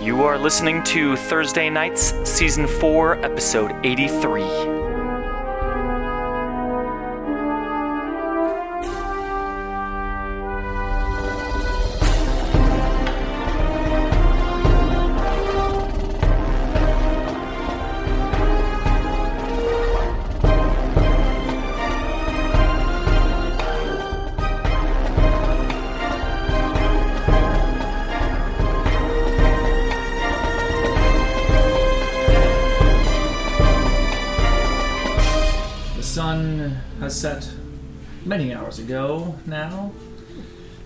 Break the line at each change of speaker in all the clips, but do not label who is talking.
You are listening to Thursday Nights, Season 4, Episode 83.
The sun has set many hours ago now.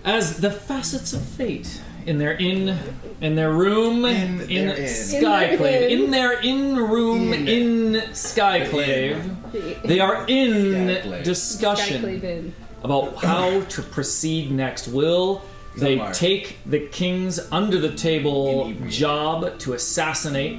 As the facets of fate in their in in their room
In
in,
their inn.
skyclave
In
in their in room in,
In.
skyclave they are in
Skyclave.
discussion about how to proceed next. Will they
Zamar.
take the king's under the table
Inebriate.
job to assassinate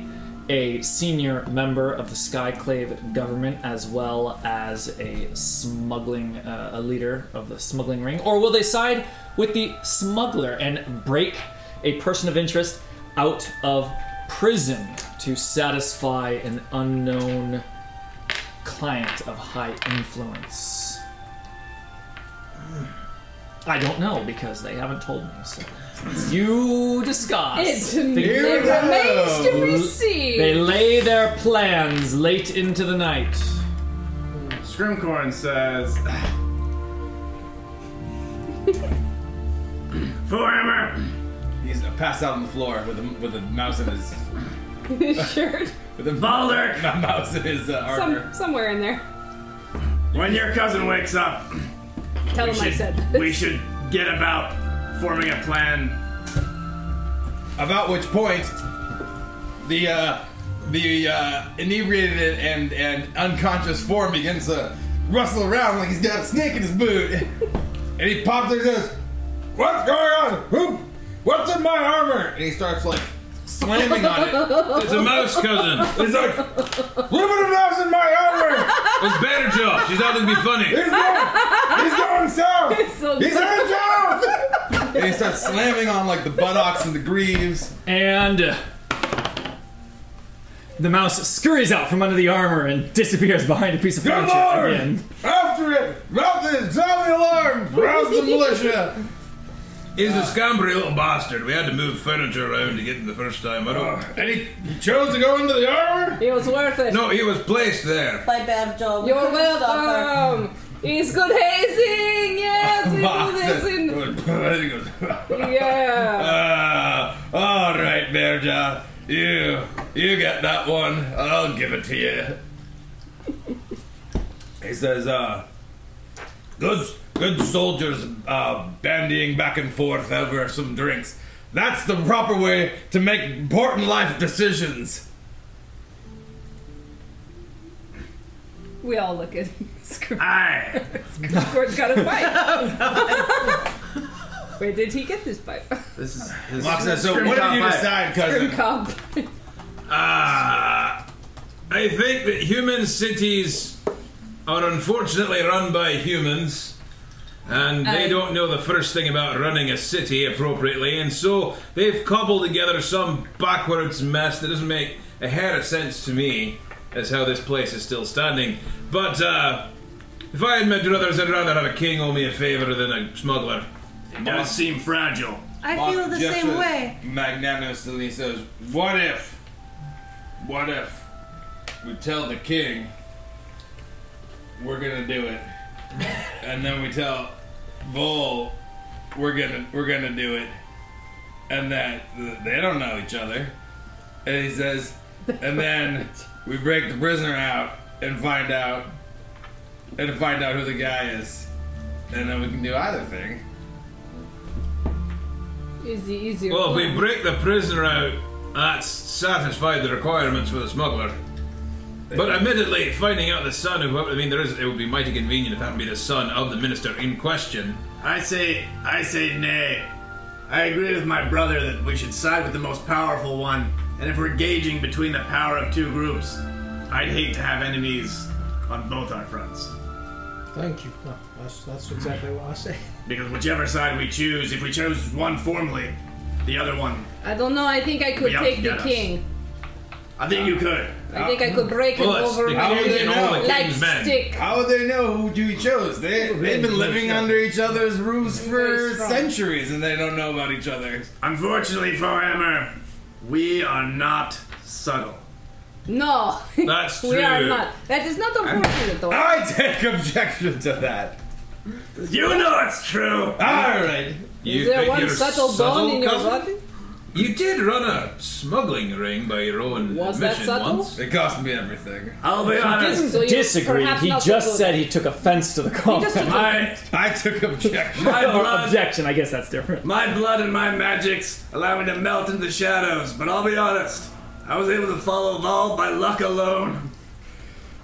a senior member of the Skyclave government as well as a smuggling uh, a leader of the smuggling ring or will they side with the smuggler and break a person of interest out of prison to satisfy an unknown client of high influence? I don't know because they haven't told me. So. You discuss.
It,
Figure
we
it
it out.
remains to be
L-
seen.
They lay their plans late into the night.
Scrimcorn says. Forehammer!
He's passed out on the floor with a, with a mouse in his
Sure.
with a
Balder!
a mouse in his uh, armor.
Some, somewhere in there.
When your cousin wakes up,
Tell
we
them I
should,
said.
we should get about forming a plan.
About which point, the uh, the uh, inebriated and and unconscious form begins to rustle around like he's got a snake in his boot, and he pops there and says, "What's going on? Who? What's in my armor?" And he starts like slamming on it.
It's a mouse cousin.
He's like, "Look at the mouse in my armor!"
It's better Joe. She's out there to be funny.
He's going, he's going south.
So-
He's going south. and he starts slamming on like the buttocks and the greaves.
And uh, the mouse scurries out from under the armor and disappears behind a piece of
Good
furniture
lord!
again.
After it, rouse the, sound the alarm, rouse the militia.
He's a scampery little bastard. We had to move furniture around to get him the first time. I don't.
Uh, And he, he chose to go into the armor.
It was worth it.
No, he was placed there.
My bad job.
You're
Couldn't stop her.
welcome. It's good hazing. Yes, it's good hazing.
And he goes,
Yeah.
ah, all right, Bearjaw, you you got that one. I'll give it to you. He says, uh, good good soldiers uh, bandying back and forth over some drinks. That's the proper way to make important life decisions.
We all look at Scrooge.
Ah.
Aye.
Scrooge got a pipe. Where did he get this pipe?
This is. This
Locke says, so what did you decide, cousin?
Comp.
Ah, I think that human cities are unfortunately run by humans, and they
Um.
don't know the first thing about running a city appropriately, and so they've cobbled together some backwards mess that doesn't make a hair of sense to me as how this place is still standing. But uh, if I had my druthers, I'd rather have a king owe me a favour than a smuggler.
It does seem fragile.
I feel the
Jeff
same
says
way.
Magnanimously says, What if? What if we tell the king we're gonna do it? and then we tell Vol we're gonna we're gonna do it. And that they don't know each other. And he says and then we break the prisoner out and find out and find out who the guy is. And then we can do either thing.
Is the easier
Well,
one.
if we break the prisoner out, that's satisfied the requirements for the smuggler. But admittedly, finding out the son of I mean, there is it would be mighty convenient if that would be the son of the minister in question.
I say, I say nay. I agree with my brother that we should side with the most powerful one, and if we're gauging between the power of two groups, I'd hate to have enemies on both our fronts.
Thank you. No, that's, that's exactly what I say.
Because whichever side we choose, if we chose one formally,
The other one.
I don't know. I think I could
We have
take
to
the
get us.
king.
I think you could.
I think I could break him
Well, it's
over
the
with
How would
king
they
and
know?
all the
like
king's men.
stick.
How would they know who you chose? They, they've been living under each other's roofs for
Very strong.
centuries and they don't know about each other.
Unfortunately for Hammer, we are not subtle.
No,
That's true.
we are not. That is not unfortunate, though.
I take objection to that. Ah.
You know it's true.
Alright.
You,
is there
but
one
you're
subtle
subtle,
bone in your
cousin?
body?
You did run a smuggling ring by your own
Was that
admission
subtle?
once.
It cost me everything.
I'll be honest.
So you're
Disagree.
perhaps
He
not so
just
good.
said he took offense to the
Just
comment.
to-
My,
I took objection.
my
Or
blood
objection. I guess that's different.
My blood and my magics allow me to melt in the shadows, but I'll be honest, I was able to follow Val by luck alone.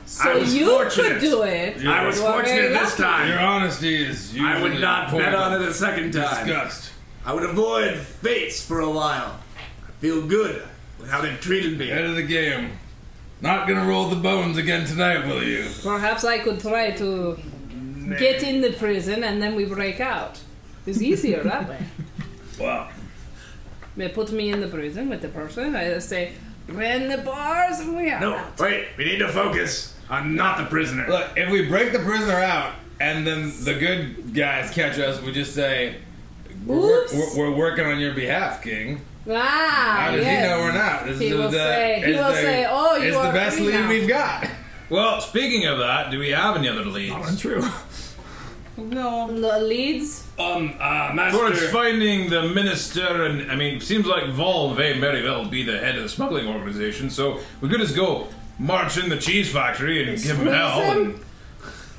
I
so
was
you
fortunate.
could do it.
I was
You are
fortunate
very
this
lucky.
Your
time.
honesty is usually
I would not
point
bet
of
on it a second time.
Disgust.
I would avoid fates for a while. I feel good with how they've treated
Head
me.
of the game. Not gonna roll the bones again tonight, will you?
Perhaps I could try to get in the prison and then we break out. It's easier that way.
Well,
They put me in the prison with the person. I just say, ran the bars and we are
No,
out.
wait, we need to focus. I'm not the prisoner.
look, if we break the prisoner out and then the good guys catch us, we just say, we're, wor-
Oops.
we're, we're working on your behalf, King.
Ah,
How does
yes.
he know we're not? This
He
is
will
the,
say- he
is
will
the-
say, "Oh, you
It's the
are
best
free
lead
now."
we've got.
Well, speaking of that, do we have any other leads?
Untrue.
No. The leads.
Um, uh,
Towards
Master.
finding the minister, and I mean, seems like Vol may very well be the head of the smuggling organization, so we could just go march in the cheese factory and give him
Squeeze
hell.
him?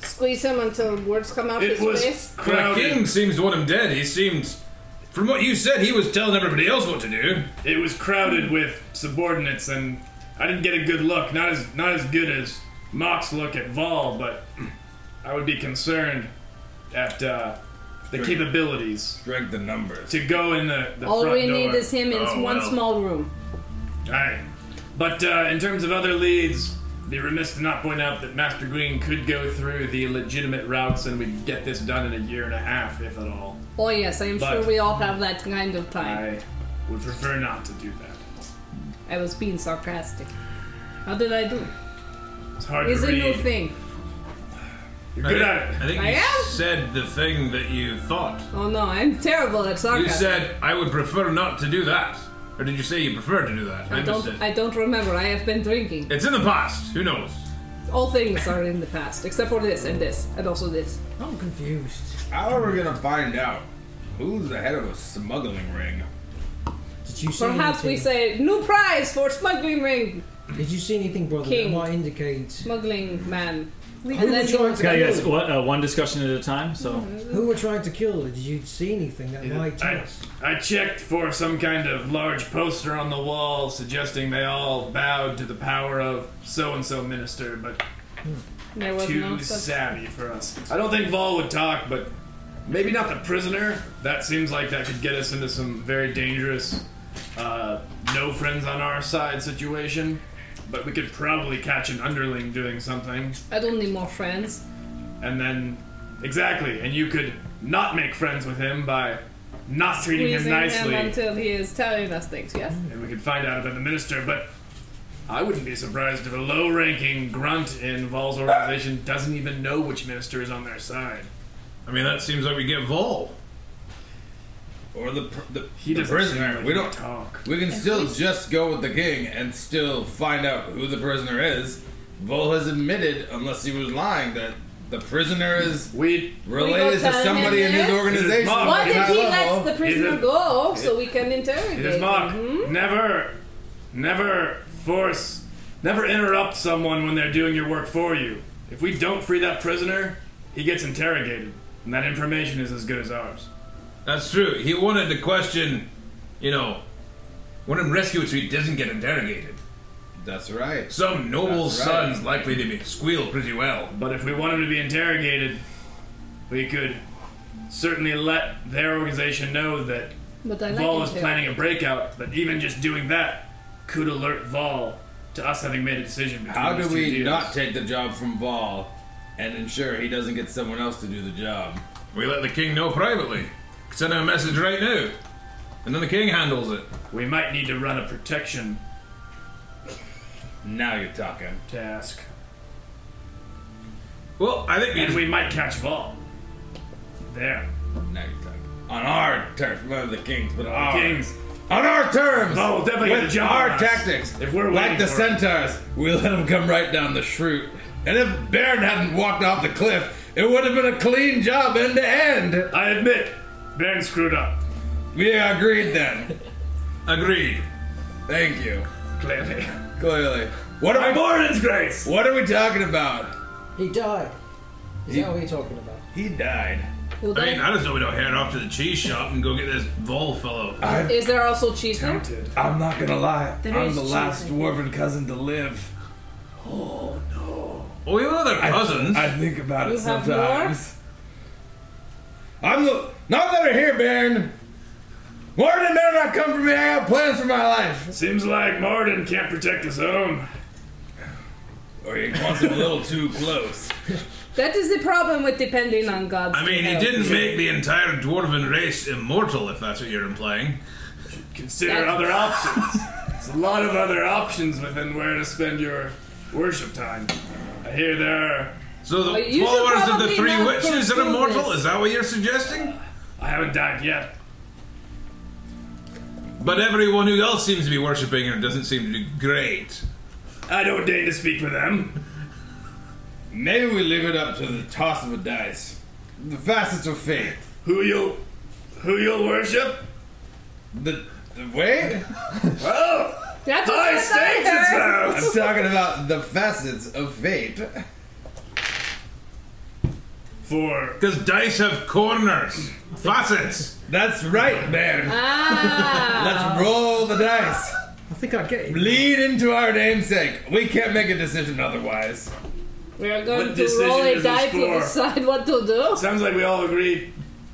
Squeeze him until words come out
It
his
was
face.
And the king
crowded.
seems to want him dead. He seems, from what you said, he was telling everybody else what to do.
It was crowded with subordinates, and I didn't get a good look. Not as not as good as Mock's look at Vol, but I would be concerned at uh, the capabilities
Drag the numbers.
to go in the, the
All
front
we
door.
need is him in
Oh,
one
well.
small room.
Aye. But uh, in terms of other leads, be remiss to not point out that Master Green could go through the legitimate routes, and we'd get this done in a year and a half, if at all.
Oh yes, I am
But-
sure we all have that kind of time.
I would prefer not to do that.
I was being sarcastic. How did I do?
It's hard
It's
to
a
read.
new thing.
You're good at it.
I think
I
you
am?
said the thing that you thought.
Oh no, I'm terrible at sarcasm.
You said, I would prefer not to do that. Or did you say you prefer to do that?
I
missed
don't.
it.
I don't remember. I have been drinking.
It's in the past. Who knows?
All things are in the past, except for this and this, and also this.
I'm confused.
How are we gonna find out who's the head of a smuggling ring?
Did you see
Perhaps we
anything?
say new prize for smuggling ring,
Did you see anything, brother,
King.
that might indicate
smuggling man.
who
And
were
then
trying to
Okay, yes.
kill?
What, uh, one discussion at a time. So
Who were trying to kill? Did you see anything that might tell
I,
us?
I checked for some kind of large poster on the wall suggesting they all bowed to the power of so and so minister, but
there was
too
no such.
savvy for us. I don't think Vol would talk, but maybe not the prisoner. That seems like that could get us into some very dangerous, uh, no friends on our side situation. But we could probably catch an underling doing something,
I don't need more friends.
and then exactly, and you could not make friends with him by not treating him
Squeezing
nicely.
him until he is telling us things. Yes.
and we could find out about the minister, but I wouldn't be surprised if a low ranking grunt in Vol's organization doesn't even know which minister is on their side.
I mean, that seems like we get Vol.
Or the pr- the,
He
the
doesn't seem
prisoner?
like
We
he'd
don't.
talk.
We can still just go with the king and still find out who the prisoner is. Vol has admitted, unless he was lying, that the prisoner is
We
We
related
go
to
tell him
somebody in his
this?
It is
organization.
Oh,
mob.
What if he lets the
Hello.
prisoner
it-
go so we can interrogate
it is mock.
him? Mm-hmm.
Never, never force, never interrupt someone when they're doing your work for you. If we don't free that prisoner, he gets interrogated, and that information is as good as ours.
That's true. He wanted to question, you know, want him rescued so he doesn't get interrogated.
That's right.
Some noble's
That's right.
son's likely to be squeal pretty well.
But if we want him to be interrogated, we could certainly let their organization know that
But I like
Vol
him
is
there.
planning a breakout, but even just doing that could alert Vol to us having made a decision. Between
How
these
do
two
we
deals.
not take the job from Vol and ensure he doesn't get someone else to do the job?
We let the king know privately. Send him a message right now. And then the king handles it.
We might need to run a protection
Now you're talking.
task.
Well, I think we
And
just-
we might catch Vol. There.
Now you're talking. On our turf, not the kings, but
The
our
Kings.
On our terms.
Vol will definitely get
with
the jump on
our
us.
tactics.
If we're
like the
waiting for it.
centaurs, we let them come right down the chute. And if Baron hadn't walked off the cliff, it would have been a clean job end to end.
I admit, Baron screwed up.
We agreed then.
agreed.
Thank you.
Clearly.
Clearly. What
By
are we,
Morden's grace!
what are we talking about?
He died. Is that what you're talking about?
He died.
Well,
I mean,
then-
I just know we don't head off to the cheese shop and go get this vol fellow.
is there also cheese there?
I'm not gonna lie.
There
I'm
is
the
cheese,
last
I think.
dwarven cousin to live. Oh no.
Oh, we know they're cousins.
I think about
You
it
have
sometimes. I'm the not that are here, Baron. Warden and Baron, I come from here. I got plans for my life.
Seems like Morden can't protect his own.
Or he wants him a little too close.
That is the problem with depending on God's
I mean, he
help.
didn't make the entire dwarven race immortal, if that's what you're implying.
Consider
That's-
other options. There's a lot of other options within where to spend your worship time. I hear there are.
So the
Well, you should
followers of the
probably
three
not
witches are
pursue
immortal.
this.
Is that what you're suggesting?
I haven't died yet.
But everyone who else seems to be worshipping her doesn't seem to do great.
I don't deign to speak for them.
Maybe we leave it up to the toss of a dice. The facets of fate.
Who you'll. Who you'll worship?
The, the way?
Oh!
That's what
High
I
stakes it's
heard.
out!
I'm talking about the facets of fate.
For.
Because dice have corners, facets.
That's right, Baron.
Ah,
Let's roll the dice.
I think I get it.
Lead into our namesake. We can't make a decision otherwise.
we are going to roll
What decision
a
is this
die to
for?
decide what to do.
Sounds like we all agree.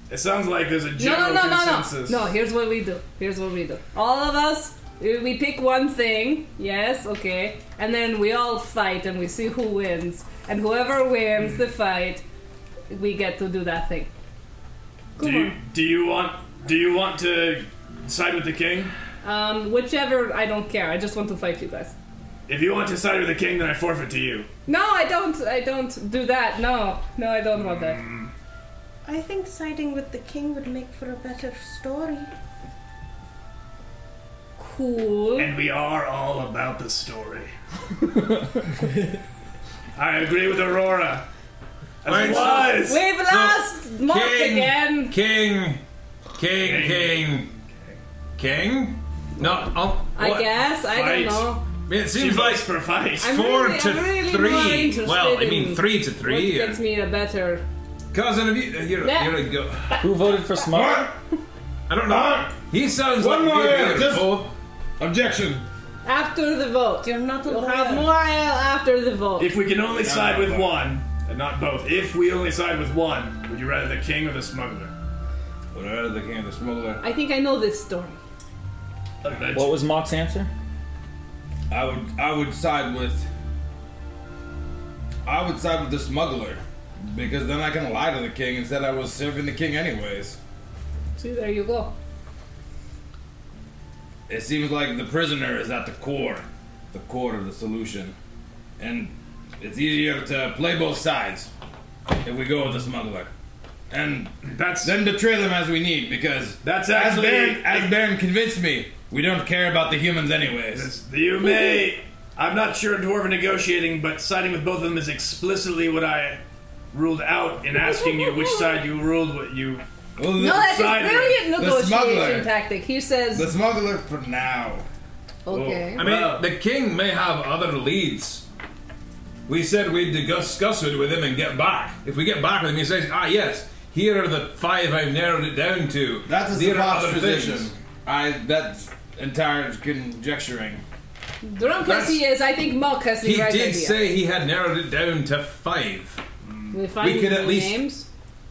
It sounds like there's a
No, no,
general
no, no, no.
consensus.
No, here's what we do. Here's what we do. All of us, we we pick one thing. Yes, okay. And then we all fight and we see who wins. And whoever wins
Hmm.
the fight, we get to do that thing.
Do you, do you want do you want to side with the king?
Um, whichever, I don't care. I just want to fight you guys.
If you want to side with the king, then I forfeit to you.
No, I don't. I don't do that. No, no, I don't want
Hmm.
that.
I think siding with the king would make for a better story.
Cool.
And we are all about the story. I agree with Aurora.
Alright,
That's
so-
wise.
We've lost Mark again.
King, king, king, king. No, oh,
I
what?
guess. I don't
Fight.
know.
I mean, it
She
seems like
votes for fight.
I'm
four
really-
to
I'm really not
three.
interested
Well, I
in
mean, three to
What
three.
gets me a better
Cousin of you, uh, you're,
Yeah.
you're a go.
Who voted for Smart?
What?
I don't know.
Ah.
he sounds
One
like
more
good
ale,
leader,
just-
Bo.
Objection.
After the vote.
You're not
We'll have
allowed.
more ale after the vote.
If we can only side with one and not both, if we only side with one, would you rather the king or the smuggler?
Whatever the king of the smuggler.
I think I know this story.
What was Mock's answer?
I would I would side with I would side with the smuggler. Because then I can lie to the king and said I was serving the king anyways.
See, there you go.
It seems like the prisoner is at the core. The core of the solution. And it's easier to play both sides if we go with the smuggler. And
That's
then betray them as we need because
that's
as
actually
Baron, as Baron convinced me, we don't care about the humans anyways.
You may. I'm not sure dwarven negotiating, but siding with both of them is explicitly what I ruled out in asking you which side you ruled. What you
Well,
No, that's a
Side
brilliant
the
negotiation
smuggler.
tactic. He says,
The smuggler for now.
okay.
I mean,
Well-
the king may have other leads. We said we'd discuss it with him and get back. If we get back with him, he says, "Ah, yes, here are the five I've narrowed it down to."
That's a
There are
surprise
other
position.
things."
I that's entire conjecturing.
Drunk as
that's-
he is, I think Mock has the
He
right
did
idea.
say he had narrowed it down to five.
we find
could at
the
least-
names.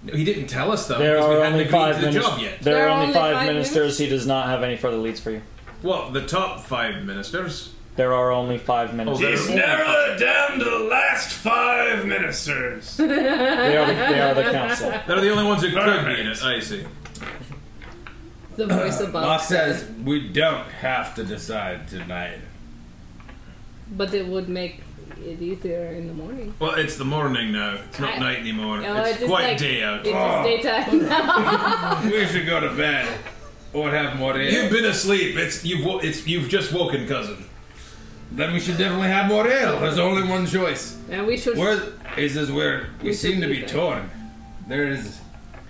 No, he didn't tell us though
There
because we
are
hadn't
only
agreed
five
to the
ministers.
job yet.
There are only five ministers. He does not have any further leads for you.
Well, the top five ministers.
There are only five ministers.
He's narrowed it down to the last five ministers.
They are the, they are the council.
They're the only ones who could
Perfect.
read it. I see.
The voice above.
Locke says we don't have to decide tonight.
But it would make it easier in the morning.
Well, it's the morning now. It's not
I-
night anymore.
Oh,
it's,
it's just
quite
like-
day out.
It's just daytime now.
We should go to bed or have moria.
You've been asleep. It's you've wo- it's you've just woken, cousin.
Then we should definitely have more ale. There's only one choice.
and we should.
Where is this where we,
We should
seem to
do
be
that.
torn? There is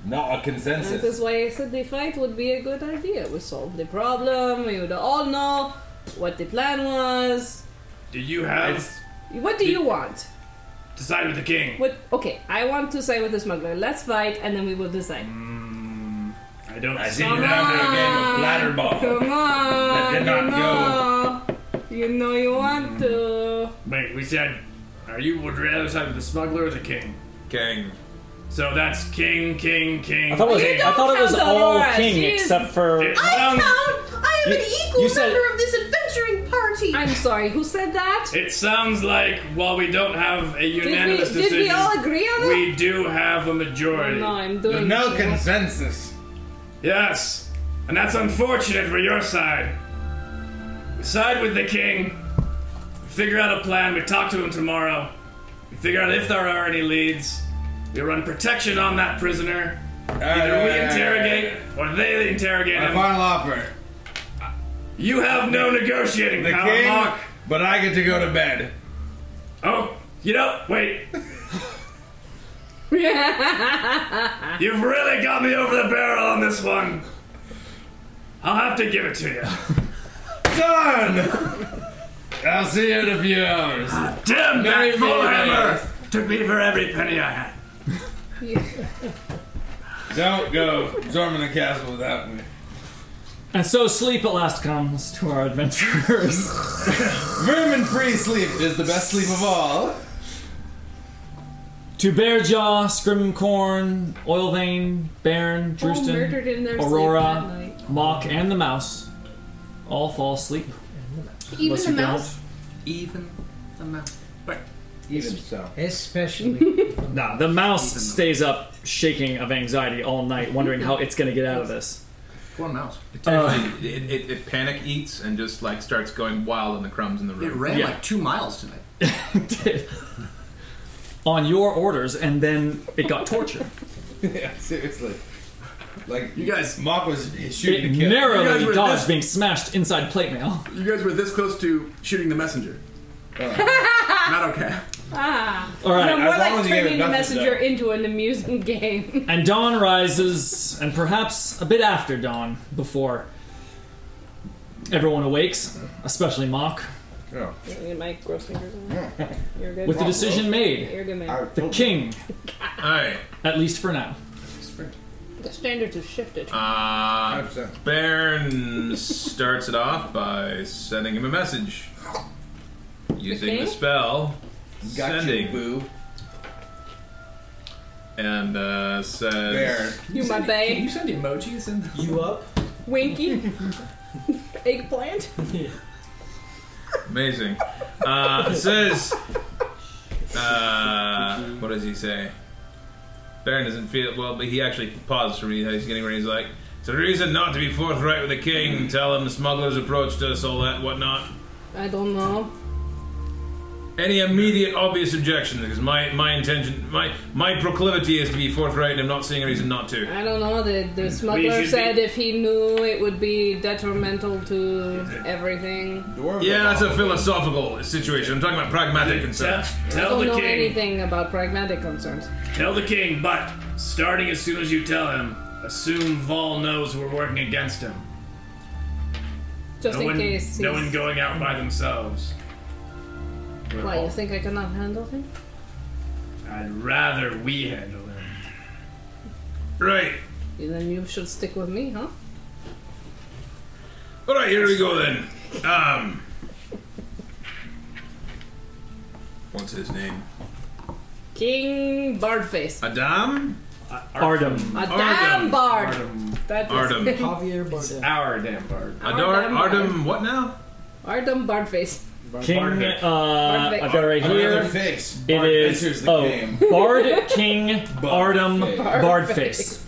not a consensus.
That is why I said the fight would be a good idea. We solve the problem. We would all know what the plan was.
Do you have
It's-
What do you want?
decide with the king?
What? Okay, I want to side with the smuggler. Let's fight, and then we will decide.
I don't.
I
see
see you after a game of bladder ball.
Come on,
That did not
you know, you know you want
Um,
to.
Wait, we said, are you would rather side with the smuggler or the king?
King.
So that's king, king, king.
I thought it was,
You
I thought it was
don't count
all
Aurora,
king
she's-
except for.
It
I
sounds,
count! I am
You-
an equal
you said-
member of this adventuring party!
I'm sorry. Who said that?
it sounds like while we don't have a
Did we,
unanimous
did
decision,
we all agree on that?
we do have a majority.
No, I'm doing
No consensus.
Yes, and that's unfortunate for your side. We side with the king. We figure out a plan. We talk to him tomorrow. We figure out if there are any leads. We run protection on that prisoner. Either we interrogate or they interrogate
My
him.
final offer.
You have no negotiating
The
power,
king,
Mark.
but I get to go to bed.
Oh, you know, wait. You've really got me over the barrel on this one. I'll have to give it to you.
Done! I'll see you in a few hours.
Damn
Merry
Ah, that
Mayday.
forever took me for every penny I had.
Don't go storming the castle without me.
And so sleep at last comes to our adventurers.
Vermin free sleep is the best sleep of all.
to Bearjaw, Scrimcorn, Oilvein, Baron,
all murdered
Drewston,
in their
Aurora.
sleep that night.
Mock, and the mouse all fall asleep.
Even
Unless
the
you don't.
mouse.
Even the mouse.
Even so.
Especially.
Nah, the mouse stays up shaking of anxiety all night, wondering how it's gonna get out of this.
Poor mouse.
it, it, it, it panic eats and just like starts going wild on the crumbs in the
It
room.
ran
Yeah.
like two miles tonight.
did. On your orders, and then it got tortured.
Yeah, seriously. Like
You guys,
Mock was shooting the
It
kid.
You guys
narrowly
were
dodged
this-
being smashed inside plate mail.
you guys were this close to shooting the messenger.
Oh.
Not okay.
Ah.
All right,
no,
as
more
long
like
as you give it
turning the
nothing,
messenger
though.
into an amusing game.
and dawn rises, and perhaps a bit after dawn, before everyone awakes, especially Mock,
My gross fingers. You're good.
with the decision made:
You're good, man.
the king,
Alright.
at least for now.
The standards have shifted.
Uh, Baron starts it off by sending him a message. Using
Okay.
the spell.
Got
sending.
you, boo.
And uh, says.
There.
you my bae.
send emojis and
you up?
Winky. Eggplant.
Amazing. Uh, it says, uh, what does he say? Baron doesn't feel well, but he actually pauses for me. He's getting ready. He's like, "It's a reason not to be forthright with the king. Tell him the smugglers approached us, all that, whatnot."
I don't know.
Any immediate, obvious objections? Because my my intention, my my proclivity is to be forthright, and I'm not seeing a reason not to.
I don't know. The, the smuggler
should
said
be-
if he knew it would be detrimental to everything.
Dwarven.
Yeah, that's a philosophical situation. I'm talking about pragmatic concerns.
I
Tell
don't
the
know
king.
anything about pragmatic concerns.
Tell the king, but starting as soon as you tell him, assume Vol knows we're working against him.
Just
No
in
one,
case.
no one
he's-
going out by themselves. We're
Why,
all-
you think I cannot handle him?
I'd rather we handle him.
Right.
Then you should stick with me, huh?
All right, here we go then. Um, what's his name?
King Bardface.
Adam.
Ardum,
A damn bard. That was
Ardum.
him.
Javier Bardem.
Our damn bard.
Adar.
Ardum.
Ardum. What now?
Ardum Bardface.
king.
Bardic.
Uh, I've got it right here.
Another face.
It
Bard
is
enters the
oh
game.
Bard King
Bard
Bardum
face.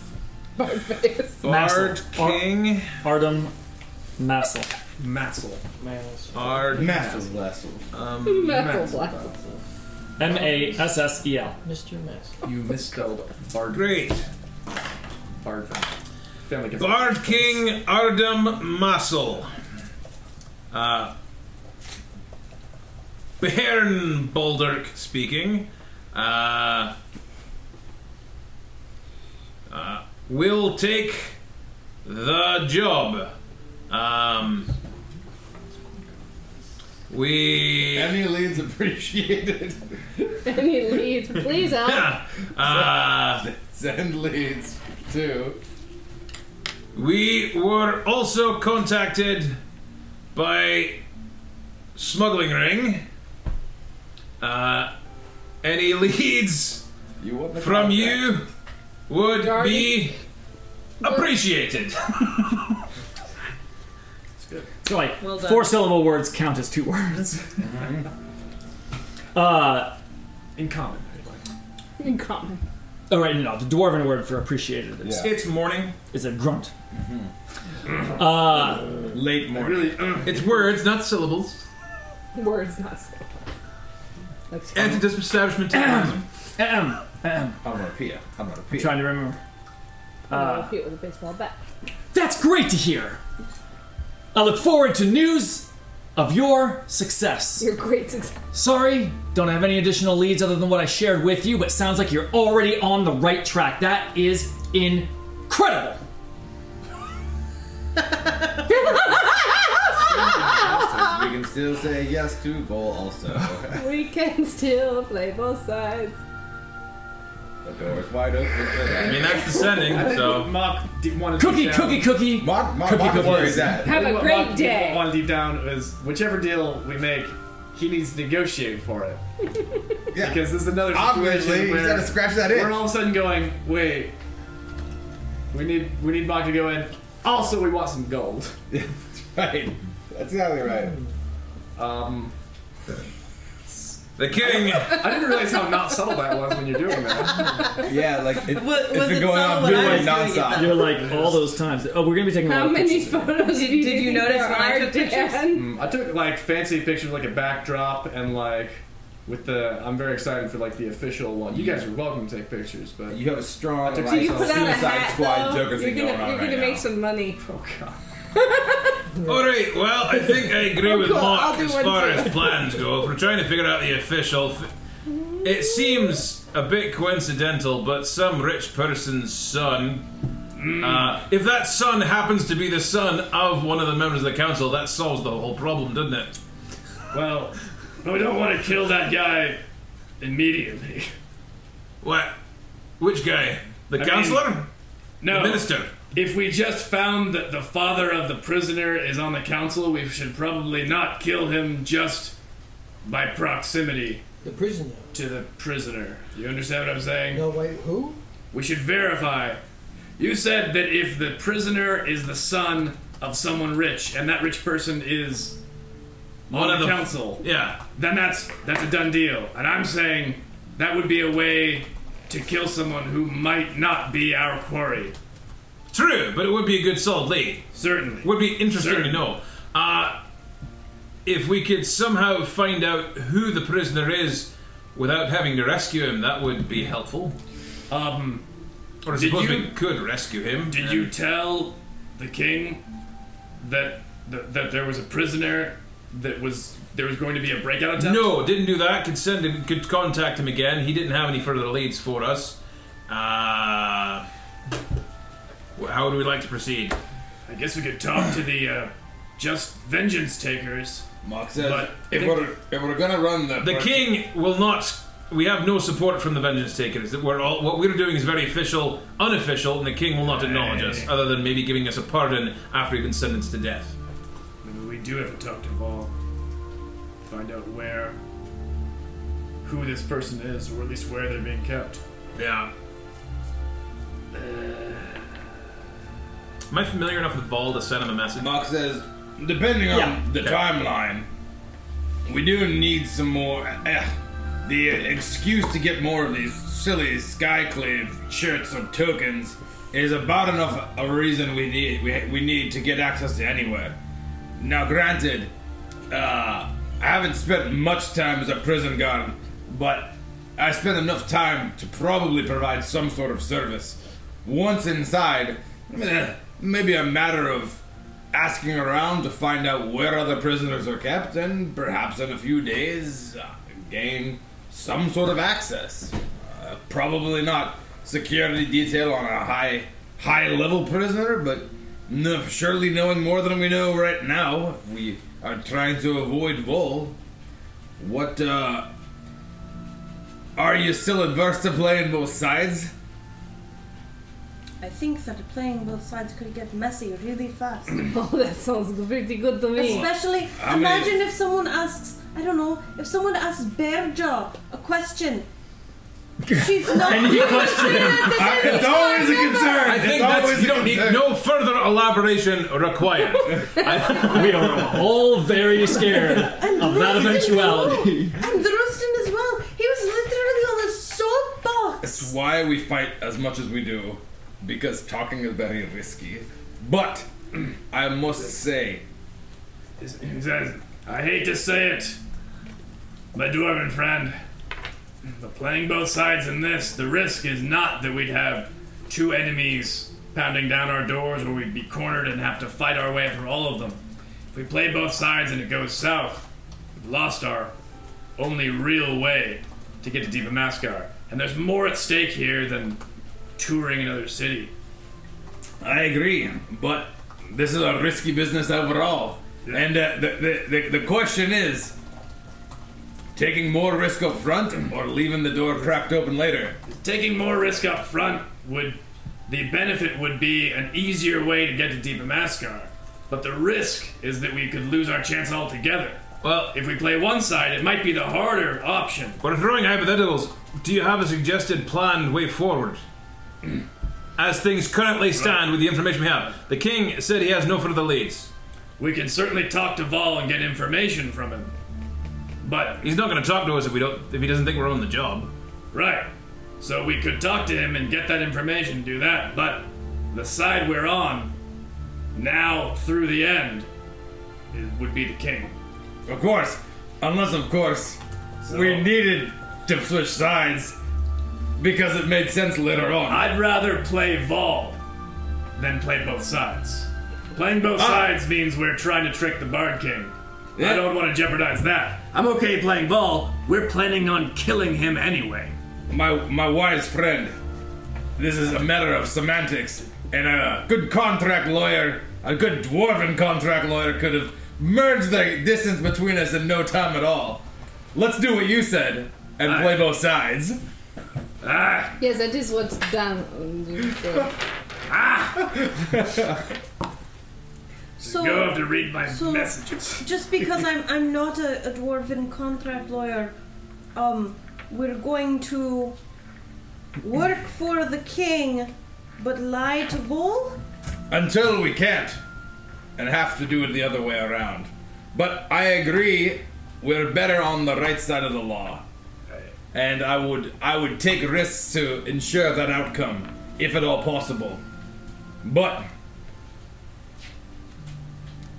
Bardface.
Bard
King. Ardum Massel.
Massel.
Ard
Massel.
Oh,
Um,
M A S S E L.
Mr. Mess.
You misspelled
Bard. Great.
Bard.
Family
Bard King Ardum Muscle. Uh, Bairn Buldark speaking. Uh, uh, will take the job. Um, we.
Any leads appreciated.
Any leads? Please help.
Uh,
Send leads too.
We were also contacted by smuggling ring. Uh, any leads
the
from you would be appreciated.
So like
Well done.
four syllable words count as two words. uh, in common.
In common.
Oh right, no, no, the dwarven word for appreciated is
It's morning.
is a grunt. Uh,
Late morning. it's words, not syllables.
Words, not so.
Um, Anti-disestablishment.
Ahem. Ahem.
Onomatopoeia.
I'm trying to remember.
Uh,
Uh,
hit with a baseball bat.
that's great to hear. I look forward to news of your success.
Your great success.
Sorry, don't have any additional leads other than what I shared with you, but sounds like you're already on the right track. That is incredible.
we can still say yes to goal also.
we can still play both sides.
the door's wide open for that.
I mean, that's descending,
I think
so.
what Mark did, wanted
Cookie,
deep down,
cookie, cookie.
Mark,
Cookie, cookie.
was-
Have
I think
a
what
great
Mark did-
day.
wanted deep down was whichever deal we make, he needs to negotiate for it.
Yeah.
Because this is another
Obviously,
situation
he's
where
gotta scratch that
we're
itch.
all of a sudden going, wait, we need we need Mark to go in. Also, we want some gold.
right. That's exactly right.
Um,
The king.
I didn't realize how not subtle that was when you're doing that.
Yeah, like it,
has
it's been going on
really
really nonstop. You're like all those times. Oh, we're gonna be taking a lot
How
of
many
pictures.
photos
Did-
do you
did you
think
notice
there
when I
are,
took pictures?
Dan?
Mm, I took like fancy pictures, like a backdrop, and like with the. I'm very excited for like the official one. You guys are welcome to take pictures, but
you have a strong.
So you put out a hat, though, you're gonna, you're gonna make some money.
Oh god.
All right. Well, I think I agree
Oh,
with
God, I'll
Mark
do
as
one
far
too.
as plans go. If we're trying to figure out the official, f- it seems a bit coincidental, but some rich person's son.
Mm.
Uh, if that son happens to be the son of one of the members of the council, that solves the whole problem, doesn't it?
Well, but we don't want to kill that guy immediately.
What? Which guy? The
I mean,
councillor?
No.
The minister?
If we just found that the father of the prisoner is on the council, we should probably not kill him just by proximity.
The prisoner.
To the prisoner. You understand what I'm saying?
No, wait, who?
We should verify. You said that if the prisoner is the son of someone rich, and that rich person is
One
on
of
the
the-
council,
Yeah.
then that's that's a done deal. And I'm saying that would be a way to kill someone who might not be our quarry.
True, but it would be a good solid lead.
Certainly.
Would be interesting to know. Uh, if we could somehow find out who the prisoner is without having to rescue him, that would be helpful.
Um,
or I
did
suppose
you-
we could rescue him.
Did you tell the king that, that that there was a prisoner that was there was going to be a breakout attempt?
No, didn't do that. Could send him, could contact him again. He didn't have any further leads for us. Uh, wh- how would we like to proceed?
I guess we could talk to the uh, just vengeance takers.
Mock says,
But
if,
the-
we're, if we're gonna run the
The king will not. We have no support from the Vengeance Takers. That we're all what we're doing is very official, unofficial, and the king will not acknowledge us, other than maybe giving us a pardon after we've been sentenced to death.
Maybe we do have to talk to Vol. Find out where who this person is, or at least where they're being kept.
Yeah. Uh, Am I familiar enough with Vol to send him a message?
Mock says, depending on
Yeah.
the
Okay.
timeline, we do need some more. eh, the excuse to get more of these silly Skyclave shirts or tokens is about enough a reason we need we, we need to get access to anywhere. Now, granted, uh, I haven't spent much time as a prison guard, but I spent enough time to probably provide some sort of service. Once inside, eh, maybe a matter of asking around to find out where other prisoners are kept, and perhaps in a few days uh, gain some sort of access. Uh, probably not security detail on a high high level prisoner, but no, surely knowing more than we know right now. If we are trying to avoid Vol. What uh, are you still adverse to playing both sides?
I think that playing both sides could get messy really fast.
oh, that sounds pretty good to me.
Especially,
I mean-
imagine if someone asks, I don't know, if someone asks Bearjaw a question. She's not.
And you question him.
I,
It's always
a concern.
I
It's
think that's,
always
you
a
don't need
concern.
no further elaboration required. I,
we are all very scared of that
eventuality. And Thruston as well. He was literally on a soapbox.
It's why we fight as much as we do, because talking is very risky. But I must say,
He says, I hate to say it, my dwarven friend, but playing both sides in this, the risk is not that we'd have two enemies pounding down our doors or we'd be cornered and have to fight our way through all of them. If we play both sides and it goes south, we've lost our only real way to get to Deepa Mascar. And there's more at stake here than touring another city.
I agree, but this is a risky business overall. And uh, the, the, the, the question is taking more risk up front or leaving the door cracked open later?
Taking more risk up front would the benefit would be an easier way to get to Deepa Mascar. But the risk is that we could lose our chance altogether.
Well,
if we play one side, it might be the harder option.
We're throwing hypotheticals. Do you have a suggested planned way forward? As things currently stand with the information we have, the king said he has no further leads.
We can certainly talk to Vol and get information from him. But
he's not going to talk to us if we don't if he doesn't think we're on the job.
Right. So we could talk to him and get that information, do that, but the side we're on, now through the end, it would be the king.
Of course, unless, of course, we needed to switch sides because it made sense later on.
I'd rather play Vol than play both sides. Playing both sides means we're trying to trick the Bard King. I don't want to jeopardize that. I'm okay playing Vol. We're planning on killing him anyway.
My my wise friend, this is a matter of semantics, and a good contract lawyer, a good dwarven contract lawyer, could have merged the distance between us in no time at all. Let's do what you said and play both sides.
Ah.
Yes, that is what's done. on you, so-
So-
you have to read my
so-
messages.
Just because I'm I'm not a, a dwarven contract lawyer, um, we're going to work for the king, but lie to Vol.
until we can't and have to do it the other way around. But I agree, we're better on the right side of the law. And I would I would take risks to ensure that outcome if at all possible. But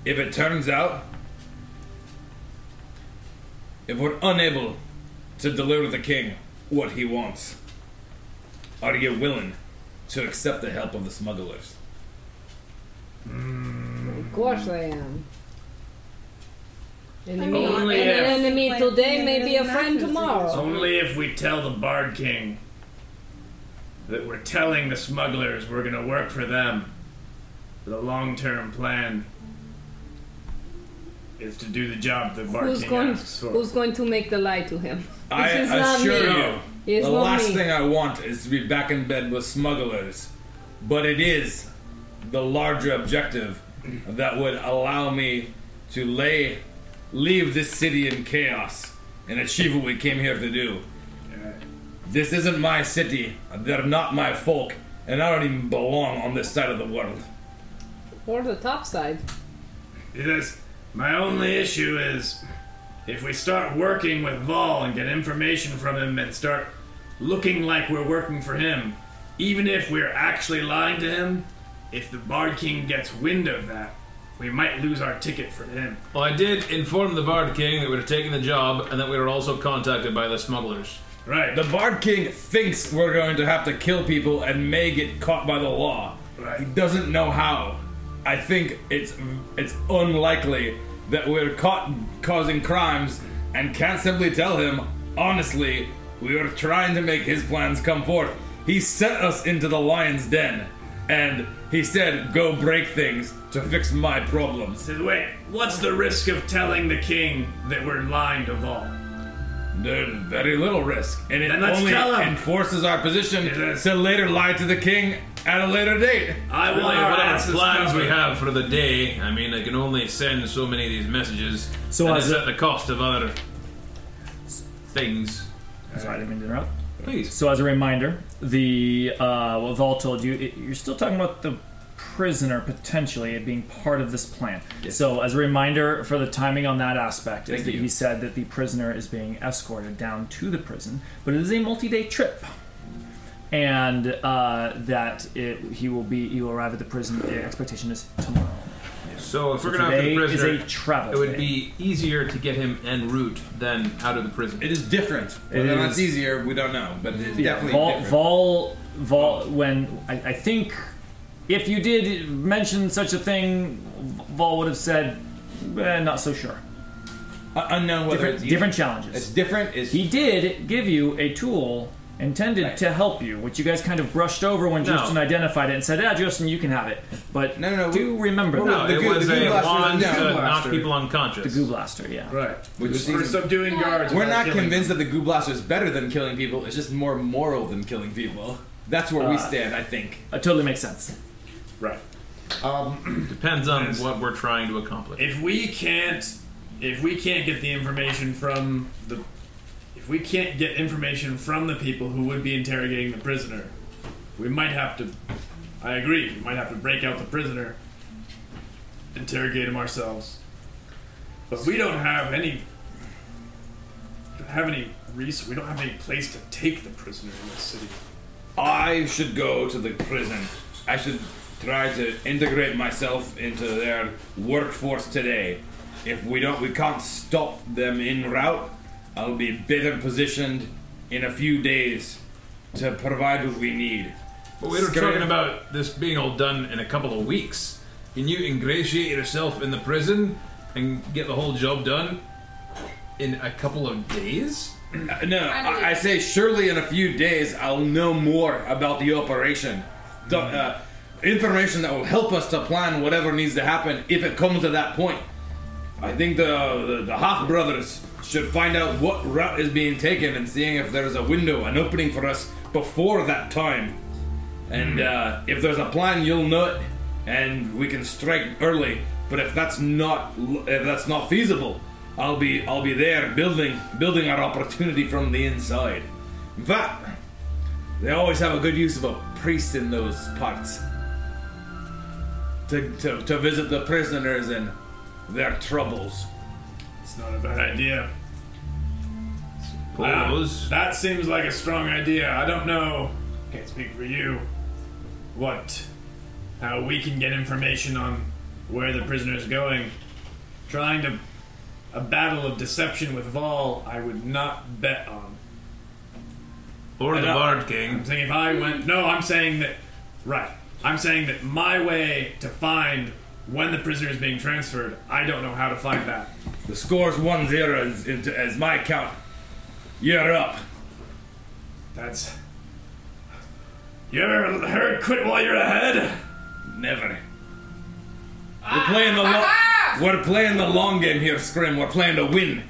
if it turns out if we're unable to deliver the king what he wants, are you willing to accept the help of the smugglers?
Of course I am. Enemy,
Only
an
if-
enemy today may be a friend tomorrow.
Only if we tell the Bard King that we're telling the smugglers we're gonna work for them. The long term plan is to do the job the Bard
Who's
King
going,
asks for.
who's going to make the lie to him?
I
This is not
assure
me.
you,
It's
the
not
last
me.
thing I want is to be back in bed with smugglers. But it is the larger objective that would allow me to lay, leave this city in chaos and achieve what we came here to do. This isn't my city. They're not my folk, and I don't even belong on this side of the world.
Or the top side.
It is. My only issue is if we start working with Vol and get information from him and start looking like we're working for him, Even if we're actually lying to him, if the Bard King gets wind of that, we might lose our ticket for him.
Well, I did inform the Bard King that we were taking the job and that we were also contacted by the smugglers.
Right.
The Bard King thinks we're going to have to kill people and may get caught by the law.
Right.
He doesn't know how. I think it's it's unlikely that we're caught causing crimes and can't simply tell him honestly we were trying to make his plans come forth. He sent us into the lion's den and he said go break things to fix my problems.
Said, Wait, what's the risk of telling the king that we're lying to Vol?
There's very little risk, and it
Then let's
only
tell him.
enforces our position
is.
to later lie to the king at a later date.
I want
Really,
our
whatever
asses
plans
covered.
we have for the day, I mean, I can only send so many of these messages.
So
and
as
it's
a-
at the cost of other things.
Sorry, I didn't mean to interrupt.
Please.
So, as a reminder, the uh, what Vol told you, it, you're still talking about the prisoner potentially being part of this plan. So, as a reminder for the timing on that aspect, is that
you.
he said that the prisoner is being escorted down to the prison, but it is a multi-day trip, and uh, that it, he will be he will arrive at the prison. The expectation is tomorrow.
So if we're going to have
Today
the
is
prisoner,
a travel.
it would
day.
be easier to get him en route than out of the prison.
It is different.
It
Whether
is.
that's easier, we don't know, but it's
Yeah,
definitely
Vol,
different.
Vol, Vol, when I, I think if you did mention such a thing, Vol would have said, eh, "Not so sure."
Uh, unknown whether
Different,
it's easy.
different
It's
challenges.
different. Is
He did give you a tool intended
Right.
to help you, which you guys kind of brushed over when
No.
Justin identified it and said, "Ah, Justin, you can have it." But
No, no, no,
do remember
no,
that.
the
it
goo-
was
the
a
goo blaster-
wand
no,
to
goo
knock
blaster.
people
The
unconscious.
Goo Blaster, yeah.
Right.
Which is
for
easy.
subduing guards.
We're
without
not
killing.
convinced that the goo blaster is better than killing people. It's just more moral than killing people. That's where we
Uh,
stand, I think.
That totally makes sense.
Right.
Depends on what we're trying to accomplish.
If we can't, if we can't get the information from the, if we can't get information from the people who would be interrogating the prisoner, we might have to. I agree. We might have to break out the prisoner, interrogate him ourselves. But we don't have any. Don't have any reason? We don't have any place to take the prisoner in this city.
I should go to the prison. I should try to integrate myself into their workforce today. If we don't, we can't stop them en route. I'll be better positioned in a few days to provide what we need.
But we were
Scary.
talking about this being all done in a couple of weeks. Can you ingratiate yourself in the prison and get the whole job done in a couple of days?
Uh, No, I, I say surely in a few days I'll know more about the operation. The, uh, information that will help us to plan whatever needs to happen if it comes to that point. I think the the, the Hoff brothers should find out what route is being taken and seeing if there's a window, an opening for us before that time. And
Mm-hmm.
uh, if there's a plan, you'll know it, and we can strike early. But if that's not if that's not feasible, I'll be I'll be there building building our opportunity from the inside. In fact, they always have a good use of a priest in those parts to to, to visit the prisoners and their troubles.
It's not a bad idea. Ah,
Uh,
Pose.
that seems like a strong idea. I don't know. Can't speak for you. What? How we can get information on where the prisoner's going? Trying to a battle of deception with Vol, I would not bet on.
Or the
I-
Bard King.
I'm saying if I went, no, I'm saying that. Right. I'm saying that my way to find when the prisoner is being transferred, I don't know how to find that.
The score's one zero as, as my count. You're up.
That's. You ever heard quit while you're ahead?
Never. We're playing the long. We're playing the long game here, Scrim. We're playing to win.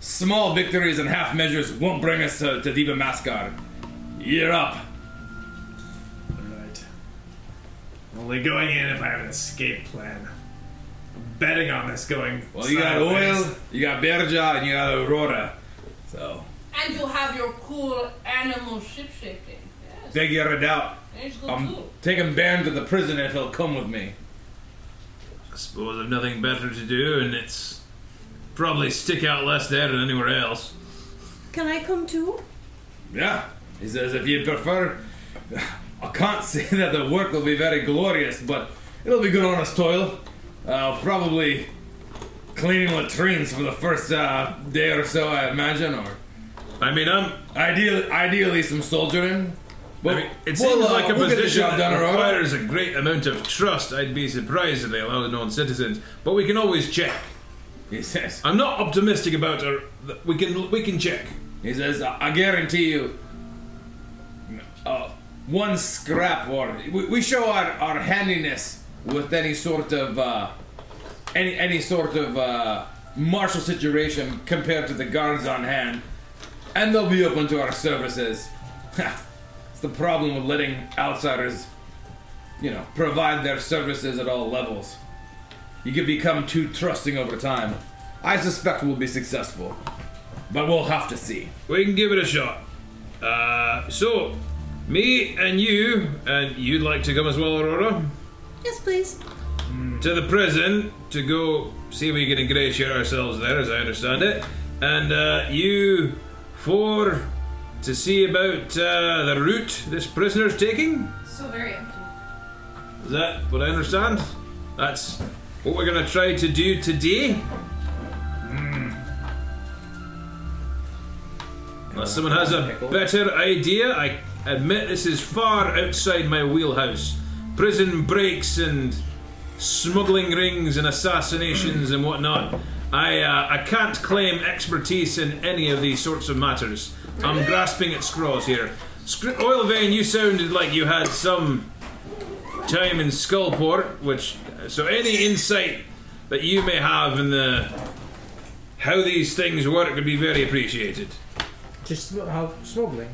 Small victories and half measures won't bring us to, to Diva Mascar. You're up.
Right. I'm Only going in if I have an escape plan. I'm betting on this going.
Well, you got
sideways.
oil, you got Berja, and you got Aurora. So
And you have your cool animal shape shifting. Yes.
figure it out. Um,
There's good
I'm
too.
taking Baron to the prison if he'll come with me.
I suppose I've nothing better to do, and it's probably stick out less there than anywhere else.
Can I come too?
Yeah. He says if you prefer. I can't say that the work will be very glorious, but it'll be good honest toil. Uh, probably cleaning latrines for the first uh, day or so, I imagine. Or,
I mean, I'm
ideally, ideally some soldiering.
I
But
mean, it
we'll,
seems
uh,
like a
we'll get the
position
job done,
that
all right?
requires a great amount of trust. I'd be surprised if they allow non-citizens, but we can always check.
He says,
"I'm not optimistic about our. th- We can we can check."
He says, "I I guarantee you, uh, one scrap or we, we show our, our handiness with any sort of uh, any any sort of uh, martial situation compared to the guards on hand, and they'll be open to our services." it's the problem with letting outsiders, you know, provide their services at all levels. You can become too trusting over time. I suspect we'll be successful, but we'll have to see.
We can give it a shot. Uh, so, me and you, and you'd like to come as well, Aurora,
Yes, please.
to the prison to go see we can ingratiate ourselves there, as I understand it, and uh, you four to see about uh, the route this prisoner's taking.
So very empty.
Is that what I understand? That's what we're gonna try to do today. Hmm. Unless someone has a better idea, I admit this is far outside my wheelhouse. Prison breaks and smuggling rings and assassinations and whatnot. I uh, I can't claim expertise in any of these sorts of matters. I'm grasping at straws here. Scr- Oil vein, you sounded like you had some time in Skullport, which so any insight that you may have in the how these things work would be very appreciated.
Just sm- how smuggling.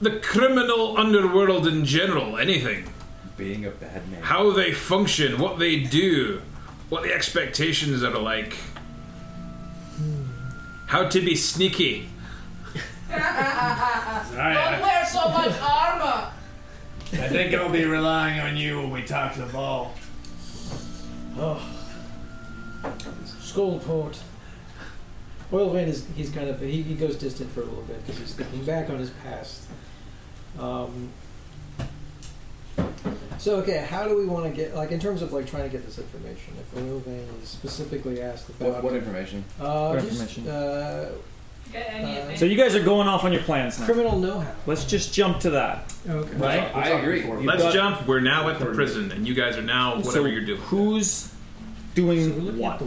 The criminal underworld in general, anything.
Being a bad man.
How they function, what they do, what the expectations are like. How to be sneaky.
uh,
Don't wear so much armor.
I think I'll be relying on you when we talk to Vol.
Oh. Skullport. Oil vein is he's kind of he, he goes distant for a little bit because he's thinking back on his past. Um, so okay, how do we want to get like in terms of like trying to get this information? If oil vein is specifically asked about
What, what information?
Uh,
What
just,
information?
uh,
So you guys are going off on your plans now.
Criminal know-how.
Let's just jump to that.
Okay.
Right?
I agree. Let's jump. We're now at the prison, and you guys are now whatever
So
you're doing.
Who's doing what?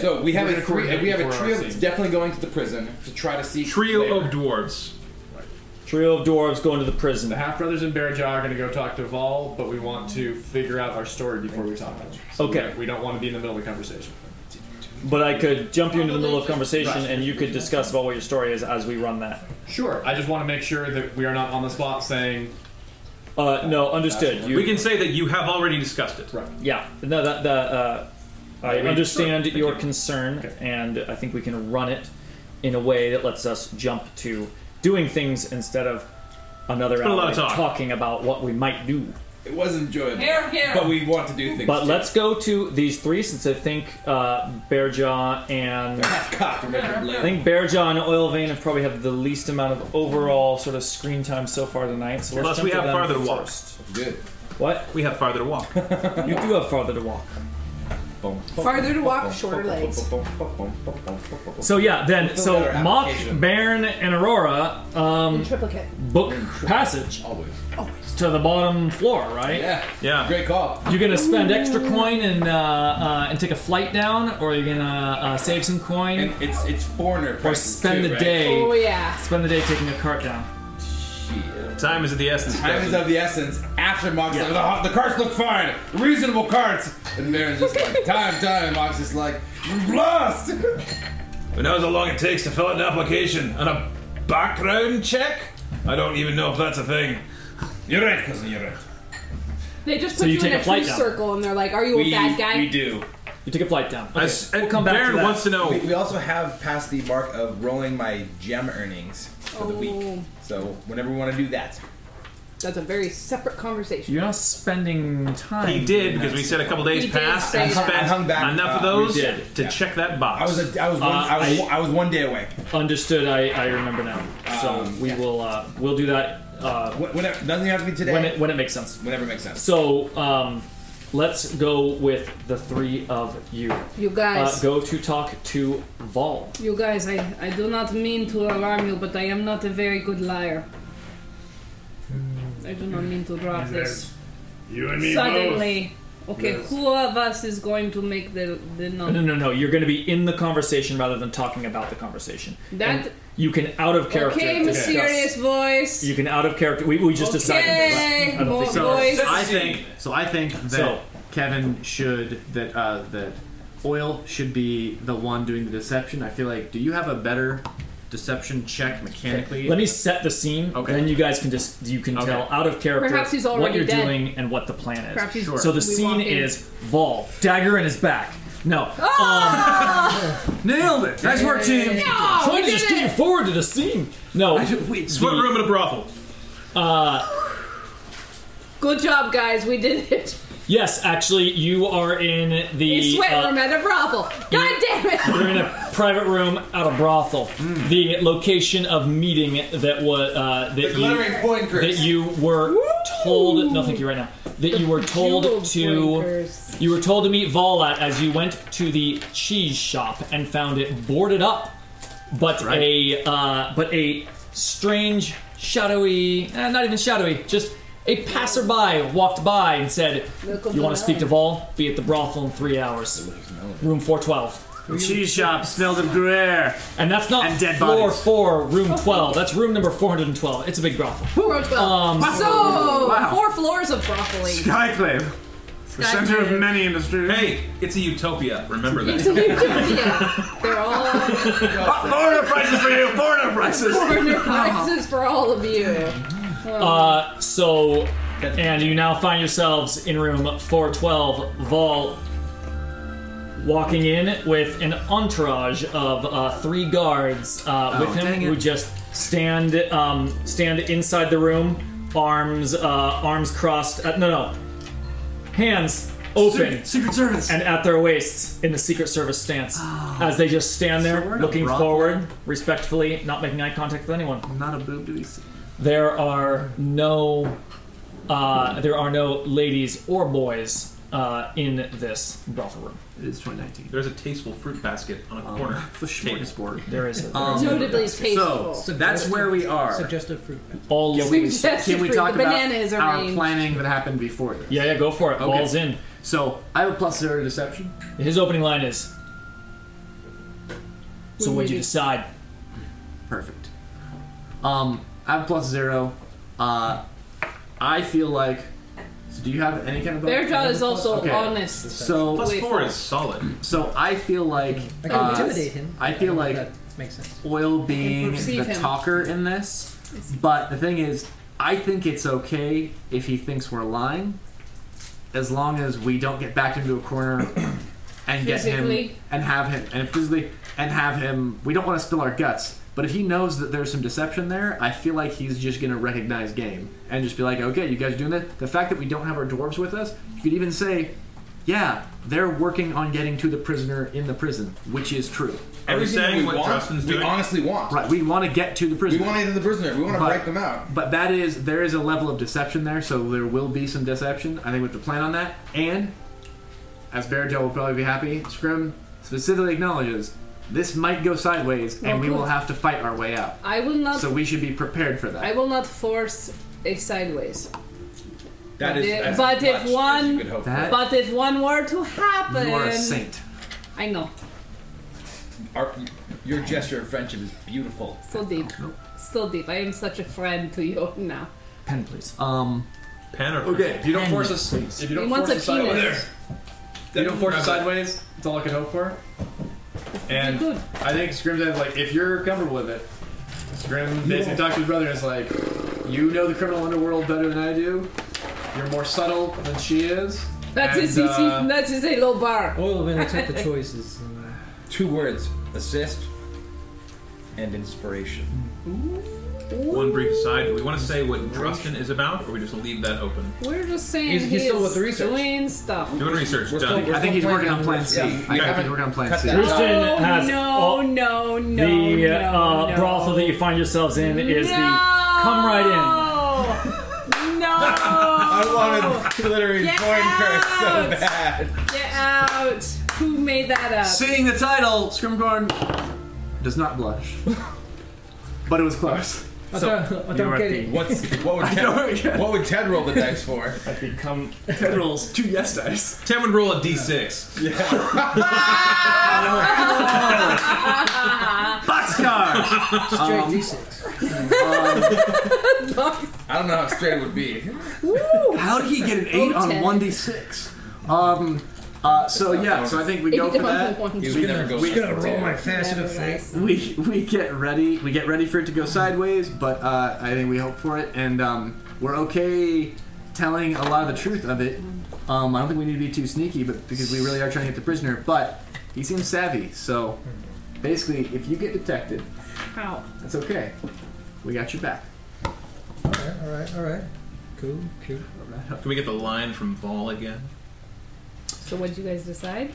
So we have
We're
a three,
recording
we have a
before
trio
our
that's
scene.
definitely going to the prison to try to see
Trio of dwarves.
Trio of dwarves going to the prison.
The half brothers and Barajah are going to go talk to Vol, but we want to figure out our story before we talk. So
Okay.
we don't- We don't want to be in the middle of the conversation.
But I could jump you into the middle of conversation and you could discuss about what your story is as we run that.
Sure. I just want to make sure that we are not on the spot saying.
Uh, no, understood. You-
we can say that you have already discussed it.
Right.
Yeah. No, that the uh, I
Yeah, we-
understand
sure. Thank
your
you.
concern, and I think we can run it in a way that lets us jump to doing things instead of another
It's been a
hour
lot of talk.
talking about what we might do.
It was enjoyable,
Here, here.
but we want to do things.
But
too.
let's go to these three since I think uh, Bearjaw and I think Bearjaw and Oil Vein have probably had the least amount of overall sort of screen time so far tonight. So let's
Plus,
jump
we
to
have
them
farther to walk.
first.
Good.
What?
We have farther to walk.
you do have farther to walk.
Farther to walk, shorter legs.
So yeah, then
Fill
so
out our
Mock,
application.
Baron, and Aurora um,
Triplicate.
book passage always to the bottom floor, right?
Yeah.
Yeah.
Great call.
You're gonna spend extra coin and uh, uh, and take a flight down, or you're gonna uh, save some coin. And
it's it's foreigner.
Or spend
too,
the
right?
day.
Oh, yeah.
Spend the day taking a cart down.
Time is of the essence.
Time is of the essence. After Mox,
Yeah.
the, the carts look fine, reasonable carts, and Baron's just like time, time. And Mox is like lost.
Who knows how long it takes to fill out an application and a background check? I don't even know if that's a thing. You're right, cousin. You're right.
They just put
So
you,
you take
in
a
a
flight
true
down.
circle and they're like, "Are you a bad guy?"
do.
You take a flight down.
As, and Baron wants to know.
We, we also have passed the mark of rolling my gem earnings for the week. So whenever we want to do that,
That's a very separate conversation.
You're not spending time.
He did because we said a couple days
He did
passed
say
and
that.
spent
I
hung back,
enough of
uh,
those
we did.
to check that box.
I was a, I was one,
Uh,
I, was,
I-
I was one day away.
Understood. I, I remember now. So we will uh, we'll do that Uh,
doesn't have to be today.
When it, when it makes sense.
Whenever it makes sense.
So um, let's go with the three of you.
You guys.
Uh, go to talk to Vol.
You guys, I, I do not mean to alarm you, but I am not a very good liar. I do not mean to drop this.
You and me
Suddenly. Okay,
Yes.
who of us is going to make the, the
No, no,
number?
no, no. You're going to be in the conversation rather than talking about the conversation.
That-
And you can out of character.
Okay,
discuss-
mysterious voice.
You can out of character. We, we just decided.
Okay,
this. I don't think
Bo-
you-
boys.
I think so. I think that
So-
Kevin should that uh, that oil should be the one doing the deception. I feel like. Do you have a better deception check mechanically?
Let me set the scene. Okay. Then you guys can just you can
Okay.
tell out of character
Perhaps he's
what
already
you're
dead.
doing and what the plan is.
Perhaps he's- Sure.
So the
we
scene
walk in. Oh,
is Vol dagger in his back. No.
Oh,
Nailed it.
Nice work, team.
No,
Trying
we
to just
did
get you forward to the scene. No.
Sweat room at a brothel.
Uh,
Good job, guys. We did it.
yes, actually, you are in
We
the
sweat
uh,
room at a brothel. God damn it!
You're in a private room at a brothel.
Hmm.
The location of meeting that was uh, that
glittering
you
point curse.
that you were told. No, thank you right now. That you were told to you were told to meet Vol at as you went to the cheese shop and found it boarded up, but a uh, but a strange shadowy, eh, not even shadowy, just a passerby walked by and said,
Look
"You want
below."
to speak to Vol? Be at the brothel in three hours, room four twelve.
The cheese shop smelled of Gruyere.
And that's not
And dead
floor
bodies.
four, room twelve. That's room number four hundred and twelve. It's a big brothel.
Um, so,
Wow.
four floors of broccoli.
Skyclave.
The center of
many industries. Hey, it's a utopia. Remember that.
It's a utopia. They're all
Foreigner prices for you. Foreigner prices.
foreigner prices for all of you. Oh.
Uh, so, and you now find yourselves in room 412, Vol walking in with an entourage of uh, three guards uh,
Oh,
with him
dang
who
it.
just stand um, stand inside the room, arms uh, arms crossed. Uh, no, no, hands open,
Secret- Secret Service,
and at their waists in the Secret Service stance, as they just stand
Ah. So
there
we're in a
looking
brothel?
forward, respectfully, not making eye contact with anyone. Not a boob to be seen. There are no, uh, there are no ladies or boys uh, in this brothel room.
It is 2019.
There's a tasteful fruit basket on
Uh,
a corner. The smorgasbord.
There is. A,
Um, Notably
So,
so that's where we are.
Suggestive fruit.
All
Can we,
Suggested
can we
fruit.
talk
The
about
banana is
our
arranged.
planning that happened before this?
Yeah, yeah, go for it. Balls in.
So I have a plus zero to deception.
His opening line is. So what'd you decide?
Perfect. Um, I have a plus zero. Uh, I feel like. So do you have any kind of?
Their
bonus?
jaw is also
Okay.
honest.
So
Plus Wait. four is
solid.
So I feel like
I can
uh,
intimidate him.
I feel like
makes sense.
oil being the
perceive him.
talker in this, but the thing is, I think it's okay if he thinks we're lying, as long as we don't get backed into a corner and get him
Physically?
and have him and physically and have him. We don't want to spill our guts. But if he knows that there's some deception there, I feel like he's just gonna recognize game and just be like, "Okay, you guys are doing that." The fact that we don't have our dwarves with us, you could even say, "Yeah, they're working on getting to the prisoner in the prison," which is true.
Are we Everything saying we what want, Justin's we doing?
honestly want. Right, we want to get to the prisoner.
We want to
get to the prisoner. We
want to break them
out. But that is there is a level of deception there, so there will be some deception. I think with the plan on that, and as Beartail will probably be happy, Scrim specifically acknowledges this might go sideways, and we
Well,
will
good.
have to fight our way out.
I will not.
So we should be prepared for that.
I will not force a sideways.
Uh, That
but
is
if,
as
but
much
if
as
one,
you could hope for. That-
but if one were to happen,
You are a saint.
I know,
Our, your gesture of friendship is beautiful.
so deep, so deep. I am such a friend to you now.
Pen, please.
Um,
pen or
okay. If you don't
Pen,
force us, if you
He
don't
wants
force
a
us sideways,
penis.
If you don't force us sideways. That's all I could hope for. And I think Scrim's like, if you're comfortable with it, Scrim basically talked to his brother and is like, you know the criminal underworld better than I do. You're more subtle than she is.
That
and,
is easy.
uh,
that is a low bar.
Oilman took the choices. uh,
Two words: assist and inspiration.
One brief aside. Do we want to say what Drustin is about, or we just leave that open?
We're just saying
He's- he's
he
still
is
with the research.
doing stuff.
Doing research. done.
I think he's working on Plan C. I
Yeah.
think he's working on Plan C.
Houston has
no, no, no,
the
no,
uh,
no.
brothel that you find yourselves in is the
No!
come right in.
I wanted glittery
Oh, Get
coin curse so
out.
bad.
Get out! Who made that up?
Seeing the title, Scrimcorn does not blush. but it was close.
I don't- I don't get it.
What's what would
I don't
Ted,
get-
what would Ted roll the dice for? I
become
Ted rolls two yes dice.
Ten would roll a d6. Straight
Boxcar. D6. I don't know how straight it would be.
How did he get an
Oh,
eight on one d six? Um. Uh, so yeah, so I think we go for that. We- we- We we get ready. We get ready for it to go sideways, but uh, I think we hope for it, and um, we're okay telling a lot of the truth of it. Um, I don't think we need to be too sneaky, but because we really are trying to get the prisoner. But he seems savvy, so basically, if you get detected,
Ow.
that's okay. We got your back.
All right, all right, all right. Cool, cool.
Can we get the line from Vol again?
So what did you guys decide?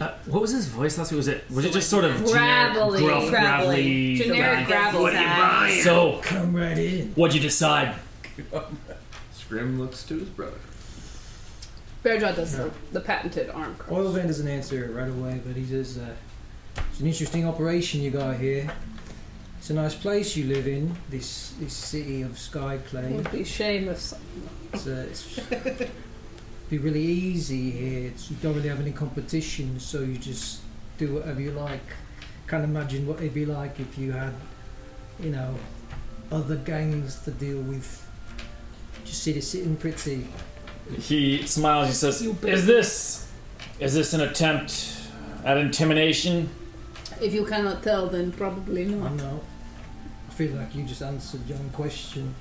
Uh, what was his voice last week? Was it was it just sort of
Gravelly.
generic, gruff,
Gravelly.
gravelly,
Generic gravel What are you sound. buying?
So
come right in.
What'd you decide?
Scrim looks to his brother.
Bearjaw does the, the patented arm. cr-
Oil van doesn't answer right away, but he says, uh, "It's an interesting operation you got here. It's a nice place you live in. This this city of
It
Skyclave.
would be shame if.
It's, uh, it's be really easy here. It's, you don't really have any competition, so you just do whatever you like. Can't imagine what it'd be like if you had, you know, other gangs to deal with. Just see the sitting pretty.
He smiles. He says, "Is this is this an attempt at intimidation?"
If you cannot tell, then probably
I
not.
know. I feel like you just answered your own question.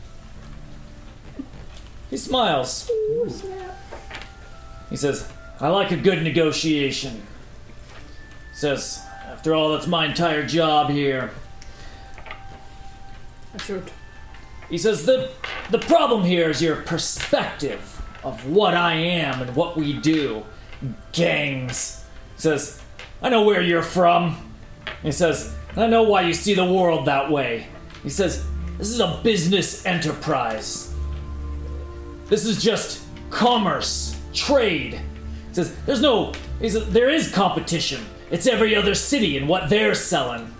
He smiles. He says, "I like a good negotiation." Says, "After all, that's my entire job here."
Assured.
He says, the, the problem here is your perspective of what I am and what we do. Gangs. He says, I know where you're from. He says, I know why you see the world that way. He says, this is a business enterprise. This is just commerce, trade. He says, there's no, he says, there is competition. It's every other city and what they're selling.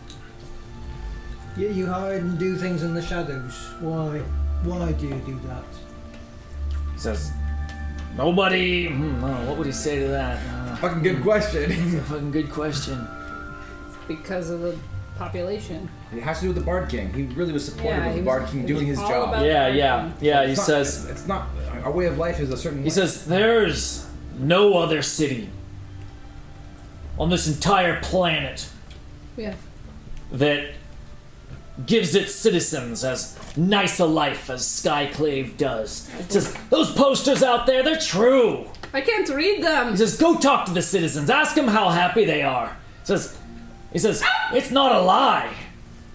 You, you hide and do things in the shadows. Why? Why do you do that?
He says, nobody. hmm, oh, what would he say to that?
fucking
Hmm.
good question.
fucking good question.
Because of the population.
It has to do with the Bard King. He really was supportive
Yeah,
of
he
the
was-
Bard King
it
doing
was
his
all
job.
about the Yeah, Bard
yeah, King. yeah, he
It's not-
says-
it's not our way of life is a certain.
He says, there's no other city on this entire planet
Yeah.
that gives its citizens as nice a life as Skyclave does. He says, those posters out there, they're true.
I can't read them.
He says, go talk to the citizens. Ask them how happy they are. He says, he says, it's not a lie.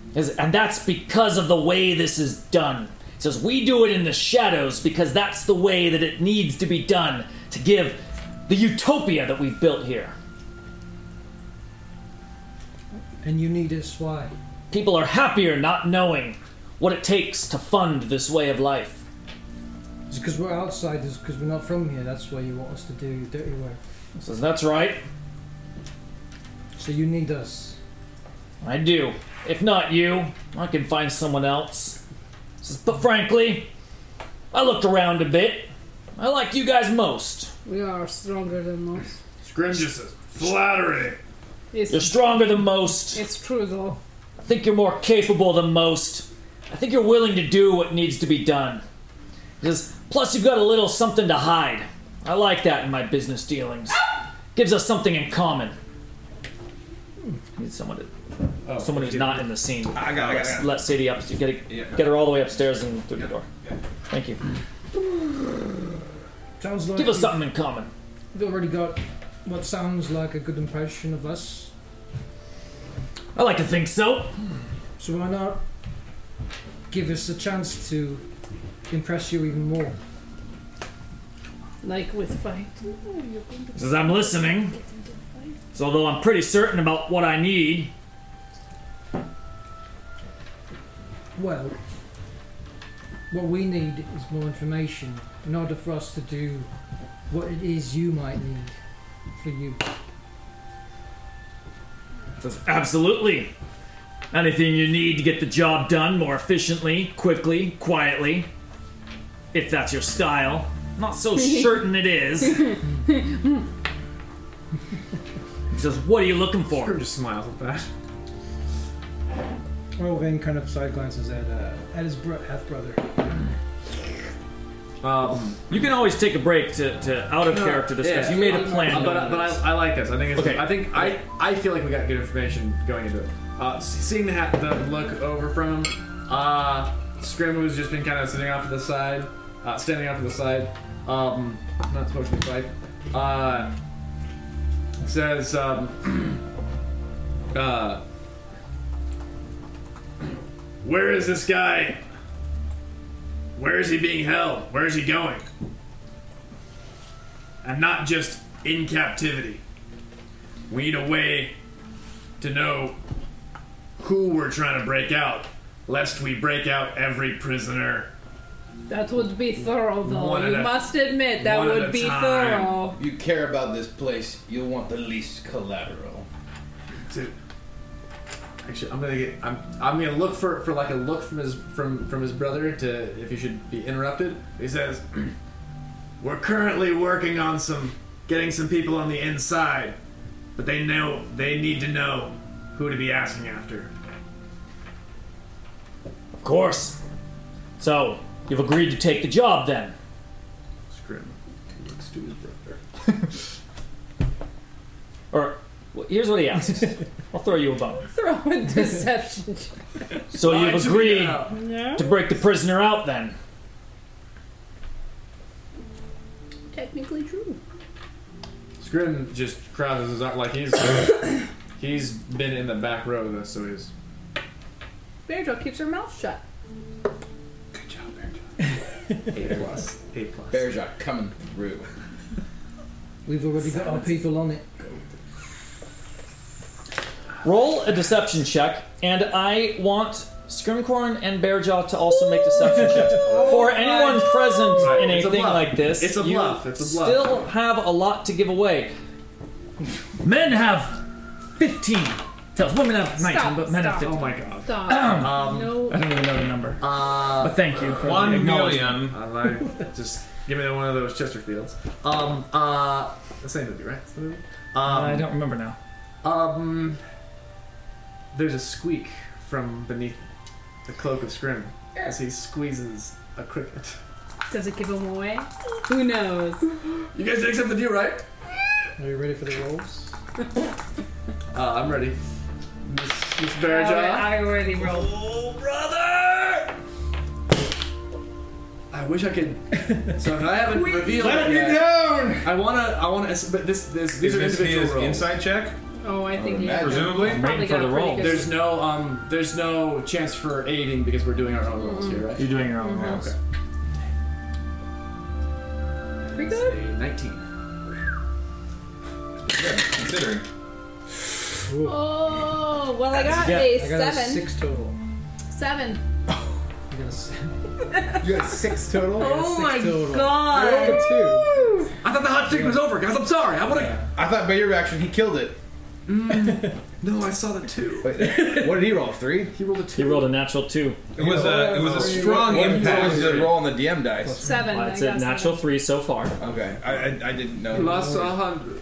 He says, and that's because of the way this is done. He says, we do it in the shadows because that's the way that it needs to be done to give the utopia that we've built here.
And you need us. Why?
People are happier not knowing what it takes to fund this way of life.
It's because we're outsiders. Because we're not from here. That's why you want us to do your dirty work.
He says, that's right.
So you need us.
I do. If not you, I can find someone else. Says, But frankly, I looked around a bit. I liked you guys most.
We are stronger than most.
Scrim just says, flattery.
It's,
You're stronger than most.
it's true though.
I think you're more capable than most. I think you're willing to do what needs to be done. He says, plus you've got a little something to hide. I like that in my business dealings. Gives us something in common. Need someone to, someone who's not in the scene. I
got it, I
Let's
got it.
let Sadie up. Get, it,
Yeah.
get her all the way upstairs and through the door. Thank you.
Sounds like
Give us
you-
something in common.
You've already got what sounds like a good impression of us.
I like to think so.
So why not give us a chance to impress you even more?
Like with fight.
He says, I'm listening. So, although I'm pretty certain about what I need,
Well, What we need is more information in order for us to do what it is you might need for you.
Says, Absolutely. Anything you need to get the job done more efficiently, quickly, quietly, if that's your style. Not so certain it is. He says, "What are you looking for?"
just smiles at that.
Olvain kind of side glances at uh, at his bro- half brother.
Um,
you can always take a break to, to out of
No,
character discuss.
yeah.
You made a plan.
Uh, but I- but I, I like this. I think it's,
Okay.
I think I, I feel like we got good information going into it. Uh, s- seeing the, ha- the look over from him, uh, Scrim who's just been kind of sitting off to the side, uh, standing off to the side, um, not smoking the pipe. Uh, says, um, uh,
Where is this guy? Where is he being held? Where is he going? And not just in captivity. We need a way to know who we're trying to break out, lest we break out every prisoner.
That would be thorough, though.
One
you
at a-
must admit that
one at
would
a
be
time.
thorough.
You
care about this place, you'll want the least collateral.
Actually, I'm gonna get. I'm. I'm gonna look for for like a look from his from from his brother to if he should be interrupted.
He says, We're currently working on some getting some people on the inside, but they know they need to know who to be asking after.
Of course. So you've agreed to take the job then.
Scrim looks to his brother.
Or well, here's what he asks. I'll throw you a bone.
Throw a deception.
So you've agreed
No.
to break the prisoner out then.
Technically true.
Scrim just crosses his arm like he's he's been in the back row of this, so he's
Bearjaw keeps her mouth shut.
a plus. A plus.
Bearjaw coming through.
We've already got our people on it.
Roll a deception check, and I want Scrimcorn and Bearjaw to also make deception checks. For anyone present in a
It's a
thing
bluff.
like this,
It's a
you
bluff. It's a bluff.
Still have a lot to give away. Men have fifteen. Tells women have nineteen,
Stop,
but men have
stop.
fifteen.
Oh my god.
Stop.
Um,
no.
I don't even know the number.
Uh,
But thank you for the
one million.
acknowledgement.
I like- just give me one of those Chesterfields. Um, uh, the same movie, right? It's the movie? Um,
Uh, I don't remember now.
Um, there's a squeak from beneath the cloak of Scrim as he squeezes a cricket.
Does it give him away? Who knows?
You guys did accept the deal, right?
Are you ready for the rolls?
Uh, I'm ready. Miss, Miss
I alre-
Bearjaw.
Oh, I already rolled.
Oh, brother! I wish I could. So if I haven't revealed
let
it
me
yet,
down!
I wanna, I wanna. But this, this, these
Is
are
this
individual
his
rolls.
inside check?
Oh, I think he
Presumably.
Probably got a pretty good-
There's no, um, there's no chance for aiding because we're doing our own rolls here, right?
You're doing your own rolls.
Okay.
Pretty good.
A 19.
Considering.
Oh, well, I got a
I
seven.
got a six total.
Seven.
I got a seven.
You got six total?
Oh my
total.
god.
I rolled a two.
I thought the hot streak was over, guys. I'm sorry. I wanna.
I thought by your reaction he killed it.
Mm.
No, I saw the two.
what did he roll? Three? He rolled a two.
He rolled a natural two.
It was a- it was a strong
What
impact.
was the roll on the DM dice?
Seven, I
That's a
got seven.
natural three so far.
Okay, I, I, I didn't know.
Plus a hundred.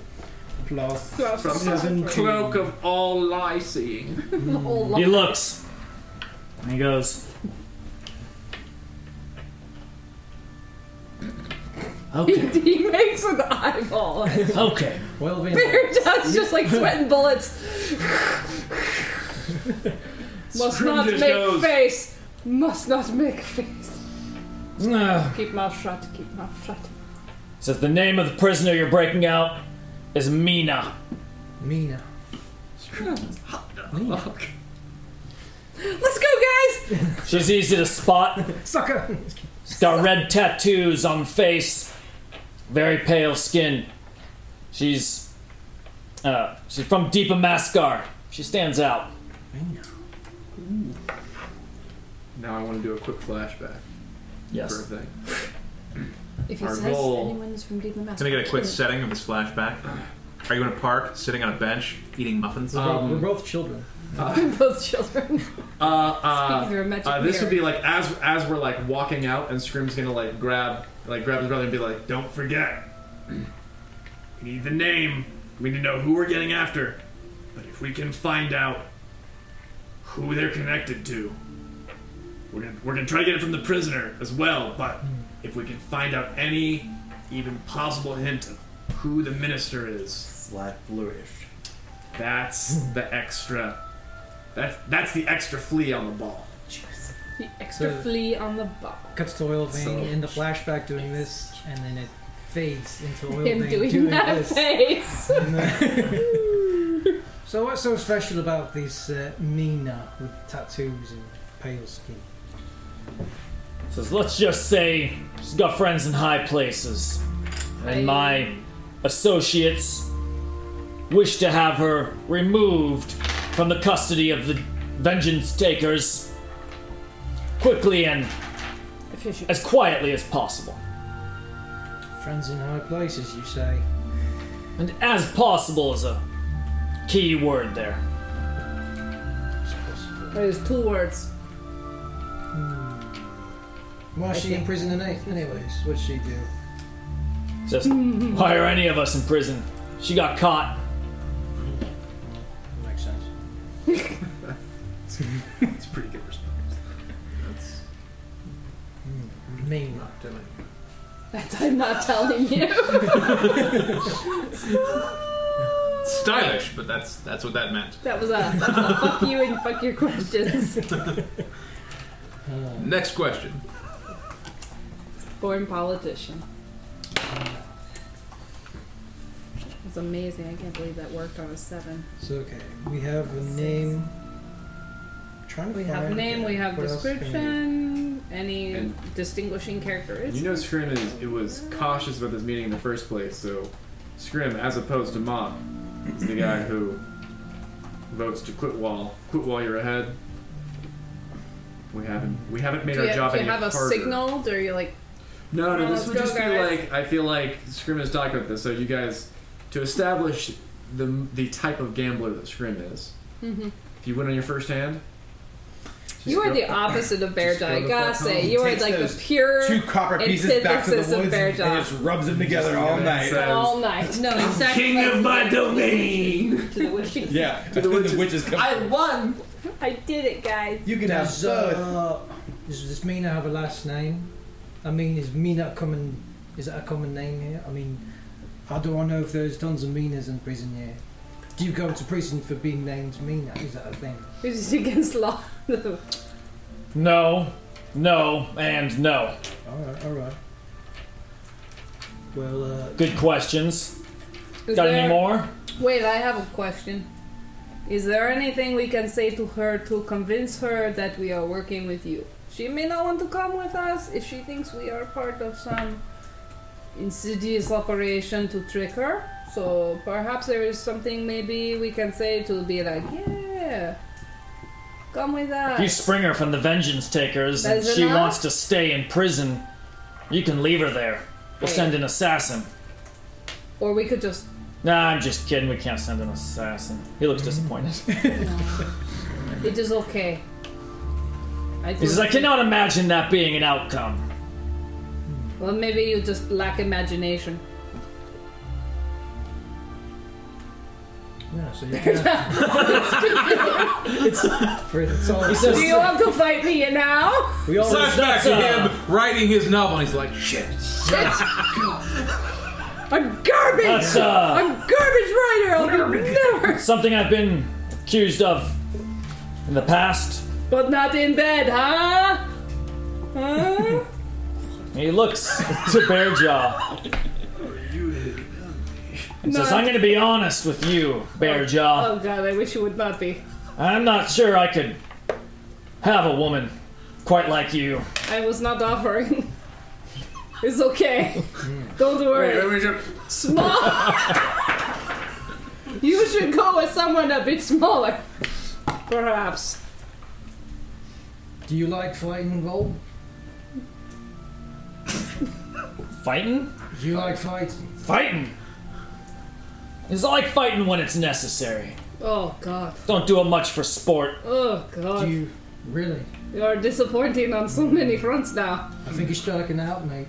Plus
From his cloak of all lie seeing.
He looks. And he goes. Okay.
he makes an eyeball.
Okay.
Well, then,
Bearjaw's just like sweating bullets. Must
Scrim
not
just
make
goes-
face. Must not make face.
Ugh.
Keep mouth shut. Keep mouth shut.
Says the name of the prisoner you're breaking out is Mina.
Mina. Mina.
Let's go, guys.
She's easy to spot.
Sucker.
She's got red tattoos on the face, very pale skin. She's uh, she's from Deepa Mascar. She stands out.
Now I want to do a quick flashback.
Yes.
for a thing.
If it
Our
says
goal-
anyone is from Deep in the
Can I get a quick setting of this flashback? Are you in a park, sitting on a bench, eating muffins?
We're both- Um, we're
both children.
Both children.
Uh, uh,
Speaking through a magic
uh, this would
mirror.
be like as as we're like walking out, and Scrim's gonna like grab like grab his brother and be like,
Don't forget. We need the name. We need to know who we're getting after. But if we can find out who they're connected to, we're gonna, we're gonna try to get it from the prisoner as well. But if we can find out any even possible hint of who the minister is,
slash bluish.
That's the extra. That's that's the extra flea on the ball.
The extra
So-
flea on the ball.
Cuts to oil vein
So-
in the flashback doing this, and then it fades into oil
Him
vein
doing that
this.
face.
And then- so what's so special about this uh, Mina with tattoos and pale skin?
Says, let's just say she's got friends in high places. And my associates wish to have her removed from the custody of the vengeance takers quickly and as quietly as possible.
Friends in high places, you say?
And as possible is a key word there.
There's two words.
Why is she in prison tonight? Anyways, what's she do?
Just why are any of us in prison? She got caught.
Makes sense.
"It's pretty good response." That's
Mina.
That I'm not telling you.
Stylish, but that's that's what that meant.
that was a, that was a fuck you and fuck your questions.
Next question.
Born politician. It's amazing. I can't believe that worked on a seven.
So okay, we have a name. trying to
We have
find
name, we have
what else can we do?
description, any
And-
distinguishing characteristics.
You know, Scrim is it was cautious about this meeting in the first place. So, Scrim, as opposed to Mock, is the guy who votes to quit while quit while you're ahead. We haven't we haven't made
do
our
you,
job
do you
any
have a
harder.
signal? Or you like,
No,
Come
no,
on,
this
let's
would
go,
just
guys.
be like I feel like Scrim has talked about this. So you guys to establish the the type of gambler that Scrim is.
Mhm.
If you win on your first hand,
you are
go-
the opposite of Bear
just go
Jai. I
the
gotta
fuck home.
say, you are
Takes
like the
those
pure
Two copper pieces back to
antithesis
the woods
of
and,
Bear Jai.
just rubs them together all night.
all night. No, exactly.
King of my domain.
To the witches.
Yeah, to the witches, come.
I won. I did it, guys.
You can does, uh, does does Mina have a last name? I mean, is Mina a common? Is that a common name here? I mean, how do I know if there's tons of Minas in prison here? Do you go to prison for being named Mina? Is that a thing?
This is against law.
No, no, and no.
All right, all right. Well, uh,
Good questions.
Is
got any
there-
more?
Wait, I have a question. Is there anything we can say to her to convince her that we are working with you? She may not want to come with us if she thinks we are part of some insidious operation to trick her. So perhaps there is something maybe we can say to be like, yeah, come with us.
If you spring her from the vengeance takers and
That's
she
enough?
wants to stay in prison, you can leave her there. We'll send an assassin.
or we could just
Nah, I'm just kidding. We can't send an assassin. He looks disappointed.
It is okay. I
he says, I
think-
cannot imagine that being an outcome.
Well, maybe you just lack imagination.
yeah. So you can. it's, for, it's all.
Do you want to fight me now?
We all-
Flashback
that's,
to
uh,
him writing his novel, and he's like, shit.
I'm garbage.
That's, uh,
I'm garbage writer. I'll be never.
Something I've been accused of in the past.
But not in bed, huh? Huh?
He looks to Bearjaw. And says,
No.
I'm going to be honest with you, Bearjaw.
oh god, I wish you would not be.
I'm not sure I could have a woman quite like you.
I was not offering. It's okay. Don't worry. Small. you should go with someone a bit smaller, perhaps.
Do you like fighting gold?
Fighting?
You like fighting?
Fighting! It's like fighting when it's necessary.
Oh god.
Don't do it much for sport.
Oh god.
You really?
You are disappointing on so many fronts now.
I think you're striking out, mate.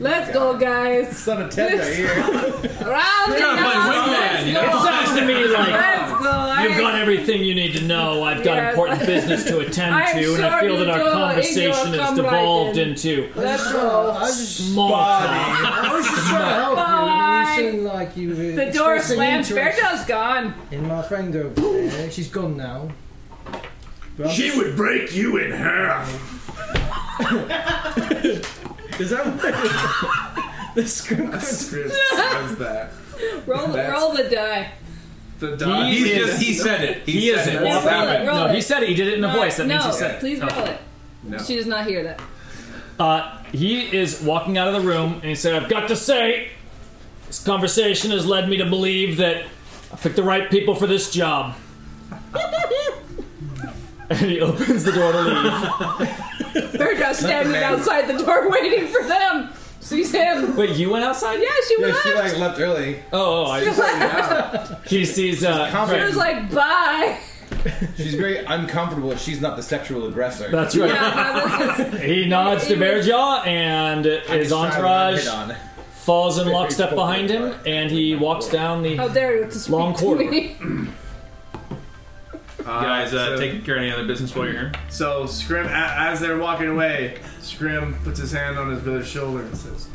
Let's go, guys.
Son of
Ted right here. Round
You're
and
gonna play
round.
wingman,
Let's
you
go.
know? It sounds to me like
Let's go.
You've
I-
got everything you need to know. I've got
Yes.
important business to attend
I'm
to, and I
sure
feel
you
that our
do.
conversation
Igor,
has
come right
devolved
in.
into
Let's go.
small
I was just trying to help
talk.
Bye.
you, and you seem like you were
The door
expressing
slams.
interest
Berto's gone.
In my friend over there, she's gone now. But I'm
She
just-
would break you in half.
Is that what
the script
says that?
Roll, the-
That's-
roll the die.
The
dog.
Uh, He just- he said it.
He,
He
is
said
it.
it.
What
Roll it,
happened?
roll
no,
it.
he said it. He did it in a
No,
voice. That
no,
means he said it. Oh.
Please roll
Okay.
it. She does not hear that.
Uh, he is walking out of the room and he said, I've got to say, this conversation has led me to believe that I picked the right people for this job. and he opens the door to leave.
They're just standing
man.
outside the door waiting for them. Sees him.
Wait, you went outside?
Yeah, she went.
left early. Oh, oh I
She
He sees, uh,
She was like, bye.
She's very uncomfortable if she's not the sexual aggressor.
That's right. he nods to Bearjaw, and
just
his
trying to
entourage
hit on.
falls in lockstep behind him, and he walks down the
How dare you to speak
long
to
corridor.
me?
guys, uh,
so-
taking care of any other business while you're here.
So Scrim, a- as they're walking away, Scrim puts his hand on his brother's shoulder and says,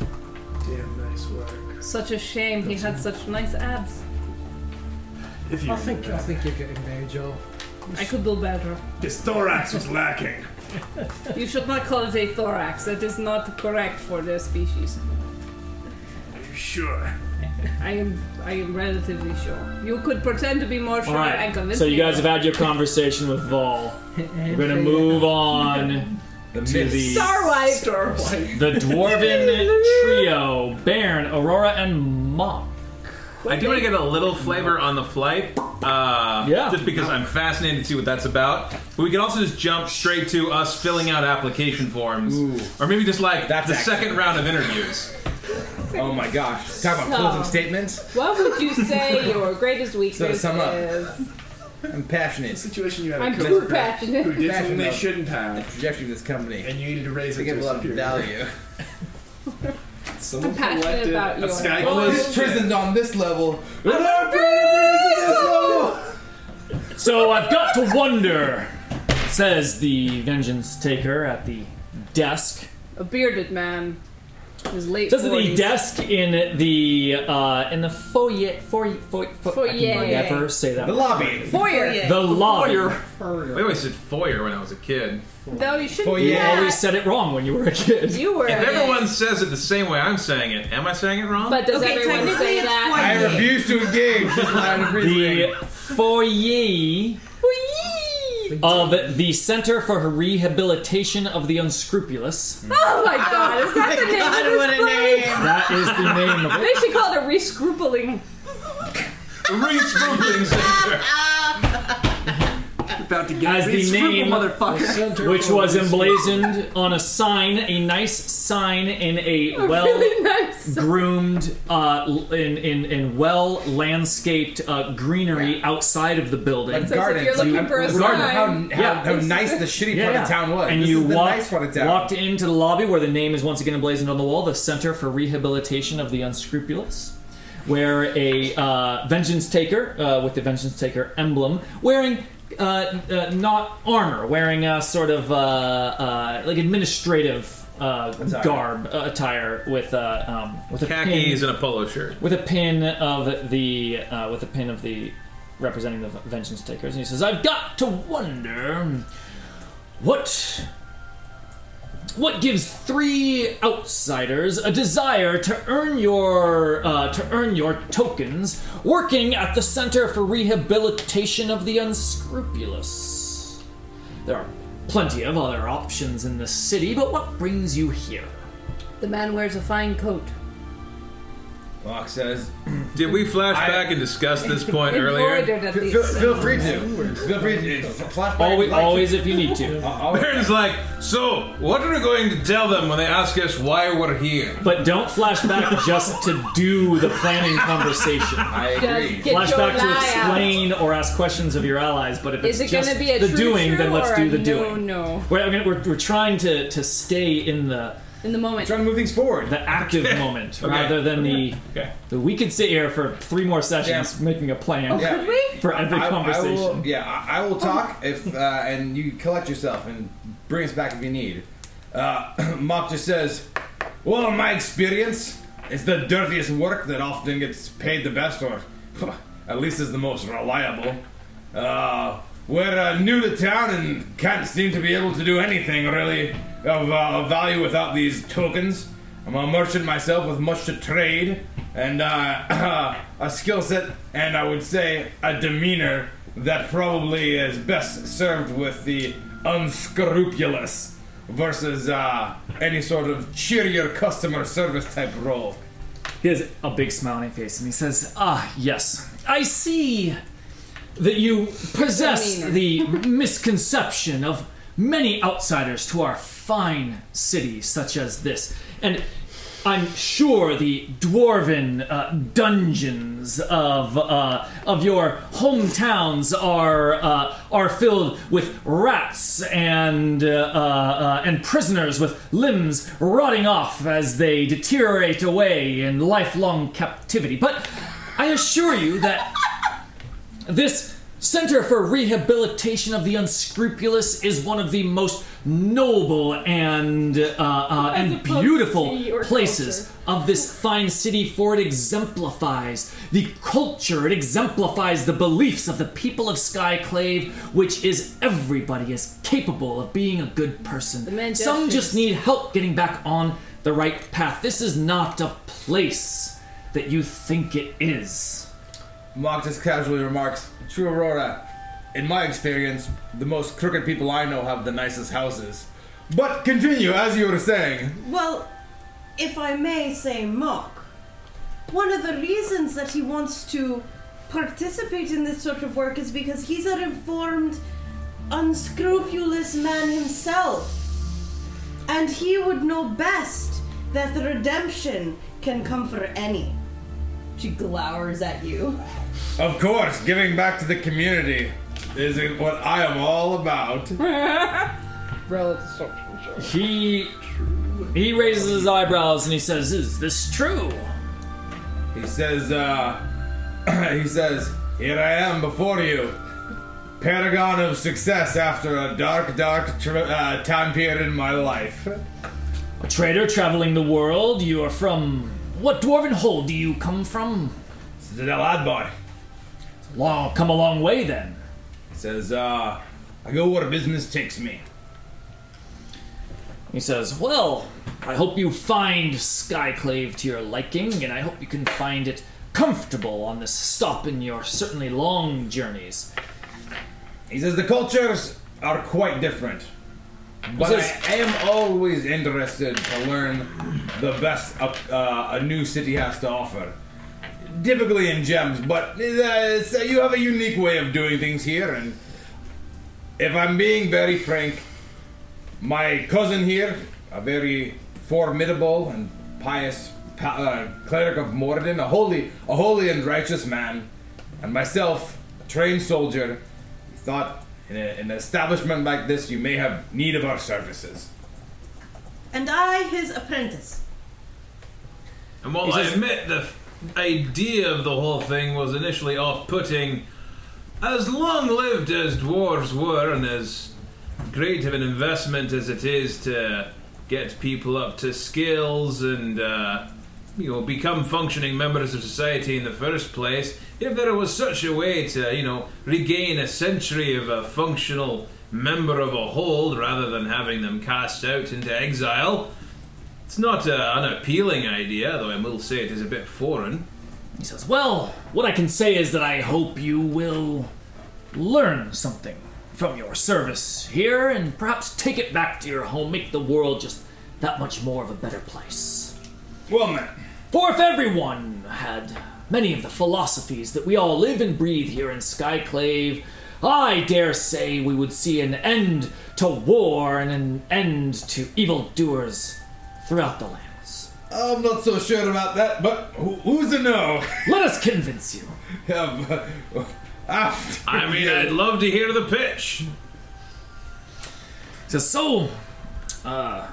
"Damn nice work."
Such a shame he had such nice abs.
If you
I think I think you're getting there, Joel.
I could do better.
His thorax was lacking.
You should not call it a thorax. That is not correct for their species.
Sure.
I am, I am relatively sure. You could pretend to be more
All
sure and
right.
convince
So you
me.
guys have had your conversation with Vol. We're gonna move on to the
Starlight.
the dwarven trio: Baron, Aurora, and Mom.
I do want to get a little flavor on the flight. Uh,
Yeah.
Just because I'm fascinated to see what that's about. But we can also just jump straight to us filling out application forms. Or maybe just like the
excellent.
second round of interviews.
Oh my gosh. Talk about
So-
closing statements.
What would you say your greatest weakness
sum up.
is?
I'm passionate. situation you
had a I'm too coworker passionate. who did something they
shouldn't have. The trajectory of this company. And
you needed to raise
they
it to
give
a
a lot of
superior.
value.
I'm passionate collected about a your- sky
Well,
club.
it's prisoned on this level.
So I've got to wonder, says the vengeance taker at the desk.
A bearded man. His late.
Says at the
40s.
desk in the uh, in the foyer, foyer, foyer, foyer. I
Foyer.
can never say that.
The lobby.
Foyer.
The lobby.
Foyer. We always said foyer when I was a kid.
No, you shouldn't. do
Foyer.
that.
always
said it wrong when you were a kid.
You were.
If everyone says it the same way I'm saying it, am I saying it wrong?
But does
Okay,
everyone
technically
say
it's
that?
I refuse to engage.
the foyer of the Center for Rehabilitation of the Unscrupulous.
Oh my god, is that the name
God,
of this
what a
place?
That is the name of
They
it.
should call it a rescrupling.
Rescrupling
About to
As the name, which was emblazoned on a sign, a nice sign in a
A
well
really nice sign.
groomed, uh, l- in, in, in well landscaped uh, greenery outside of the building.
Like So it's like gardens. you're looking Like for a garden. sign. How- how- how nice the shitty part of town was.
And
This
you
is the
walked,
nice part of town.
walked into the lobby where the name is once again emblazoned on the wall, the Center for Rehabilitation of the Unscrupulous. Where a uh, vengeance taker uh, with the vengeance taker emblem, wearing uh, uh, not armor, wearing a sort of uh, uh, like administrative uh,
Attire.
garb uh, attire with uh, um, with a
Khakis
pin,
and a polo shirt.
with a pin of the uh, with a pin of the representing the vengeance takers, and he says, "I've got to wonder what what gives three outsiders a desire to earn your uh, to earn your tokens working at the Center for Rehabilitation of the Unscrupulous. There are plenty of other options in the city, but what brings you here?"
The man wears a fine coat.
Locke says, "Did we flash back and discuss this point earlier?"
Embroidered at
F-
least.
Feel free to flash
Always, always if you need to.
Baron's like, so what are we going to tell them when they ask us why we're here?
But don't flash back just to do the planning conversation. I
agree.
Just get your
Flashback to
lie out.
explain or ask questions of your allies, but if
Is
it's
it
just
gonna be a
the
true
doing, then
true
let's
or
do
a
the
no,
doing.
no?
We're, I mean, we're, we're trying to, to stay in the
in the moment.
Trying to move things forward. The active moment
Okay.
rather than the, the. We could sit here for three more sessions making a plan
Oh, could we?
for every
I- I will-
conversation.
yeah, I, I will talk if uh, and you collect yourself and bring us back if you need. Uh, Mop just says, "Well, in my experience, it's the dirtiest work that often gets paid the best, or at least is the most reliable. Uh, we're uh, new to town and can't seem to be able to do anything really of, uh, of value without these tokens. I'm a merchant myself with much to trade and uh, a skill set and I would say a demeanor that probably is best served with the unscrupulous versus uh, any sort of cheerier customer service type role.
He has a big smile on his face and he says, Ah, yes, I see that you possess the misconception of many outsiders to our fine city, such as this. And I'm sure the dwarven uh, dungeons of uh, of your hometowns are uh, are filled with rats and uh, uh, uh, and prisoners with limbs rotting off as they deteriorate away in lifelong captivity. But I assure you that this Center for Rehabilitation of the Unscrupulous is one of the most noble and uh, uh, and beautiful places of this fine city, for it exemplifies the culture, it exemplifies the beliefs of the people of Skyclave, which is everybody is capable of being a good person. Some just need help getting back on the right path. This is not a place that you think it is.
Mock just casually remarks, True Aurora, in my experience, the most crooked people I know have the nicest houses. But continue, as you were saying.
Well, if I may say, Mark, one of the reasons that he wants to participate in this sort of work is because he's an informed, unscrupulous man himself. And he would know best that the redemption can come for any. She glowers at you.
Of course, giving back to the community is what I am all about.
He he raises his eyebrows and he says, "Is this true?"
He says, uh, he says, here I am before you. Paragon of success after a dark, dark tr uh, time period in my life.
A trader traveling the world. You are from what dwarven hole do you come from?
The Adbar.
Long, come a long way then.
He says, uh, I go where business takes me.
He says, "Well, I hope you find Skyclave to your liking, and I hope you can find it comfortable on this stop in your certainly long journeys."
He says the cultures are quite different. But
This is-
I am always interested to learn the best up, uh, a new city has to offer. Typically in gems, but uh, so you have a unique way of doing things here. And if I'm being very frank, my cousin here, a very formidable and pious pa- uh, cleric of Morden, a holy, a holy and righteous man, and myself, a trained soldier, thought in a, an establishment like this, you may have need of our services.
And I, his apprentice.
And while
Is
I
this-
admit the f- idea of the whole thing was initially off putting, as long lived as dwarves were and as great of an investment as it is to get people up to skills and uh, you know become functioning members of society in the first place, if there was such a way to you know regain a century of a functional member of a hold rather than having them cast out into exile, it's not uh, an unappealing idea, though I will say it is a bit foreign.
He says, Well, what I can say is that I hope you will learn something from your service here and perhaps take it back to your home, make the world just that much more of a better place.
Well, man.
For if everyone Neptune had many of the philosophies that we all live and breathe here in Skyclave, I dare say we would see an end to war and an end to evildoers throughout the lands.
I'm not so sure about that, but who, who's to know? uh,
Let us convince you.
I mean, I'd love to hear the pitch.
So, so, uh,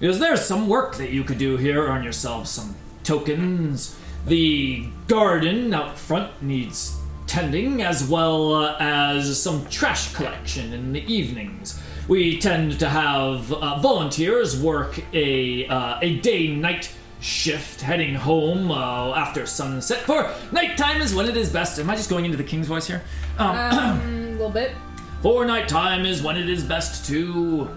is there some work that you could do here? Earn yourself some tokens. The garden out front needs tending, as well uh, as some trash collection in the evenings. We tend to have uh, volunteers work a uh, a day night shift, heading home uh, after sunset. For nighttime is when it is best. Am I just going into the king's voice here? Um,
Um, a little bit.
For nighttime is when it is best to.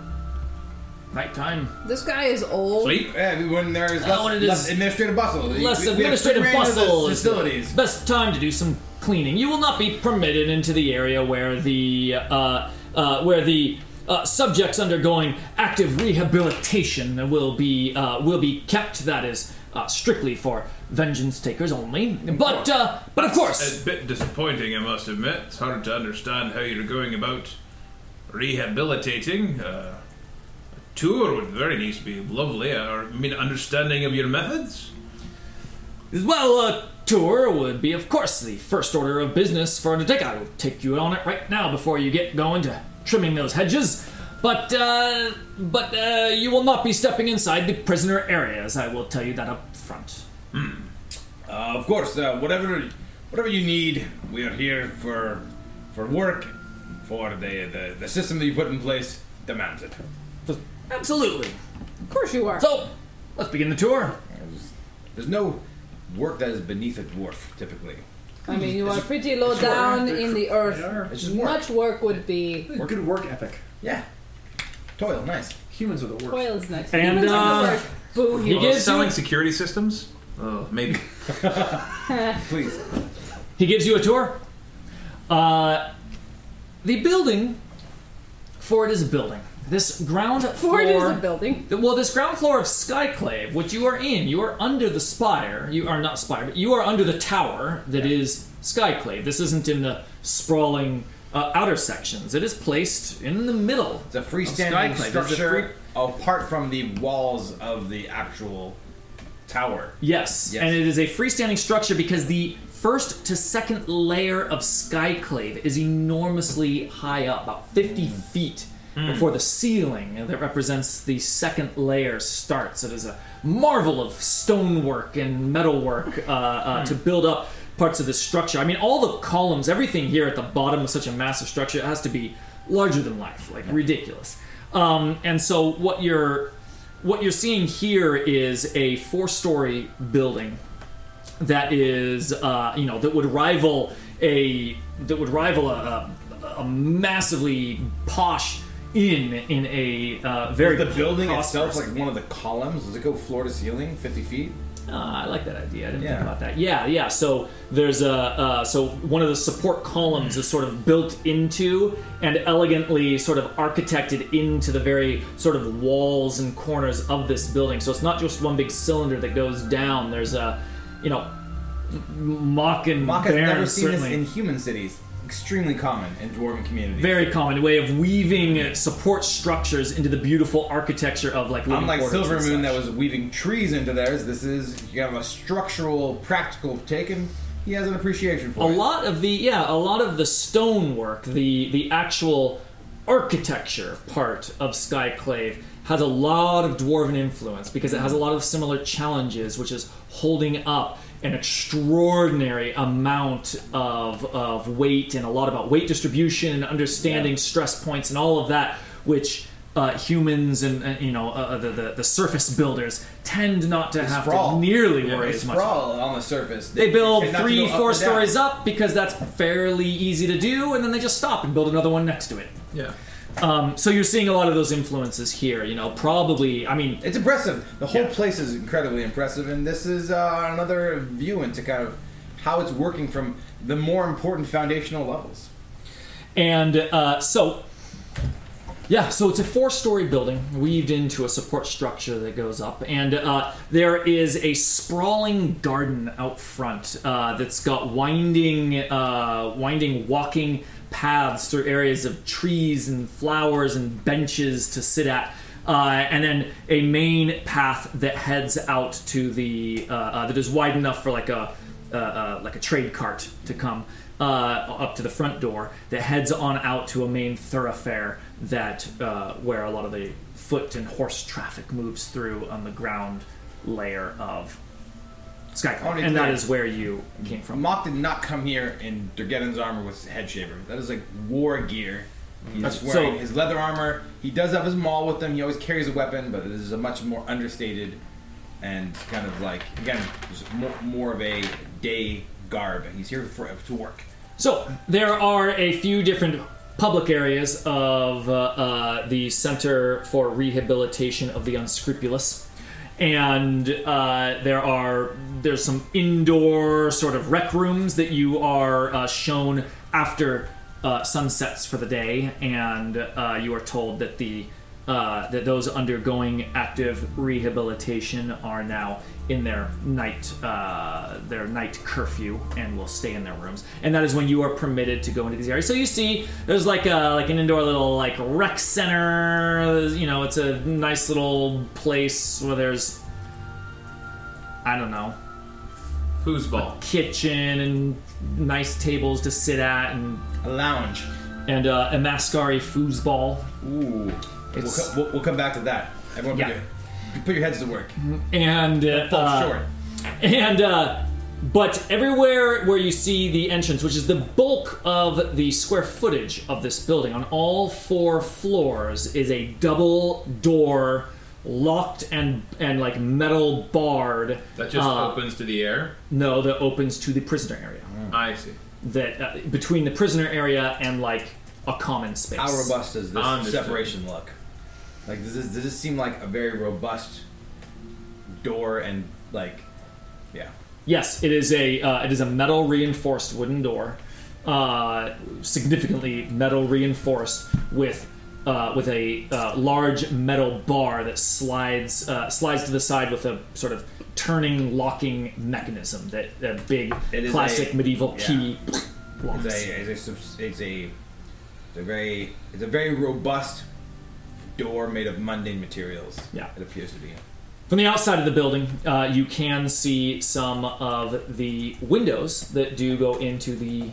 Nighttime.
This guy is old.
Yeah, when there is
Uh,
less,
when it is-
less administrative bustle. We-
Less
we- we have
administrative
free reign of the
bustle. is the
Facilities.
Best time to do some cleaning. You will not be permitted into the area where the uh, uh, where the uh, subjects undergoing active rehabilitation will be uh, will be kept. That is uh, strictly for vengeance takers only. But uh, but of course,
A bit disappointing, I must admit. It's hard to understand how you're going about rehabilitating. Uh, a tour would very nice be lovely. Or, I mean, understanding of your methods.
Well, a tour would be, of course, the first order of business for an undertake. I will take you on it right now before you get going to trimming those hedges. But, uh, but, uh, you will not be stepping inside the prisoner areas. I will tell you that up front.
Uh, of course, uh, whatever whatever you need, we are here for for work, for the, the, the system that you put in place demands it.
Absolutely.
Of course you are.
So, let's begin the tour.
There's no work that is beneath a dwarf, typically.
I mean, you are
It's-
pretty low
it's work.
down in the
Yeah,
earth.
it's just work.
Much work would be.
Good work ethic. Yeah. Toil, nice.
Humans are the worst.
Toil is nice.
And,
Humans are the
uh,
worst. Boo.
Oh, selling security systems? Oh, maybe.
Please.
He gives you a tour. Uh, the building, for it is a building. This ground floor.
Ford is a building.
The- Well, this ground floor of Skyclave, which you are in, you are under the spire. You are not spire, but you are under the tower that is Skyclave. This isn't in the sprawling uh, outer sections. It is placed in the middle.
It's a freestanding structure apart from the walls of the actual tower.
Yes. and it is a freestanding structure because the first to second layer of Skyclave is enormously high up, about 50 feet
Mm.
before the ceiling that represents the second layer starts. It is a marvel of stonework and metalwork uh, uh, to build up parts of this structure. I mean, all the columns, everything here at the bottom of such a massive structure has to be larger than life, like ridiculous. Um, and so what you're what you're seeing here is a four-story building that is uh, you know that would rival a that would rival a, a, a massively posh inn in a uh, very
Is the building
prosperous-
itself like one of the columns? Does it go floor to ceiling, fifty feet?
Ah, I like that idea. I didn't think about that. Yeah, yeah. So there's a uh, so one of the support columns is sort of built into and elegantly sort of architected into the very sort of walls and corners of this building. So it's not just one big cylinder that goes down. There's a, you know, mock and
Mock has
Baron
never seen
certainly.
this in human cities. Extremely common in dwarven communities.
very common way of weaving support structures into the beautiful architecture of like living
Unlike
quarters
Silver
and
Moon
such.
that was weaving trees into theirs, this is you have a structural, practical take, and he has an appreciation for
a
it.
lot of the yeah a lot of the stonework the the actual architecture part of skyclave has a lot of dwarven influence because it has a lot of similar challenges which is holding up an extraordinary amount of, of weight and a lot about weight distribution and understanding stress points and all of that which uh, humans and uh, you know uh, the, the the surface builders tend not to
They
have
sprawl.
to nearly
Yeah,
worry
they
as much
sprawl on the surface.
they build
tend not to go
three,
up
four
and down.
stories up because that's fairly easy to do, and then they just stop and build another one next to it.
Yeah.
Um, so you're seeing a lot of those influences here. You know, probably. I mean,
it's impressive. The whole place is incredibly impressive, and this is uh, another view into kind of how it's working from the more important foundational levels.
And uh, so Yeah, so it's a four story building weaved into a support structure that goes up, and uh, there is a sprawling garden out front uh, that's got winding, uh, winding walking paths through areas of trees and flowers and benches to sit at. Uh, and then a main path that heads out to the uh, uh, that is wide enough for like a uh, uh, like a trade cart to come uh, up to the front door that heads on out to a main thoroughfare that uh, where a lot of the foot and horse traffic moves through on the ground layer of Skycon,
Already
and that
clear.
is where you came from.
Mock did not come here in Durgeddon's armor with head shaver. That is like war gear. He's
That's-
wearing
so-
his leather armor. He does have his maul with him. He always carries a weapon, but this is a much more understated and kind of like again just more, more of a day garb. And he's here for to work.
So there are a few different public areas of uh, uh, the Center for Rehabilitation of the Unscrupulous, and uh, there are there's some indoor sort of rec rooms that you are uh, shown after uh, sunsets for the day, and uh, you are told that the uh, that those undergoing active rehabilitation are now in their night uh, their night curfew and will stay in their rooms. And that is when you are permitted to go into these areas. So you see, there's like a like an indoor little like rec center. You know, it's a nice little place where there's I don't know
Foosball.
kitchen and nice tables to sit at and a lounge and uh, a mascari foosball.
Ooh, We'll, co- we'll, we'll come back to that. Everyone, put
Yeah.
your- put your heads to work.
and uh, uh,
short.
and uh, but everywhere where you see the entrance, which is the bulk of the square footage of this building, on all four floors is a double door, locked and and like metal barred.
That just
uh,
opens to the air.
No, that opens to the prisoner area.
Hmm.
I see.
That uh, between the prisoner area and like a common space.
How robust does this
Understood.
separation look? Like, does this, does this seem like a very robust door and like, yeah,
Yes, it is a uh, it is a metal reinforced wooden door, uh, significantly metal reinforced with uh, with a uh, large metal bar that slides uh, slides to the side with a sort of turning locking mechanism that a big
It is
classic
a-
medieval
yeah.
key locks.
it's a it's a subs- it's a, it's a very it's a very robust door made of mundane materials.
Yeah,
it appears to be.
From the outside of the building, uh, you can see some of the windows that do go into the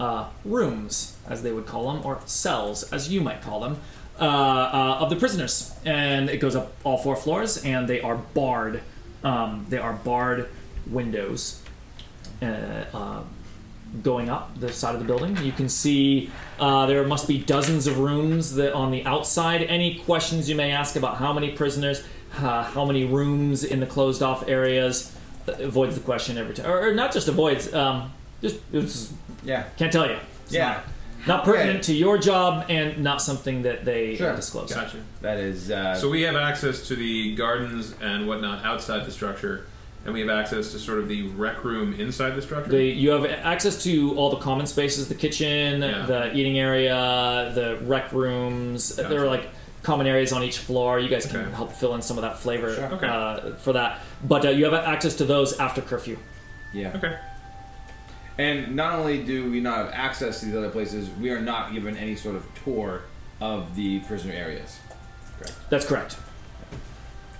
uh, rooms, as they would call them, or cells, as you might call them, uh, uh, of the prisoners. And it goes up all four floors, and they are barred. Um, they are barred windows. Uh, uh, going up the side of the building. You can see uh, there must be dozens of rooms that on the outside. Any questions you may ask about how many prisoners, uh, how many rooms in the closed off areas, uh, avoids the question every time, or, or not just avoids. Um, just it's,
yeah,
can't tell you. It's
Yeah.
not- not pertinent to your job and not something that they uh, disclose.
Gotcha.
That is. Uh,
So we have access to the gardens and whatnot outside the structure, and we have access to sort of the rec room inside the structure.
They, you have access to all the common spaces: the kitchen,
Yeah.
the eating area, the rec rooms. There
Gotcha.
are like common areas on each floor. You guys can help fill in some of that flavor uh, for that. But uh, you have access to those after curfew.
Yeah.
Okay.
And not only do we not have access to these other places, we are not given any sort of tour of the prisoner areas. Correct.
That's correct.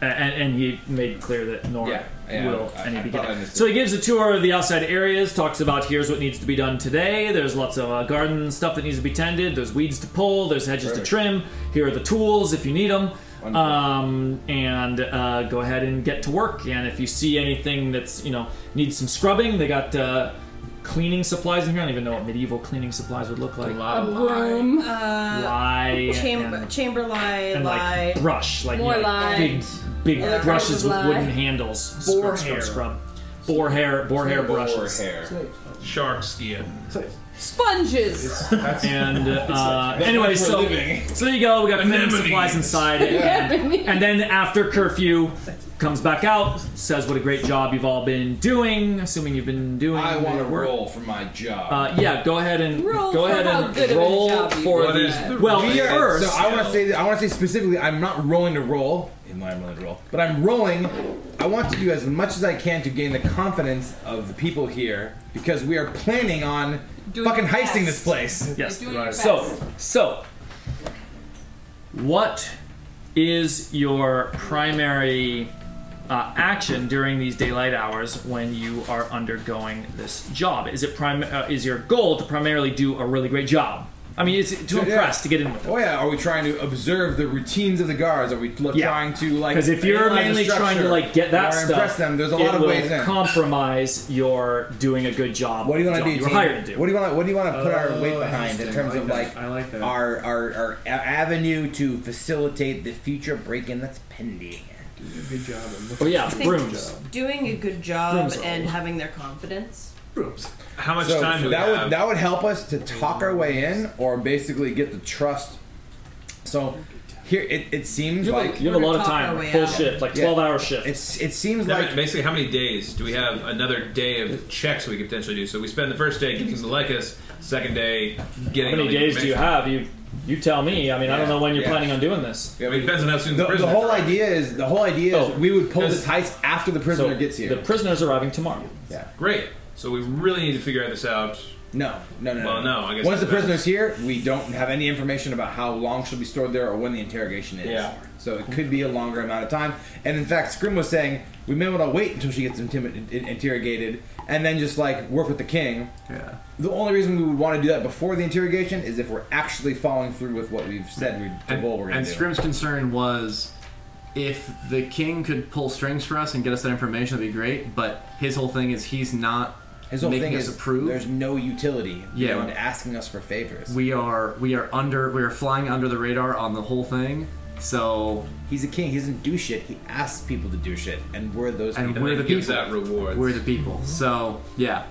A- And, and he made clear that Nora
Yeah, yeah,
will
I-
and he
I
began.
thought I understood.
so he gives a tour of the outside areas, talks about here's what needs to be done today. There's lots of uh, garden stuff that needs to be tended. There's weeds to pull. There's hedges
Perfect.
to trim. Here are the tools if you need them.
Wonderful.
Um, and uh, go ahead and get to work. And if you see anything that's you know needs some scrubbing, they got uh, cleaning supplies in here. I don't even know what medieval cleaning supplies would look like.
Uh,
A broom. Uh,
Lie
Chamber,
and-
chamber lie,
and
lie.
like brush, like
More
you know,
lie.
big, big
Other kinds
brushes
of
with
lie.
wooden handles.
Boar
scrub,
hair.
Scrub, scrub. Boar hair, boar hair
Boar
brushes.
hair.
Shark skin.
Sponges.
and uh,
that's
anyway,
what we're
so
living.
so there you go. We got cleaning
Anemones.
supplies inside, and,
Anemones.
and then after curfew, comes back out, says what a great job you've all been doing. Assuming you've been doing.
I want to
work.
roll for my job.
Uh, yeah, go ahead and
Roll
go
for
ahead
how
and
good of a
roll
job you
for
got.
the, well
We are-
first.
So I want to say that I want to say specifically, I'm not rolling to roll. Even though I'm rolling to roll, but I'm rolling. I want to do as much as I can to gain the confidence of the people here because we are planning on fucking heisting this place.
Yes.
Doing your
So, so what is your primary uh, action during these daylight hours when you are undergoing this job? Is it prim- uh, is your goal to primarily do a really great job? I mean, is it to
Yeah.
impress to get in with them?
Oh yeah, are we trying to observe the routines of the guards? Are we look, trying to like?
Because if you're
analyze the
mainly trying to
structure
like get that
or
stuff,
impress them, there's a
it
lot of
will
ways in.
compromise your doing a good job. What do
you want to do?
You were
Tim?
hired to do.
What do you want? What do you want to put our weight
Oh,
behind in
interesting.
terms
I like
of like,
that. I like that.
our our our a- avenue to facilitate the future break-in that's pending?
Good job.
Oh yeah,
I think
rooms.
Doing a good job
Rooms are
and having their confidence.
Rooms.
How much
So
time do we
that
have?
would that would help us to talk our way in, or basically get the trust. So here it, it seems
You have a-
like
you have a lot of Talk our time, way full out. shift, like 12-hour
shift.
It's it seems
Now,
like
basically, how many days do we have? Another day of checks we could potentially do. So we spend the first day getting the Lecus, second day getting.
How many
all the
days do you
information.
have? You you tell me. I mean, I don't
Yeah,
know when you're
yeah.
planning on doing this.
I mean, it depends on how soon the,
the, the
prisoner. Oh,
whole idea is the whole idea is we would pull
Because-
this heist after the prisoner
So,
gets here.
The prisoner's arriving tomorrow.
Yeah.
Great. So we really need to figure this out.
No, no, no.
Well, no. I guess
Once
it
the
depends.
prisoner's here, we don't have any information about how long she'll be stored there or when the interrogation is.
Yeah.
So it could be a longer amount of time. And in fact, Scrim was saying we may want to wait until she gets intimi- in- interrogated and then just like work with the king.
Yeah.
The only reason we would want to do that before the interrogation is if we're actually following through with what we've said we the
And,
goal we're going
and
to do.
Scrim's concern was if the king could pull strings for us and get us that information, that'd be great. But his whole thing is he's not
His whole
making
thing
us
is
approve.
there's no utility
Yeah.
beyond asking us for favors.
We are we are under we are flying under the radar on the whole thing. So
he's a king. He doesn't do shit. He asks people to do shit, and we're those.
and
people.
we're the people.
rewards.
We're the people. So yeah,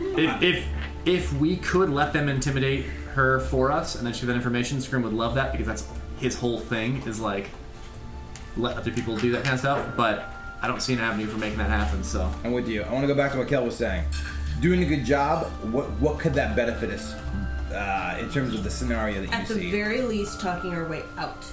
if if if we could let them intimidate her for us and then she that information, Scrim would love that because that's his whole thing is like let other people do that kind of stuff. But I don't see an avenue for making that happen. So
I'm with you. I want to go back to what Kel was saying. Doing a good job. What what could that benefit us uh, in terms of the scenario that
At
you
the
see? Oh.
very least, talking our way out.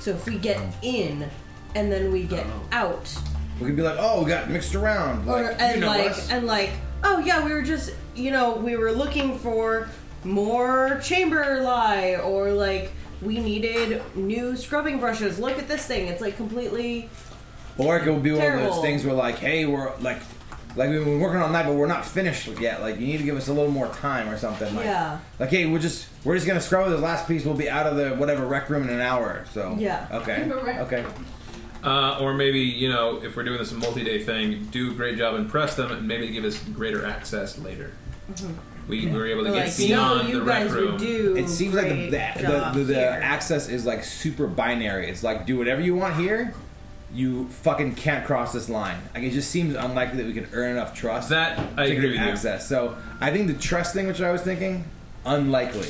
So if we get in and then we get out,
we could be like, oh, we got mixed around. Oh. Like,
or
you
and
know
like
us.
and like, oh yeah, we were just you know we were looking for more chamber lie or like we needed new scrubbing brushes. Look at this thing; it's like completely
or it could be one of
Terrible.
those things where like, hey, we're like, like we've been working all night, but we're not finished yet. Like, you need to give us a little more time or something. Like,
Yeah.
Like, hey, we're just we're just gonna scrub this last piece. We'll be out of the whatever rec room in an hour. So
Yeah.
Okay.
Rec
Okay.
Uh, or maybe you know, if we're doing this multi-day thing, do a great job, impress them, and maybe give us greater access later. We were able to get beyond the rec room.
It seems like the, the, the, the, the access is like super binary. It's like do whatever you want here. You fucking can't cross this line. Like it just seems unlikely that we can earn enough trust.
That I
to
agree
get
with you.
access. So I think the trust thing, which I was thinking, unlikely,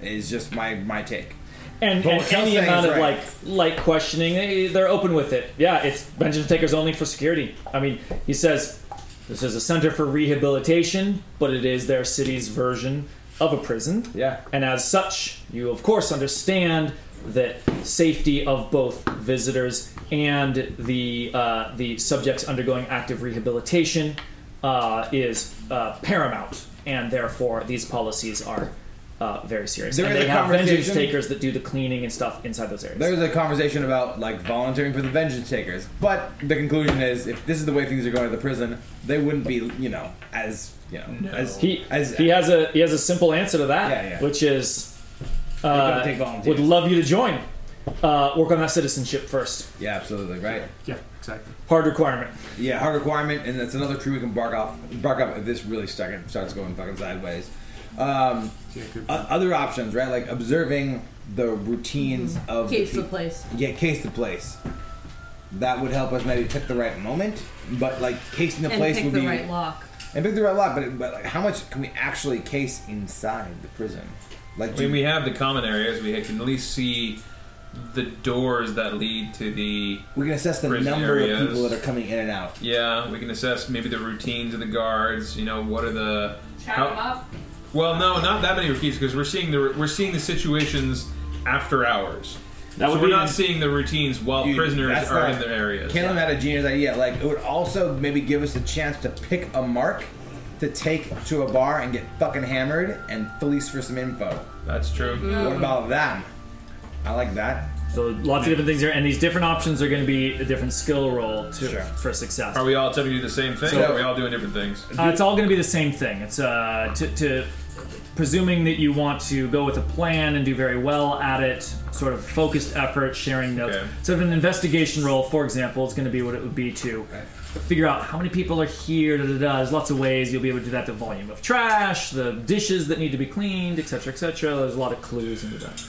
is just my my take.
And,
But
and
what Kel's
any
saying
amount
is
of
right.
like like questioning, they- they're open with it. Yeah, it's vengeance takers only for security. I mean, he says this is a center for rehabilitation, but it is their city's version of a prison.
Yeah.
And as such, you of course understand that safety of both visitors and the uh, the subjects undergoing active rehabilitation uh, is uh, paramount, and therefore these policies are uh, very serious.
There
and
is
they
a
have vengeance
conversation-
takers that do the cleaning and stuff inside those areas.
There's a conversation about like volunteering for the vengeance takers, but the conclusion is if this is the way things are going at the prison, they wouldn't be you know as you know as
he
as
he has a he has a simple answer to that,
Yeah, yeah.
which is
gotta
uh,
take volunteers.
would love you to join. Uh, work on that citizenship first.
Yeah, absolutely, right?
Yeah, exactly.
Hard requirement.
Yeah, hard requirement, and that's another tree we can bark off, bark up if this really start, starts going fucking sideways. Um, o- other options, right? Like observing the routines of
Mm-hmm. Case the
peop-
place.
Yeah, case the place. That would help us maybe pick the right moment, but like casing the
and
place
pick
would
the
be
right lock.
And been through a lot, but, but like, how much can we actually case inside the prison? Like,
I mean, we have the common areas. We can at least see the doors that lead to the.
We can assess the number of people that are coming in and out.
Yeah, we can assess maybe the routines of the guards. You know, what are the
Chat
how-
them up.
Well, no, not that many routines because we're seeing the we're seeing the situations after hours.
That
so
would
we're
be-
not seeing the routines while
Dude,
Oh, prisoners
that's
are
not-
in their areas.
Caleb had a genius idea. Like, it would also maybe give us a chance to pick a mark to take to a bar and get fucking hammered and fleece for some info.
That's true.
Mm-hmm.
Mm.
What about that? I like that.
So lots of different things there, and these different options are going to be a different skill roll to,
Sure.
for success.
Are we all attempting to do the same thing?
So-
or are we all doing different things?
Uh, it's all going to be the same thing. It's uh, to, to presuming that you want to go with a plan and do very well at it, sort of focused effort, sharing notes. So, if an investigation role, for example, is going to be what it would be to figure out how many people are here. Da, da, da. There's lots of ways you'll be able to do that. The volume of trash, the dishes that need to be cleaned, etc., etc. There's a lot of clues into that.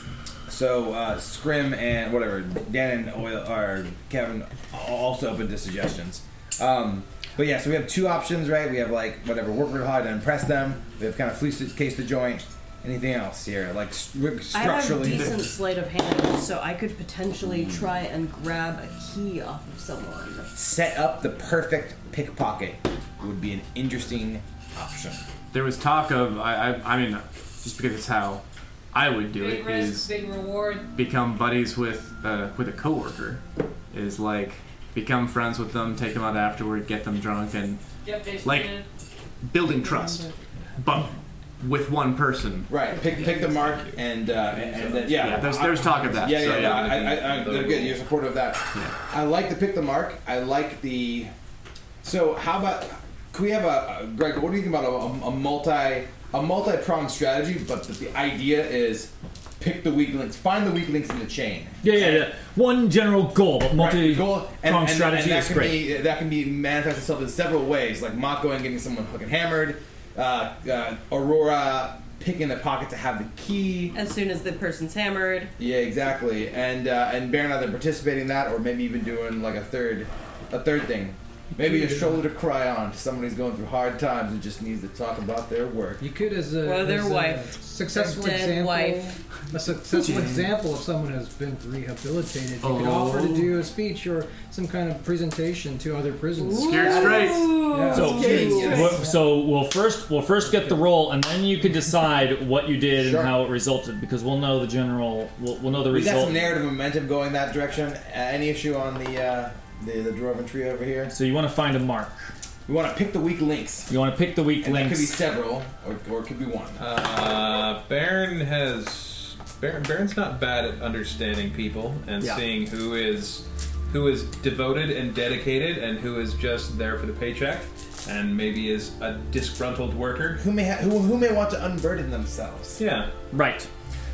So uh, Scrim and whatever Dan and Oil or Kevin a- also open to suggestions. Um, but yeah, so we have two options, right? We have like whatever work real hard to impress them. We have kind of fleece the case the joint. Anything else here? Like st-
I have a
structurally,
decent sleight of hand, so I could potentially try and grab a key off of someone.
set up the perfect pickpocket would be an interesting option.
There was talk of I, I, I mean, just because it's how I would do
Big
it
risk,
is
big reward.
become buddies with uh, with a coworker, is like become friends with them, take them out afterward, get them drunk, and
Yep, they
like
should.
building trust, but with one person.
Right. Pick pick the mark and uh, and, and then, yeah.
there's, there's talk of that.
Yeah,
so,
yeah, yeah. I, I, I, they're good. You're supportive of that. I like to pick the mark. I like the. So how about? Could we have a, a Greg? What do you think about a, a, a multi a multi pronged strategy? But the, the idea is pick the weak links, find the weak links in the chain.
Yeah, yeah, yeah. One general goal, multi
goal, and, and-
pronged strategy
and that
is
can
great.
Be, that can be manifest itself in several ways, like Mako and getting someone fucking hammered, uh, uh, Aurora picking the pocket to have the key.
As soon as the person's hammered.
Yeah, exactly. And uh, and Baron either participating in that or maybe even doing like a third a third thing. Maybe a shoulder to cry on to someone who's going through hard times and just needs to talk about their work.
You could as a,
Or their
as a
wife.
successful
Their dead
example,
wife.
a successful
Hmm.
Yeah.
example of someone who's been rehabilitated. You could
Oh.
offer to do a speech or some kind of presentation to other prisoners.
Scared straight. So, wha- so we'll first we'll first get the roll, and then you can decide what you did
Sure.
and how it resulted, because we'll know the general. We'll, we'll know the
we got
result.
some narrative momentum going that direction. Uh, any issue on the uh, the the dwarven tree over here?
So you want to find a mark.
We want to pick the weak links.
You want to pick the weak
And that
links.
could be several, or, or it could be one.
Uh, Baron has Baron, Baron's not bad at understanding people and
Yeah.
seeing who is who is devoted and dedicated and who is just there for the paycheck and maybe is a disgruntled worker.
Who may ha- who, who may want to unburden themselves?
Yeah.
Right.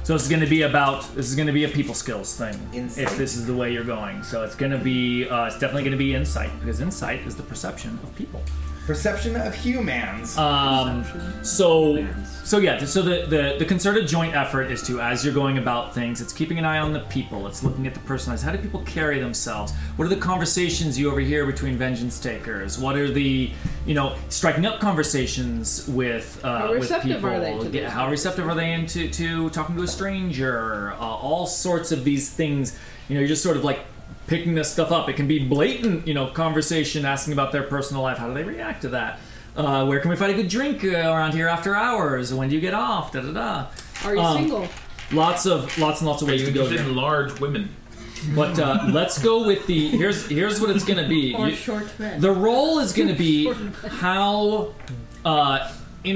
So this is going to be about this is going to be a people skills thing.
Insight.
If this is the way you're going, so it's going to be uh, it's definitely going to be insight because insight is the perception of people.
Perception of humans.
Um, so, so yeah. So the, the the concerted joint effort is to, as you're going about things, it's keeping an eye on the people. It's looking at the personalized. How do people carry themselves? What are the conversations you overhear between vengeance takers? What are the you know striking up conversations with uh,
How
with
receptive
people?
are they to
Get-
these
how receptive are they into to talking to a stranger? Uh, all sorts of these things. You know, you're just sort of like picking this stuff up. It can be blatant, you know, conversation asking about their personal life. How do they react to that? Uh, where can we find a good drink uh, around here after hours? When do you get off? Da da da.
Are you
Um,
single?
Lots of lots and lots of ways
you
to go.
interested in
large women. But uh, let's go with the here's here's what it's gonna be.
Or
You-
short men.
The role is gonna be how uh,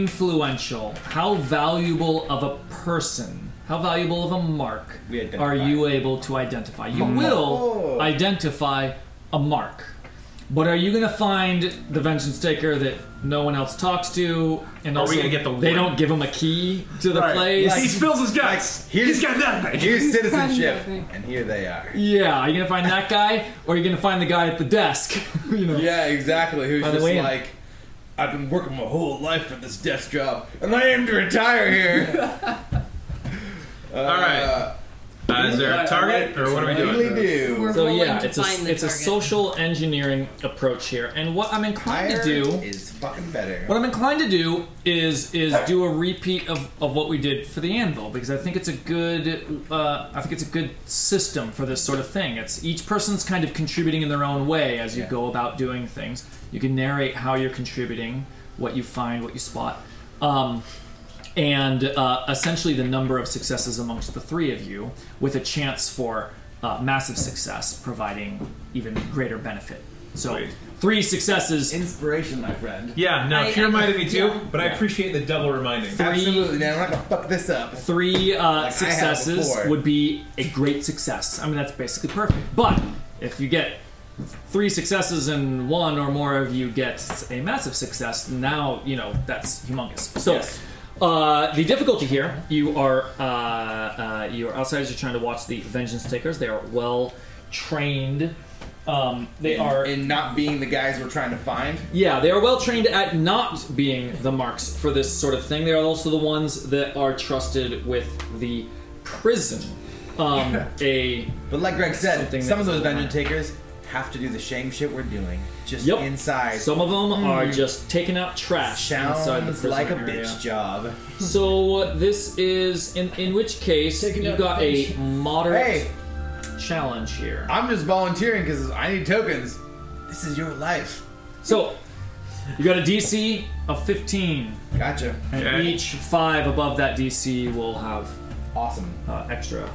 influential, how valuable of a person, how valuable of a mark are you able to identify? You will
Oh.
identify a mark. But are you going to find the vengeance taker that no one else talks to, and
Are we
also
gonna get the
they
one?
don't give him a key to the
Right.
place?
Like- He spills his
guts. Here's, Here's citizenship, and here they are.
Yeah, are you gonna find that guy, or are you gonna find the guy at the desk? you know.
Yeah, exactly. Who's
By the
just
way,
like, I've been working my whole life for this desk Uh, job, and I aim to retire here.
All right.
Uh,
is there a target, or what are we doing?
So yeah, it's a it's a social engineering approach here, and what I'm inclined to do
is fucking better.
What I'm inclined to do is is do a repeat of, of what we did for the anvil because I think it's a good uh, I think it's a good system for this sort of thing. It's each person's kind of contributing in their own way as you go about doing things. You can narrate how you're contributing, what you find, what you spot, um, and uh, essentially the number of successes amongst the three of you, with a chance for uh, massive success, providing even greater benefit. So three successes.
Inspiration, my friend.
Yeah, no,
I-
she reminded me too,
yeah.
but I
Yeah.
appreciate the double reminding.
Three- Absolutely,
man. We're not gonna fuck this up.
Three uh,
have
successes
before.
would be a great success. I mean, that's basically perfect. But if you get three successes and one or more of you gets a massive success, now, you know, that's humongous. So.
Yes.
Uh, the difficulty here, you are uh, uh, you are outsiders. You're trying to watch the vengeance takers. They are well trained. Um, they
In-
are
in not being the guys we're trying to find.
yeah, they are well trained at not being the marks for this sort of thing. They are also the ones that are trusted with the prison. Um, a
but like Greg
something
said, some
that-
of those vengeance takers have to do the same shit we're doing, just
Yep.
inside.
Some of them are
Mm.
just taking out trash
Sounds
inside the prison
like a
area.
bitch job.
So uh, this is in in which case you
out
got
the
a
fish.
moderate
Hey.
challenge here.
I'm just volunteering because I need tokens. This is your life.
So you got a DC of 15.
Gotcha.
And
Okay.
each five above that DC will have
awesome
uh, extra.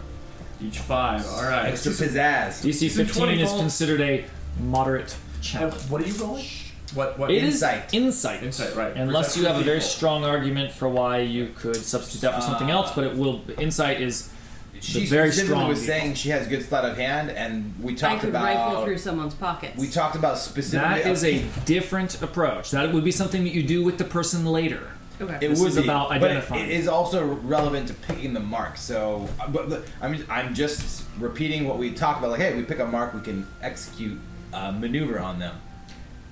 Each
five. All right.
Extra pizzazz.
DC
Is it
15 is
20?
considered a moderate challenge.
What are you rolling? What? What?
It is insight. Insight,
right.
Unless you have a very
Perception
strong argument for why you could substitute that for something
Uh,
else, but it will. Insight is
She
the very
specifically
strong.
was
default.
saying she has good sleight of hand, and we
I
talked
could rifle
about
through someone's pockets.
we talked about specifically.
That is a different approach. That would be something that you do with the person later.
Okay.
It
This
would
is
be,
about
but it-
identifying.
it is also relevant to picking the mark. So, but the, I'm I'm just repeating what we talked about. Like, hey, we pick a mark, we can execute a maneuver on them.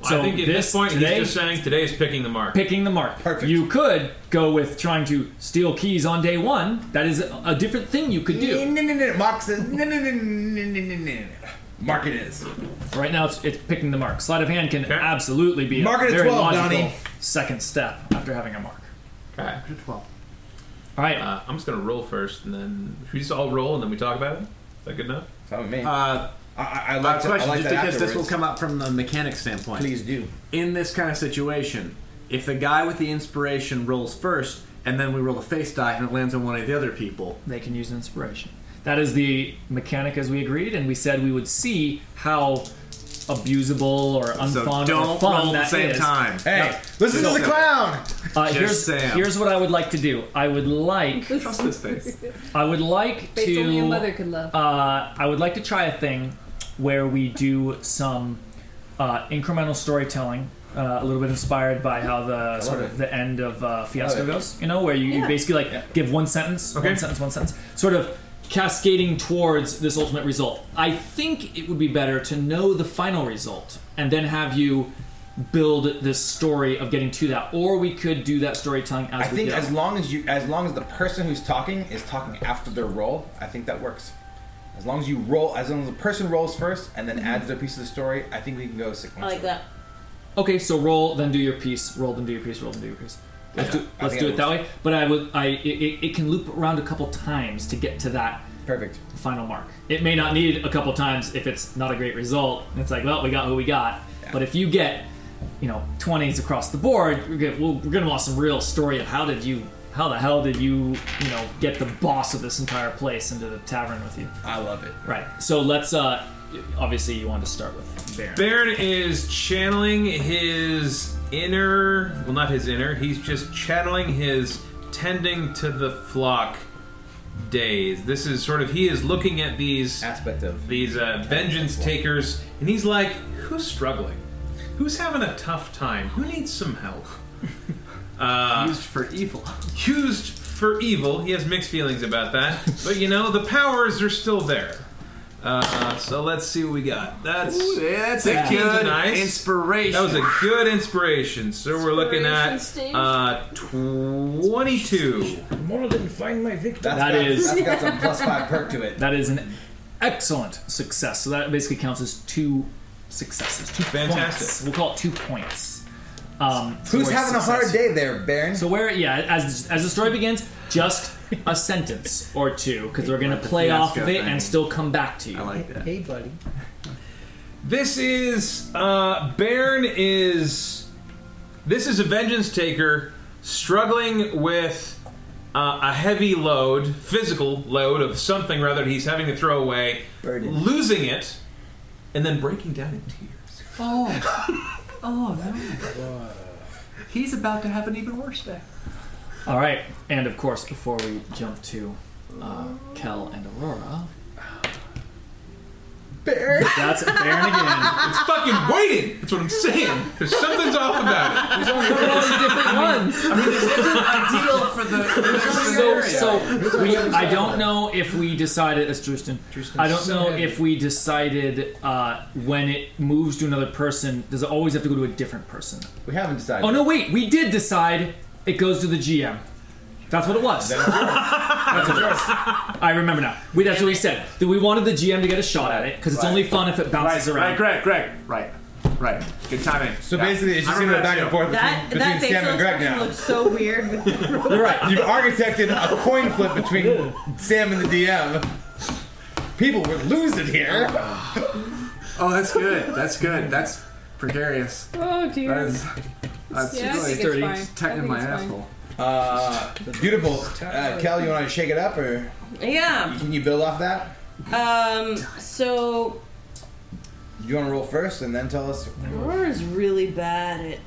I think at this, point, he's just saying today is picking the mark.
picking the mark. Perfect. You could go with trying to steal keys on day one. That is a different thing you could do.
No, no, no, no. Mark says no, no, no, no, no, no, no, no. Mark it is.
Right now, it's, it's picking the mark. Sleight of hand can absolutely be
Mark it
a
at
very
12,
logical
Donnie.
second step after having a mark.
Okay.
Twelve.
All right.
Uh, I'm just gonna roll first, and then should we just all roll, and then we talk about it. Is that good enough?
Fine with me.
Uh,
I,
uh,
like that- I
question,
like
just
that
because this will
afterwards.
come up from the mechanic standpoint.
Please do.
In this kind of situation, if the guy with the inspiration rolls first, and then we roll the face die, and it lands on one of the other people,
they can use an inspiration. That is the mechanic as we agreed, and we said we would see how abusable or unfun or
don't
fun
roll at the
that
same
is.
time. Hey,
listen to the clown!
Uh,
Just
here's,
Sam.
here's what I would like to do. I would like.
Trust this thing.
I would like
Based
to.
on what your mother could love.
Uh, I would like to try a thing where we do some uh, incremental storytelling, uh, a little bit inspired by how the
love
sort of
it.
the end of uh, Fiasco
Love it.
goes. You know, where you, you
Yeah.
basically like give one sentence,
Okay.
one sentence, one sentence, sort of cascading towards this ultimate result. I think it would be better to know the final result and then have you build this story of getting to that, or we could do that storytelling as
I
we
think
go.
as long as you, as long as the person who's talking is talking after their roll, I think that works. As long as you roll, as long as the person rolls first and then adds their piece of the story, I think we can go
I
sequential.
like that.
Okay, so roll, then do your piece. Roll, then do your piece. Roll, then do your piece. Let's
Yeah.
do,
I
let's
think
do
that
it that
works.
way. But I would, I it, it- it can loop around a couple times to get to that
perfect
final mark. It may not need a couple times if it's not a great result. It's like, well, we got who we got. But if you get, you know, twenties across the board, we're gonna, we'll- we're gonna want some real story of how did you, how the hell did you, you know, get the boss of this entire place into the tavern with you?
I love it.
Right. So let's. uh Obviously, you want to start with Baron.
Baron is channeling his inner, well, not his inner, he's just channeling his tending to the flock days. This is sort of, he is looking at these
aspect of
these uh, vengeance takers, and he's like, who's struggling? Who's having a tough time? Who needs some help? Uh, used
for evil.
Used for evil. He has mixed feelings about that, but you know the powers are still there. Uh, so let's see what we got. That's
Ooh, yeah, that's a
15's
good
nice.
inspiration.
That was a good inspiration. So we're looking at
Inspiration
uh, twenty-two.
More than find my victim.
That's
That
got-
is-
that's got some plus five perk to it.
That is an excellent success. So that basically counts as two successes. Two points.
Fantastic.
We'll call it two points. Um,
Who's having a hard
day there, Baron? So where, yeah, as as the story begins, just a sentence or two because we're gonna
Like the
play off
fiasco
of it
thing.
and still come back to you. I
like that.
Hey, buddy.
This is uh, Bairn is this is a vengeance taker struggling with uh, a heavy load, physical load of something rather he's having to throw away, losing it, and then breaking down in tears.
Oh. oh no. He's about to have an even worse day.
All right, and of course, before we jump to uh, Kel and Aurora,
Baron.
That's Baron again.
It's fucking waiting. That's what I'm saying. There's something's off about it. There's only all these different ones.
I mean, this isn't ideal for the.
so, so we, I don't know if we decided as Tristan. I don't
so
know
heavy.
if we decided uh, when it moves to another person. Does it always have to go to a different person?
We haven't decided.
Oh no, wait, we did decide. It goes to the GM. That's what it was. That's what it was. I remember now. We, that's what we said. That we wanted the GM to get a shot at it because it's
Right.
only fun if it bounces
Right,
around.
Right, Greg, Greg. Right. Right. Good timing.
So basically, it's just
I
gonna
remember
go back
that too.
and forth between,
That
between
that
Sam
facial
and Greg
expression
now.
looks so weird. with the roll.
You're right.
You've architected a coin flip between Sam and the DM. People would lose it here.
Oh, that's good. That's good. That's precarious.
Oh dear.
That is. That's
Yeah, I
really
think it's fine.
It's
I
Tucking
think
my
it's fine.
asshole.
Uh, beautiful. Uh, Cal, you want to shake it up, or
Yeah.
can you build off that?
Um. So
Do you want to roll first and then tell us?
Aurora's really bad at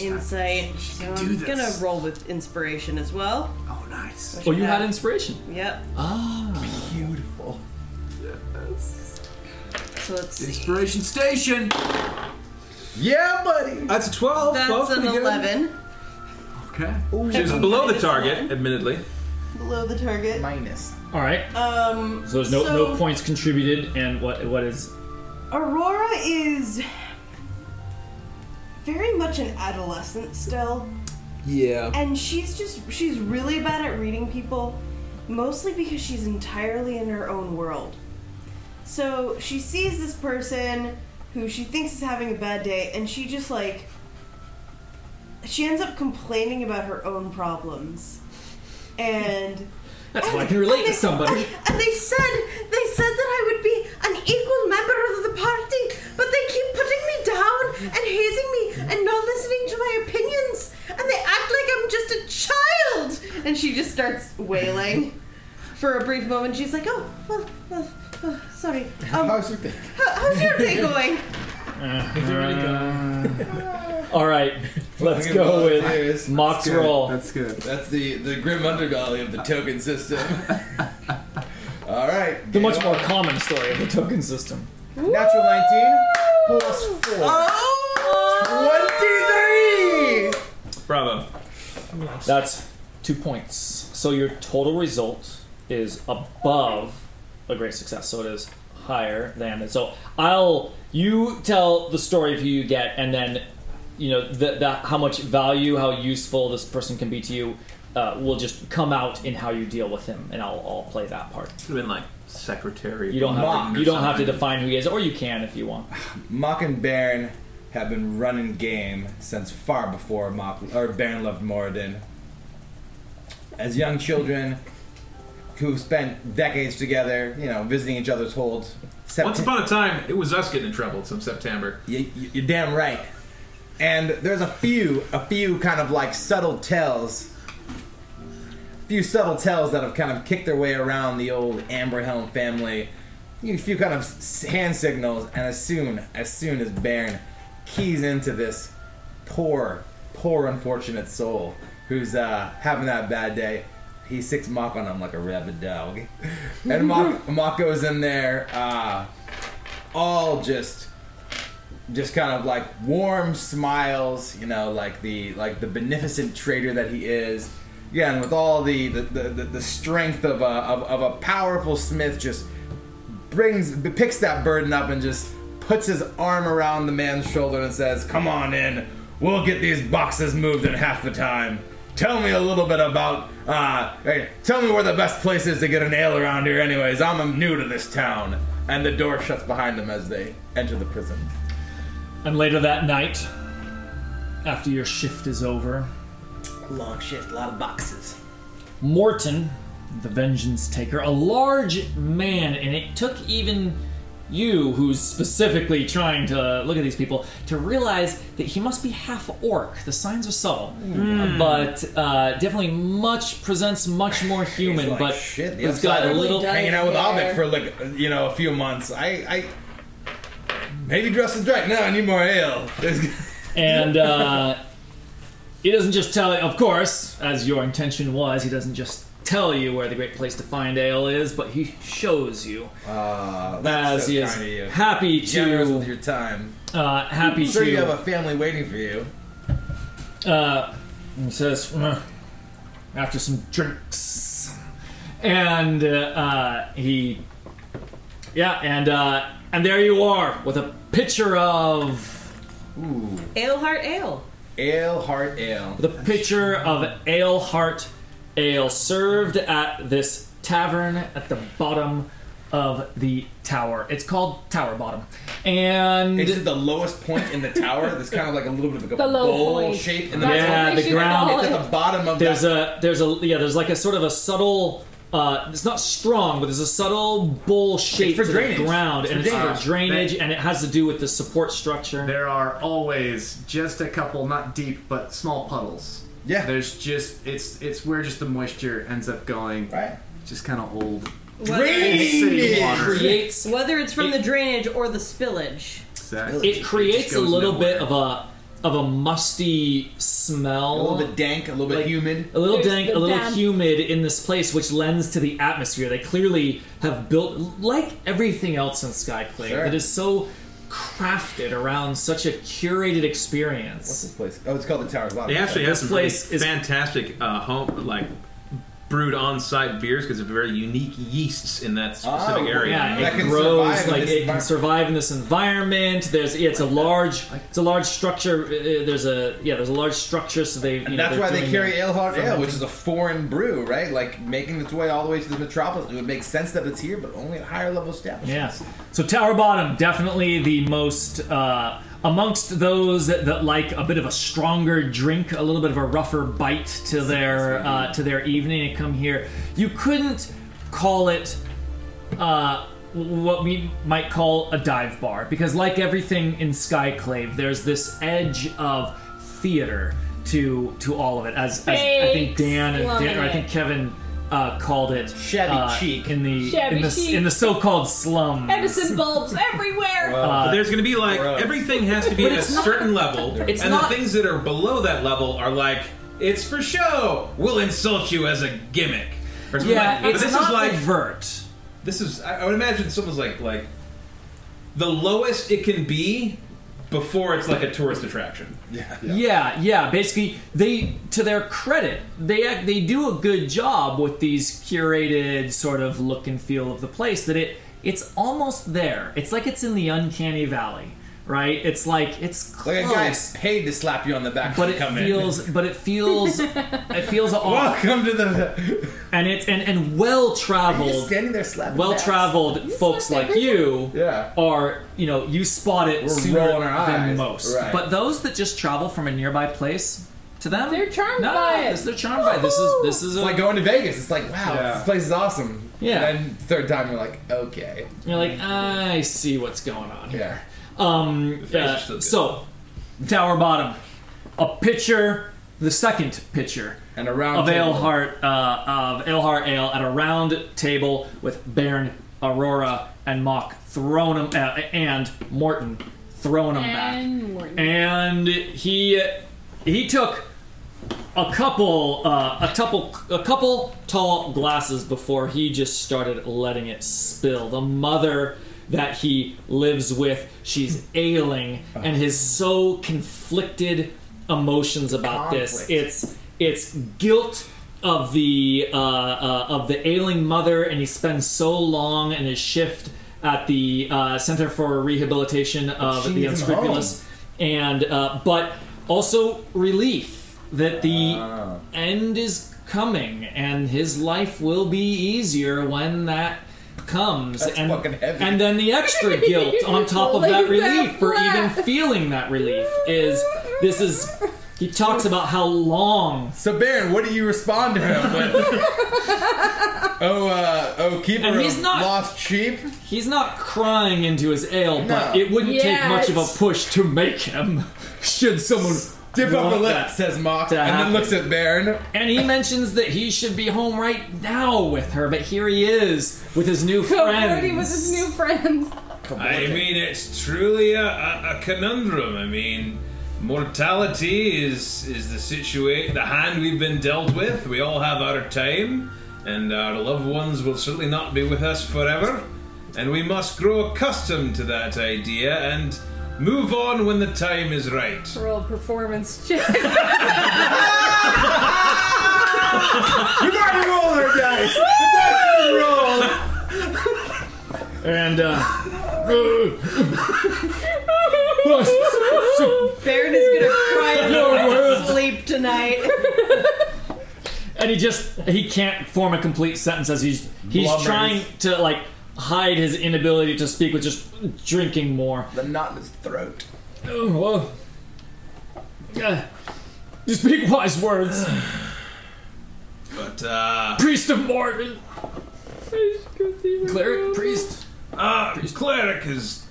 insight, so
can do
I'm gonna
this.
roll with inspiration as well. Uh,
Oh, nice.
Oh, you had inspiration.
Yep.
Ah,
beautiful.
So let's see.
Inspiration Station.
Yeah, buddy.
That's a twelve.
That's
folks.
an
Pretty good.
eleven
Okay.
Which is below the target, admittedly.
below the target.
Minus.
All right.
Um.
So there's no no points contributed, and what what is?
Aurora is very much an adolescent still.
Yeah.
And she's just she's really bad at reading people, mostly because she's entirely in her own world. So she sees this person who she thinks is having a bad day and she just like she ends up complaining about her own problems. And
That's how I can relate to somebody.
and they said they said that I would be an equal member of the party, but they keep putting me down and hazing me and not listening to my opinions, and they act like I'm just a child. And she just starts wailing. For a brief moment, she's like, "Oh, well, well oh, sorry. Um, how's
your day?
how's your day going?"
All right, let's go with Mox roll.
That's good.
That's the the grim underbelly of the token system. All right.
The much more common story of the token system.
Natural 19 plus 4. Oh! 23!
Bravo.
That's two points. So your total result is above a great success. So it is higher than it. So I'll you tell the story of who you get, and then you know the, the, how much value, how useful this person can be to you. Uh, will just come out in how you deal with him, and I'll, I'll play that part.
Could have been like secretary.
You don't have
Mock
to,
or
you don't have to
something.
define who he is, or you can if you want.
Mock and Baron have been running game since far before Mock or Baron left Moradin. As young children who spent decades together, you know, visiting each other's holds.
Once upon a time, it was us getting in trouble some September.
You, you- you're damn right. And there's a few, a few kind of like subtle tells, a few subtle tells that have kind of kicked their way around the old Amberhelm family. You- A few kind of s- hand signals, and as soon, as soon as Baron keys into this poor, poor unfortunate soul who's uh, having that bad day, he sticks Mock on him like a rabid dog. And Mock, Mock goes in there, uh, all just just kind of like warm smiles, you know, like the like the beneficent trader that he is. Again, with all the the, the, the strength of a of, of a powerful smith, just brings picks that burden up and just puts his arm around the man's shoulder and says, "Come on in. We'll get these boxes moved in half the time. Tell me a little bit about. Uh, hey, tell me where the best place is to get a nail around here. Anyways, I'm new to this town." And the door shuts behind them as they enter the prison.
And later that night, after your shift is over,
Long shift, a lot of boxes.
Morton, the vengeance taker, a large man, and it took even you, who's specifically trying to look at these people, to realize that he must be half orc. The signs are subtle,
Mm.
but uh, definitely much presents much more human.
He's like,
but
shit, the
it's got a little
hanging out with Abed for like you know a few months. I, I maybe dress is right now. I need more ale.
and uh, he doesn't just tell of course as your intention was he doesn't just tell you where the great place to find ale is but he shows you
uh,
as he is happy to
generous with your time.
uh, happy
sure
to
you have a family waiting for you.
uh, and says "Mwah," after some drinks, and uh, uh, he, yeah, and uh, and there you are with a picture of, ooh,
Ale heart ale.
ale heart ale,
with a picture of ale heart ale served at this tavern at the bottom of the tower. It's called Tower Bottom, and
it's at the lowest point in the tower. That's kind of like a little bit of like a
The low
bowl
point.
shape.
yeah, the ground
It's at the bottom of
there's
that.
a there's a yeah there's like a sort of a subtle. Uh, it's not strong, but there's a subtle bowl shape
for
to
drainage.
the ground,
It's
and
for
it's
drainage.
for drainage,
They-
and it has to do with the support structure.
There are always just a couple, not deep, but small puddles.
Yeah.
There's just it's it's where just the moisture ends up going.
Right.
Just kind of old.
Whether
old city water.
whether it's from the drainage or the spillage.
Exactly.
It creates a
goes
little bit of a of a musty smell, a
little bit dank, a little bit humid,
a little
There's
dank,
the
a little
damp.
humid in this place, which lends to the atmosphere. They clearly have built, like everything else in Skyclave,
Sure.
it is so crafted around such a curated experience. What's
this place? Oh, it's called the Tower Bottom.
They actually have
this
some
place
really fantastic uh, home like brewed on-site beers because of very unique yeasts in that specific area.
Oh. Yeah, it grows like it can survive in this environment. There's yeah, it's a large it's a large structure. uh, uh, There's a yeah, there's a large structure. So they you know,
And that's
they're
why they
doing
carry
the
ale hard ale,
fermenting.
which is a foreign brew, right? Like making its way all the way to the metropolis. It would make sense that it's here, but only at higher level establishments.
Yes. So Tower Bottom, definitely the most uh, amongst those that, that like a bit of a stronger drink, a little bit of a rougher bite to their uh, to their evening. And come here. You couldn't call it uh, what we might call a dive bar because, like everything in Skyclave, there's this edge of theater to to all of it. As, as I think Dan and Dan, or I think Kevin. Uh, called it shabby
chic
in the
Shabby
in the
chic.
in the so-called slum.
Edison bulbs everywhere.
Uh, but there's going to be like everything has to be
But
at a
it's not-
certain level,
It's
and
not-
the things that are below that level are like it's for show. We'll insult you as a gimmick. Or something
Yeah,
like, but
it's
this
not
is like
overt.
This is I, I would imagine someone's like like the lowest it can be before it's like a tourist attraction.
Yeah.
Yeah, yeah. Basically, they to their credit, they act, they do a good job with these curated sort of look and feel of the place. That it it's almost there. It's like it's in the uncanny valley, right? It's like it's
Like
close.
a guy's paid to slap you on the back
but
to
it
come
feels,
in.
but it feels, it feels off.
Welcome to the.
And it's and and well traveled.
Standing there slapping.
well
backs.
traveled folks like you are you know you spot it
We're
sooner
rolling our
than
eyes.
most
Right.
but those that just travel from a nearby place to them
They're charmed
no,
by it.
this- they're charmed by it. this is this is
It's
a,
like going to Vegas. It's like, wow,
Yeah.
this place is awesome.
Yeah.
And then third time, you're like, okay.
you're like I see what's going on
Yeah.
here um uh, so tower bottom a pitcher the second pitcher
and a round
of ale
table.
heart uh, of ale heart ale at a round table with Baron Aurora and Mock thrown him uh, and Morton thrown him back
And Morton.
and he he took a couple uh, a couple a couple tall glasses before he just started letting it spill the mother that he lives with she's ailing and his so conflicted emotions about this
Conflict.
it's it's guilt of the uh, uh, of the ailing mother and he spends so long in his shift at the uh, Center for Rehabilitation uh, of
She
the
needs him
Unscrupulous, and uh, but also relief that the
Ah.
end is coming and his life will be easier when that comes and and then the extra guilt on top of that
Holding that
relief for even
flat.
feeling that relief is this is he talks about how long
so baron what do you respond to him oh, uh, oh, keeper
and he's
of
not
lost sheep.
He's not crying into his ale, but
No.
it wouldn't
Yeah,
take much of
it's-
a push to make him. Should someone
Dip up
want
the lip,
that
says Mock,
to
and then
happen.
looks at Baron.
And he mentions that he should be home right now with her, but here he is with his new
Coverty
friend.
with his new friend.
I mean, it's truly a, a, a conundrum. I mean, mortality is is the situation, the hand we've been dealt with. We all have our time, and our loved ones will certainly not be with us forever. And we must grow accustomed to that idea and move on when the time is right.
Roll performance check.
you gotta roll her dice. You gotta roll.
And uh,
Baron is gonna cry
No
no
words.
sleep tonight.
and he just he can't form a complete sentence as he's he's
Blubbers.
trying to like hide his inability to speak with just drinking more. The knot in his throat. Oh, whoa. Yeah. You speak wise words,
But uh,
priest of Morgan.
Cleric, priest? Uh, cleric is,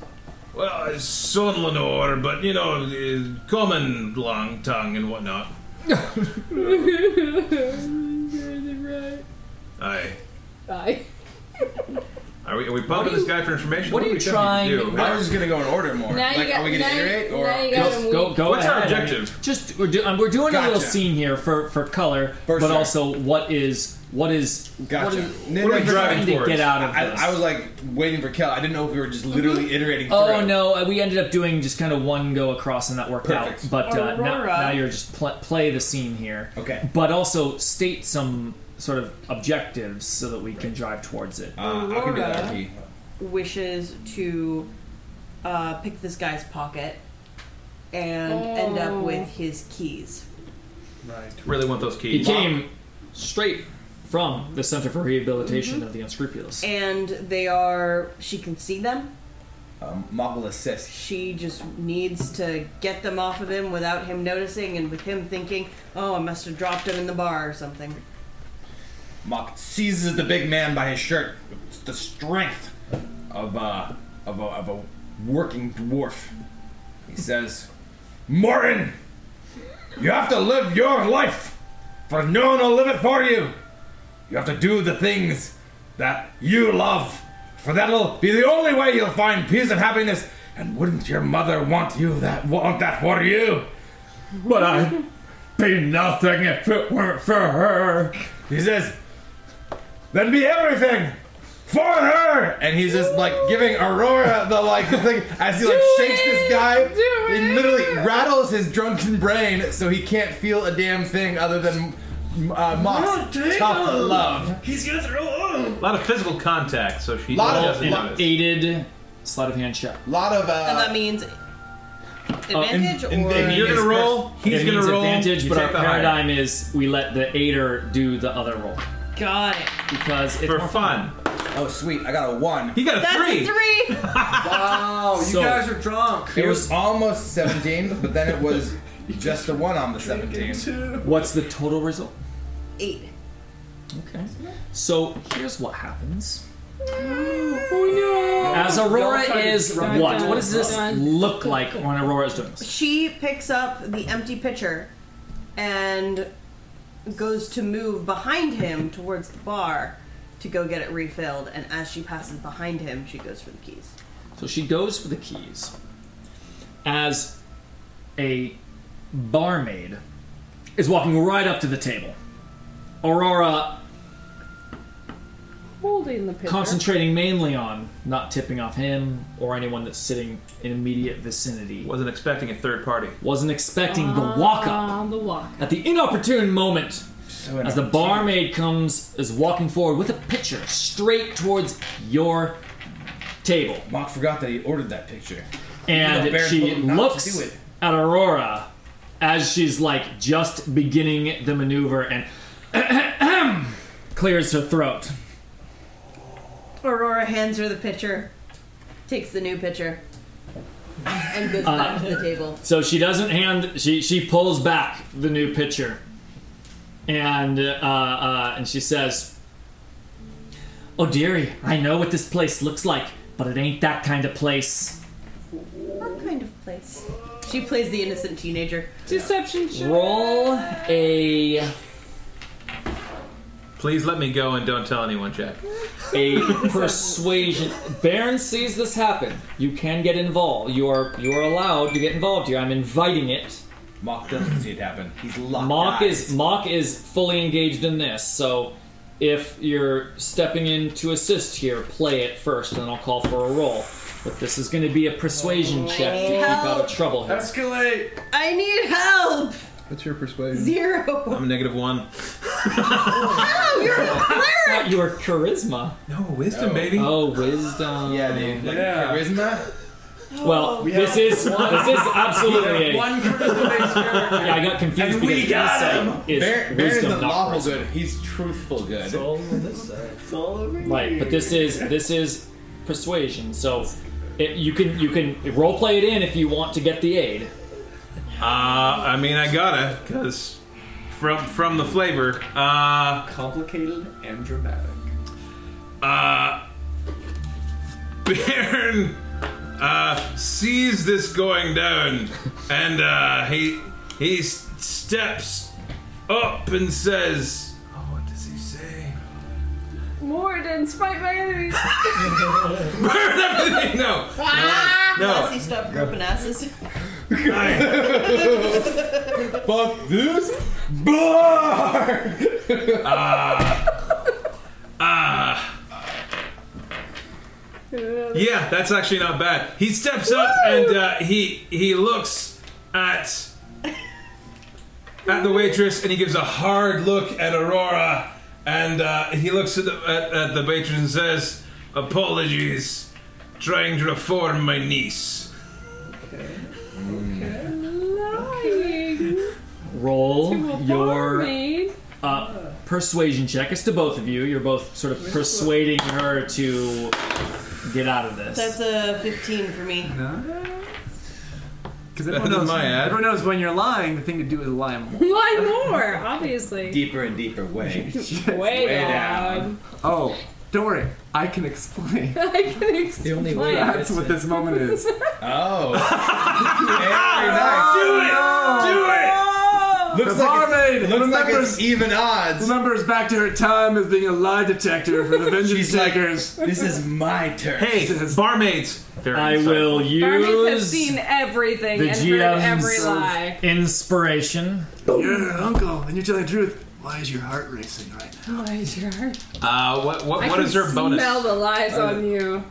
well, is son Lenore, but, you know, uh, common long tongue and whatnot. Aye.
Bye.
Are we, are we popping this guy for information?
what are you trying- what-
I was just gonna go in order more.
Now you
like,
got-
are we gonna
now you-
iterate or
now you got Just him go- weak. go
What's our
ahead, I mean-
objective?
Just we're, do, um, we're doing a little
Gotcha.
scene here for for color, but
sure.
also what is what is what
Gotcha.
is,
Then
what are
I
we
was
trying to
towards-
get out of
I,
this?
I was like waiting for Kel. I didn't know if we were just literally iterating.
Oh
through.
no! uh, We ended up doing just kind of one go across, and that worked out.
Perfect.
But uh, now,
Aurora.
now you're just pl- play the scene here. Okay. But also state some sort of objectives so that we can drive towards it.
Uh,
I can do that, Aurora. RP. Wishes to uh, pick this guy's pocket and end up
Oh.
with his keys.
Right. Really want those
He
keys.
came straight from the Center for Rehabilitation of the Unscrupulous.
And they are. She can see them.
Um, Mock will assist.
She just needs to get them off of him without him noticing and with him thinking, oh, I must have dropped them in the bar or something.
Mock seizes the big man by his shirt. It's the strength of uh, of a, of a working dwarf. He says, "Morin, you have to live your life, for no one will live it for you. You have to do the things that you love, for that'll be the only way you'll find peace and happiness. And wouldn't your mother want you that want that for you? But I'd be nothing if it weren't for her." He says, then be everything for her. And he's just like giving Aurora the like thing as he like shakes this guy. He literally rattles his drunken brain so he can't feel a damn thing other than uh, Moss. Tough love.
He's gonna throw. Oh.
A lot of physical contact, so she
Lot of-
doesn't
lot-
notice.
aided sleight of hand check.
Lot of uh,
and that means advantage or.
you're gonna roll, he's
it
gonna
means
roll,
Advantage,
you
but
take
our
the higher.
paradigm is we let the aider do the other roll
Got it.
because it's for
fun.
Oh sweet, I got a one.
He got
That's a three!
Wow,
you So- guys
are drunk. It was almost 17, but then it was just the one on the 17.
What's the total result?
Eight.
Okay. So here's what happens.
Oh no!
As Aurora is what? What does this look like when Aurora is doing this?
She picks up the empty pitcher and goes to move behind him towards the bar to go get it refilled. And as she passes behind him, she goes for the keys.
So she goes for the keys. As a barmaid is walking right up to the table. Aurora
Holding the pitcher.
concentrating mainly on not tipping off him or anyone that's sitting in immediate vicinity.
Wasn't expecting a third party.
Wasn't expecting the walk up.
On the walk.
At the inopportune moment,
Oh,
as the barmaid comes, is walking forward with a pitcher straight towards your table.
Mock forgot that he ordered that picture.
and
The bear told
she
him not to
looks
do it.
at Aurora as she's like just beginning the maneuver and clears her throat.
Aurora hands her the pitcher, takes the new pitcher, and goes
Uh,
back to the table.
So she doesn't hand she she pulls back the new pitcher, and uh, uh, and she says, "Oh dearie, I know what this place looks like, but it ain't that kind of place."
What kind of place? She plays the innocent teenager. Deception.
Roll a
Please let me go and don't tell anyone, Jack.
a persuasion. Baron sees this happen. You can get involved. You are you are allowed to get involved here. I'm inviting it.
Mock doesn't see it happen. He's locked.
Mock is Mock is fully engaged in this. So if you're stepping in to assist here, play it first, and then I'll call for a roll. But this is going to be a
Oh,
persuasion check to keep out of trouble here.
Escalate. I need help.
What's your persuasion?
Zero.
I'm negative one.
How? You're a cleric.
Not your charisma.
No, wisdom, baby.
Oh, wisdom.
Yeah, dude. Like,
Yeah.
charisma?
Well,
Oh, We
this
have
is
one-
this is
We
absolutely
have
a
one charisma-based character.
Yeah, I got confused
And we
because
got
insight
him.
is
Bear- Bear
wisdom,
isn't
not
lawful
charisma.
good. He's truthful good. It's
all
over this side. It's all over
Right, but this is this is persuasion. So it, you can you can role play it in if you want to get the aid.
Uh, I mean, I gotta, because from from the flavor. Uh,
Complicated and dramatic.
Uh, Baron uh, sees this going down, and uh, he he s- steps up and says, "Oh, what does he say?"
Morden, spite my enemies.
Burn everything! No, no.
Unless you stop groping asses.
Fuck this bar! Ah. Ah. yeah, that's actually not bad. He steps up and uh, he he looks at at the waitress and he gives a hard look at Aurora and uh, he looks at the, at, at the waitress and says, "Apologies, trying to reform my niece."
Lying.
Roll
To a
your
barmaid.
uh, persuasion check. It's to both of you. You're both sort of persuading her to get out of this.
That's a 15 for me.
Because everyone, knows- everyone knows when you're lying, the thing to do is lie more.
Why more? Obviously.
Deeper and deeper, way.
Way down.
Oh, don't worry. I can explain.
I can explain.
That's what this moment is.
Oh.
Do it! Do it!
Looks
the
like it's-
barmaid
looks like
remembers,
it's even odds.
Remembers back to her time as being a lie detector for the vengeance takers.
this is my turn.
Hey, barmaids!
I will
Barmaids have
use
seen everything
the
and heard every
GM's
lie.
inspiration.
You're an uncle, and you're telling the truth. Why is your heart racing right
Why is your heart?
Uh, what what,
I
what
can
is her bonus?
Smell the lies
Uh,
on you.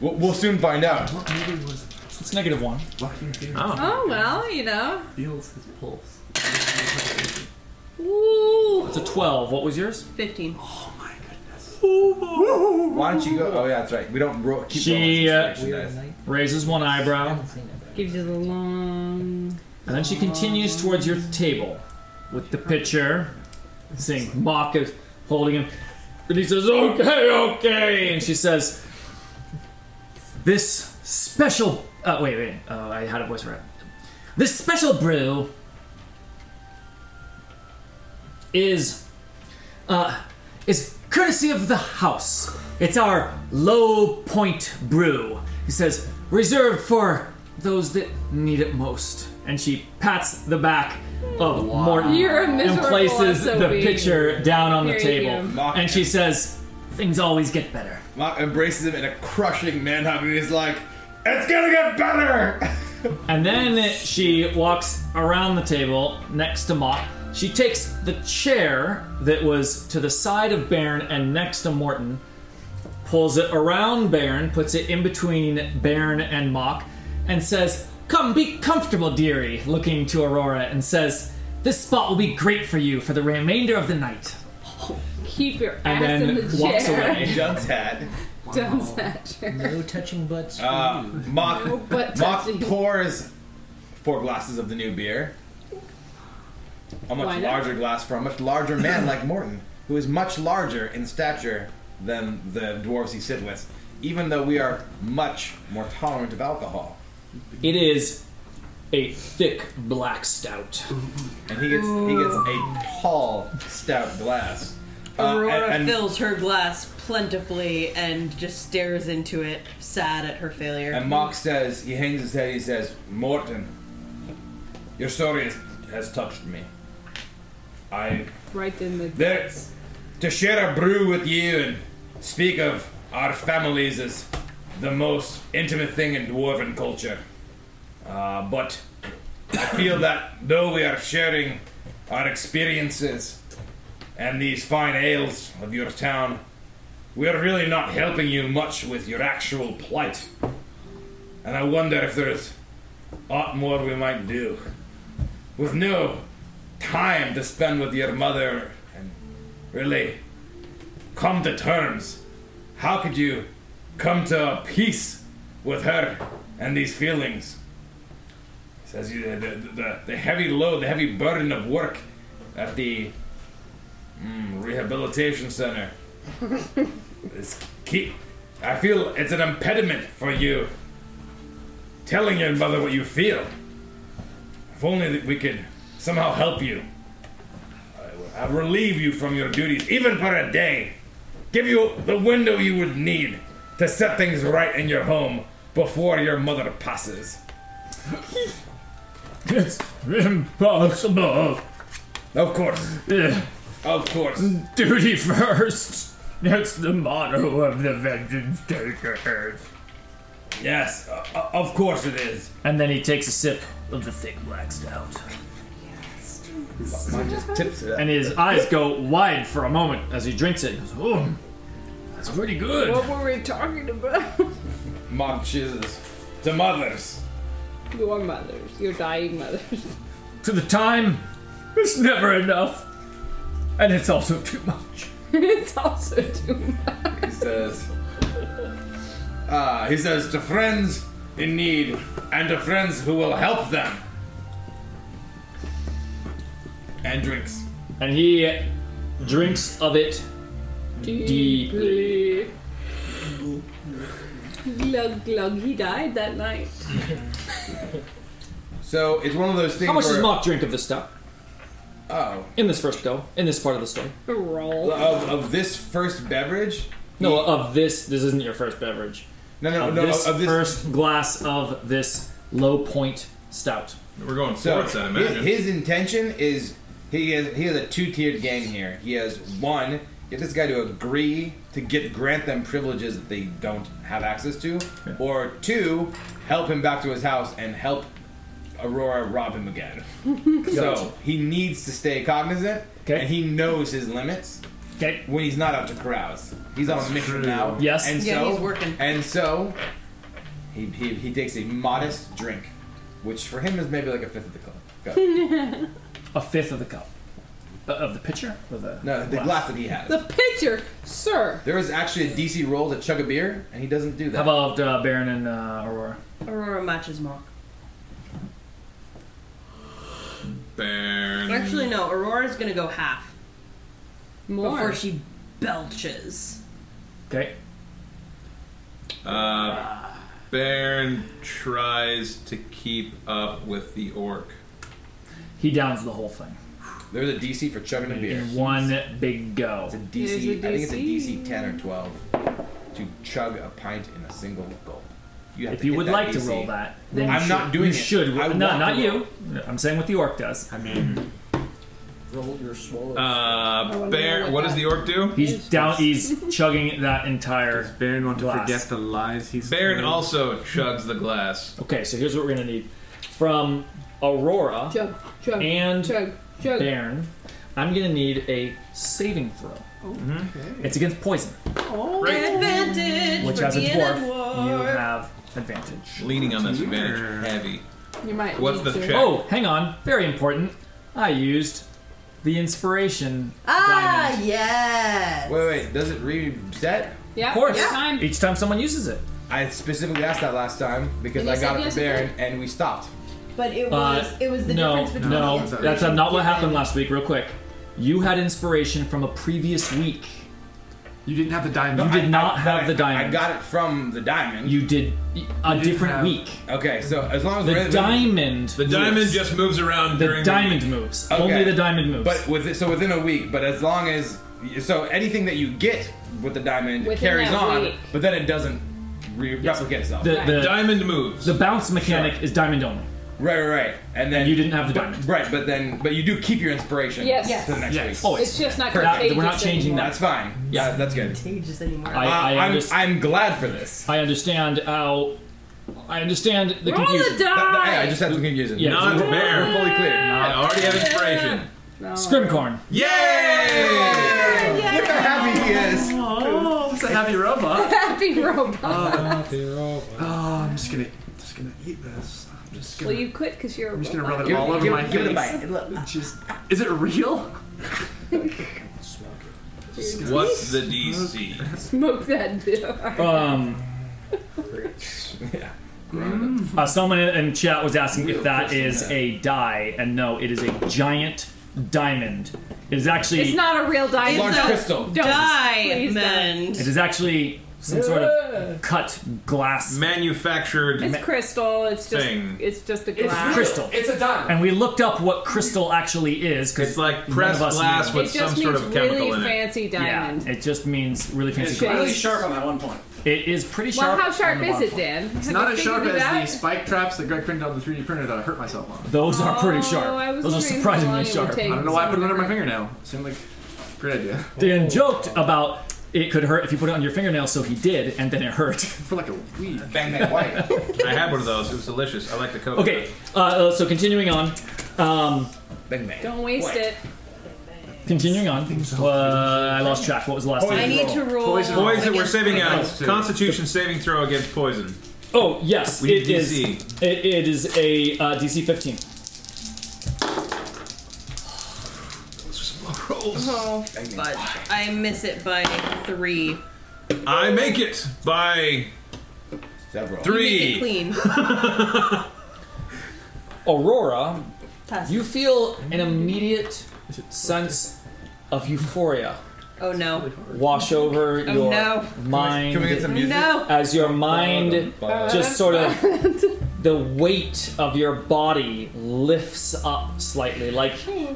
We'll, we'll soon find out.
It's negative one.
Oh well, you know.
Feels his pulse.
Ooh.
It's a twelve. What was yours?
15.
Why don't you go? Oh yeah, that's right. We don't ro- keep rolling
She uh,
situation, guys.
raises one eyebrow.
Gives you the long.
And then she continues towards your table with the pitcher, seeing Mock is holding him. And he says, Okay, okay. And she says, This special. Uh, wait, wait. Uh, I had a voice for it. This special brew is. Uh, is courtesy of the house. It's our low point brew. He says, reserved for those that need it most. And she pats the back of Morton
You're a
and
miserable
places the
SOB.
pitcher down on the
Here you
table.
go.
And she says, things always get better.
Mock embraces him in a crushing manhug and he's like, "It's gonna get better."
And then she walks around the table next to Mock. She takes the chair that was to the side of Baron and next to Morton, pulls it around Baron, puts it in between Baron and Mock, and says, Come, be comfortable, dearie, looking to Aurora, and says, This spot will be great for you for the remainder of the night.
Keep your ass
And
in
then
the
walks
chair.
away.
Jugs hat.
Stone's Hatcher.
No touching butts. for
Uh,
you.
Mock,
but
Mock
touching.
pours four glasses of the new beer. A much
Why not?
larger glass for a much larger man like Morton, who is much larger in stature than the dwarves he sit with, even though we are much more tolerant of alcohol.
It is a thick black stout.
And he gets he gets a tall stout glass. Uh,
Aurora
and- and-
fills her glass plentifully and just stares into it, sad at her failure.
And Mock says, he hangs his head, he says, Morton, your story has, has touched me. I.
Right in the.
There, to share a brew with you and speak of our families is the most intimate thing in dwarven culture. Uh, but I feel that though we are sharing our experiences and these fine ales of your town, we are really not helping you much with your actual plight. And I wonder if there is aught more we might do. With no time to spend with your mother and really come to terms, how could you come to peace with her and these feelings? Says you, the, the, the, the heavy load, the heavy burden of work at the mm, rehabilitation center. It's keep. I feel it's an impediment for you telling your mother what you feel. If only that we could somehow help you. I will relieve you from your duties, even for a day. Give you the window you would need to set things right in your home before your mother passes.
It's impossible.
Of course.
Yeah.
Of course.
Duty first. That's the motto of the vengeance takers.
Yes, uh, of course it is.
And then he takes a sip of the thick black stout.
Mine just tips it
And his eyes go wide for a moment as he drinks it. He goes, "Oh, that's pretty good.
What were we talking about?
Mom chooses to mothers.
Your mothers, your dying mothers.
To the time, it's never enough. And it's also too much.
it's also too
He says, uh, he says to friends in need and to friends who will help them. And drinks.
And he drinks of it E. deeply.
Glug glug. He died that night.
So it's one of those things.
How much
where-
does Mock drink of this stout?
Oh.
In this first go, in this part of the story.
Roll.
Of, of this first beverage?
No, of this. This isn't your first beverage.
No, no,
of
no,
This
of this-
first glass of this low point stout.
We're going
So hi- his intention is he has he has a two tiered game here. He has one get this guy to agree to get grant them privileges that they don't have access to, or two help him back to his house and help Aurora rob him again.
Gotcha.
so he needs to stay cognizant, and he knows his limits. When he's not out to carouse, he's on
That's
a mission
true.
now.
Yes.
and
Yeah,
so
he's working.
and so he, he he takes a modest drink, which for him is maybe like a fifth of the cup. cup.
A fifth of the cup. Uh, of the pitcher? Or the
No, the glass that he has.
The pitcher, sir.
There is actually a DC roll to chug a beer, and he doesn't do that.
How about uh, Baron and uh, Aurora?
Aurora matches Mock.
Burn.
Actually, no, Aurora's gonna go half.
More.
Before she belches.
Okay.
Uh, Baron tries to keep up with the orc.
He downs the whole thing.
There's a DC for chugging a beer.
In one big go. It's
a DC, I think it's a DC 10 or 12 to chug a pint in a single gulp. have
if
to
you
hit
would
that
like to
DC.
roll that, then
I'm
you
not
should-
doing
you
it.
Should
I
no,
want
not
to
you.
roll.
I'm saying what the orc does. I mean,
Roll your swallow.
Uh, Baron, what does the orc do?
He's down. He's chugging that entire. Does Baron want
forget
the lies he's?
Baron also chugs the glass.
Okay, so here's what we're gonna need from Aurora
Chug, chug,
and
chug, chug.
Baron. I'm gonna need a saving throw. It's against poison,
Oh,
Advantage
which
for
as a
being
dwarf, you
dwarf.
have advantage.
Leaning on this advantage, heavy.
You might.
What's
need
the
to.
check?
Oh, hang on. Very important. I used the inspiration.
Ah, yes!
Wait, wait, does it reset?
Yeah,
Of course.
yeah. Time.
Each time someone uses it.
I specifically asked that last time because
And
I
you
got
said
it
yes,
from
you
Baron and we stopped.
But it
Uh, no, no, that's not what happened last week. Real quick, you had inspiration from a previous week.
You didn't have the
You
diamond.
did not
I-
have the diamond.
I got it from the diamond.
You did a different week.
Okay, so as long as
The
we're-
diamond.
The diamond just moves around
The
during the
diamond
week.
moves.
Okay.
Only the diamond moves.
But with it, so within a week. But as long as so anything that you get with the diamond
Within
carries
that
on,
week.
but then it doesn't re- replicate itself.
The- the- Diamond
moves.
The bounce mechanic is diamond only.
Right, right, right. And then
you didn't have the
but, diamond. Right, but then but you do keep your inspiration.
Yes.
To the next
Yes.
week.
Always. It's just not contagious We're not changing anymore. that.
That's fine. Yeah, that's good.
Contagious anymore.
I,
Uh, I'm-
glad for this. I understand how. I understand the
Roll the
confusion.
die!
Hey, I just had some confusion.
Yeah,
Not
so we're-
bear.
we're fully clear.
I already have inspiration.
Scrimcorn.
Yay!
Look how happy he is.
Oh, it's a happy robot.
Happy robot.
Oh, I'm just gonna, just gonna eat this. I'm just
well,
gonna.
you quit because you're.
I'm just gonna rub it all over my face. Just, is it real?
What's the DC?
Smoke that. dude.
Um.
yeah.
Uh, someone in in chat was asking if that is a die, and no, it is a giant diamond. It is actually.
It's not a real diamond.
Large crystal.
Don't, please
diamond.
It is actually some sort of cut glass
manufactured.
It's crystal. It's just.
Thing.
It's just a
It's
glass.
crystal. It's a diamond. And we looked up what crystal actually is because it's like
pressed glass
it just means really fancy diamond.
Yeah, it just means really fancy
It's
glass.
really sharp
on that one point.
It is pretty
well,
sharp.
how sharp
on the
is
bottom
it, Dan?
It's
Have
not
you
as sharp
figured
as
that?
the spike traps that Greg printed on the 3D printer that I hurt myself on.
Those are pretty
sharp. Oh, I was Those are wondering how surprisingly long it would sharp.
I
take
don't know why I put it under my fingernail. Seemed like a great idea.
Dan joked about it could hurt if you put it on your fingernail, so he did, and then it hurt. For
like a week.
Bang that white.
I had one of those. It was delicious. I like the coke.
Okay, uh, so continuing on. Um,
Don't waste it.
Continuing on. Uh, I lost track. What was the last
I
thing?
need to roll
Poison. Poison. We're
against
saving a
poison.
Constitution saving throw against poison.
Oh yes,
We
it
need
is.
DC.
It, it is a uh, DC 15.
Oh, fudge. I miss it by three.
I make it by
several
You
three.
make it
Aurora,
Pass.
you feel an immediate sense of euphoria
clean. Oh no.
wash over
Oh,
your
no.
mind
Can we- can we get some music? No.
as your mind
Uh,
just sort of the weight of your body lifts up slightly like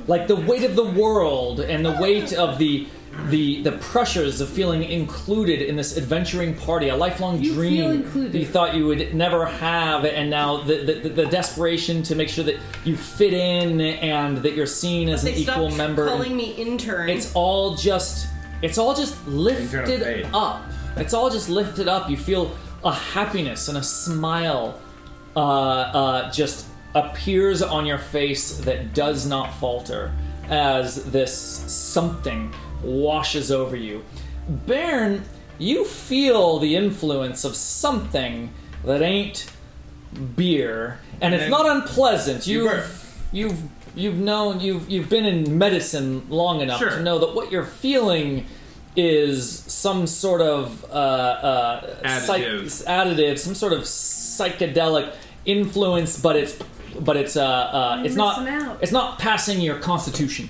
like the weight of the world and the weight of the the the pressures of feeling included in this adventuring party a lifelong dream that you thought you would never have and now the, the the desperation to make sure that you fit in and that you're seen as an
They
equal
stopped
member and-
calling me intern.
it's all just it's all just lifted
fade.
up. It's all just lifted up. You feel a happiness and a smile uh, uh, just appears on your face that does not falter as this something washes over you. Bairn, you feel the influence of something that ain't beer, and it's
And
not unpleasant.
you
You've you've you've known you've you've been in medicine long enough
Sure.
to know that what you're feeling is some sort of uh, uh, psych-
Additive.
additive, some sort of psychedelic influence, but it's but it's uh, uh,
You're
it's not
missing out.
it's not passing your constitution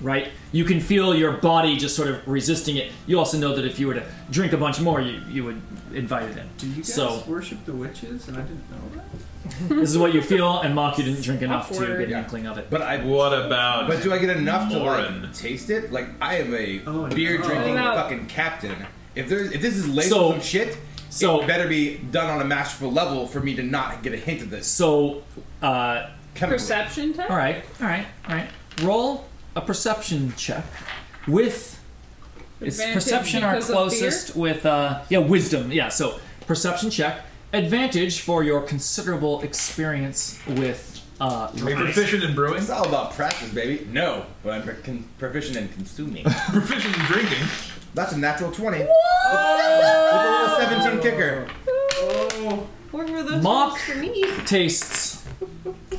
right? You can feel your body just sort of resisting it. You also know that if you were to drink a bunch more, you, you would invite it in.
Do you guys
so
worship the witches? And I didn't know that.
this is what you feel, and Mock, you didn't drink enough to
Awkward.
get an
Yeah.
inkling of it.
But I.
What about?
But do I get enough to
Lauren?
like taste it? Like I am a beer drinking
No.
fucking captain. If there's if this is laced
So-
with some shit, it better be done on a masterful level for me to not get a hint of this.
So, uh,
Perception test.
All right, all right, all right. Roll a perception check with. It's
Advantage
perception our
because of
closest with uh yeah wisdom yeah so perception check advantage for your considerable experience with uh
Are you
wine.
proficient in brewing? It's all about practice, baby. No, but I'm per- con- proficient in consuming.
proficient in drinking.
That's a natural twenty. With a little seventeen kicker.
Oh. Where were those
Mock
rolls for me?
tastes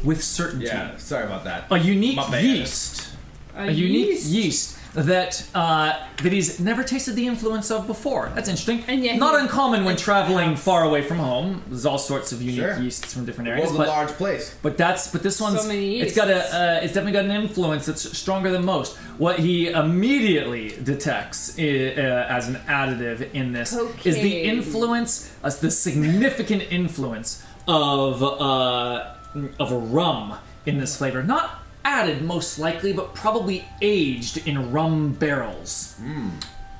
with certainty.
Yeah, sorry about that.
A unique
My bad.
yeast.
A
unique
yeast?
yeast that uh, that he's never tasted the influence of before. That's interesting. And
yet
Not
he-
uncommon when traveling far away from home. There's all sorts of unique
Sure.
yeasts from different
The
areas.
world's a
but,
large place.
But that's but this one's
many
it's got
yeasts.
a uh, it's definitely got an influence that's stronger than most. What he immediately detects i- uh, as an additive in this is the
Cocaine.
influence, uh, the significant influence of uh, of rum in this flavor. Not added most likely, but probably aged in rum barrels.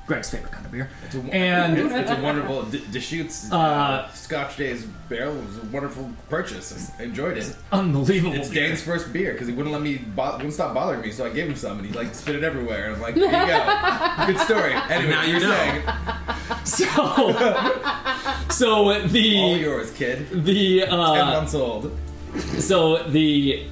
Greg's favorite kind of beer. and
Hmm. it's, it's a wonderful D- Deschutes uh,
Uh,
Scotch Days barrel was a wonderful purchase. I enjoyed it.
unbelievable.
It's Dan's first beer because he wouldn't let me bo- wouldn't stop bothering me, so I gave him some and he like spit it everywhere. I was like, here you go, good story. Anyway,
Now you
you're
know.
saying
So, so the all
yours, kid.
The uh, ten
months old.
So the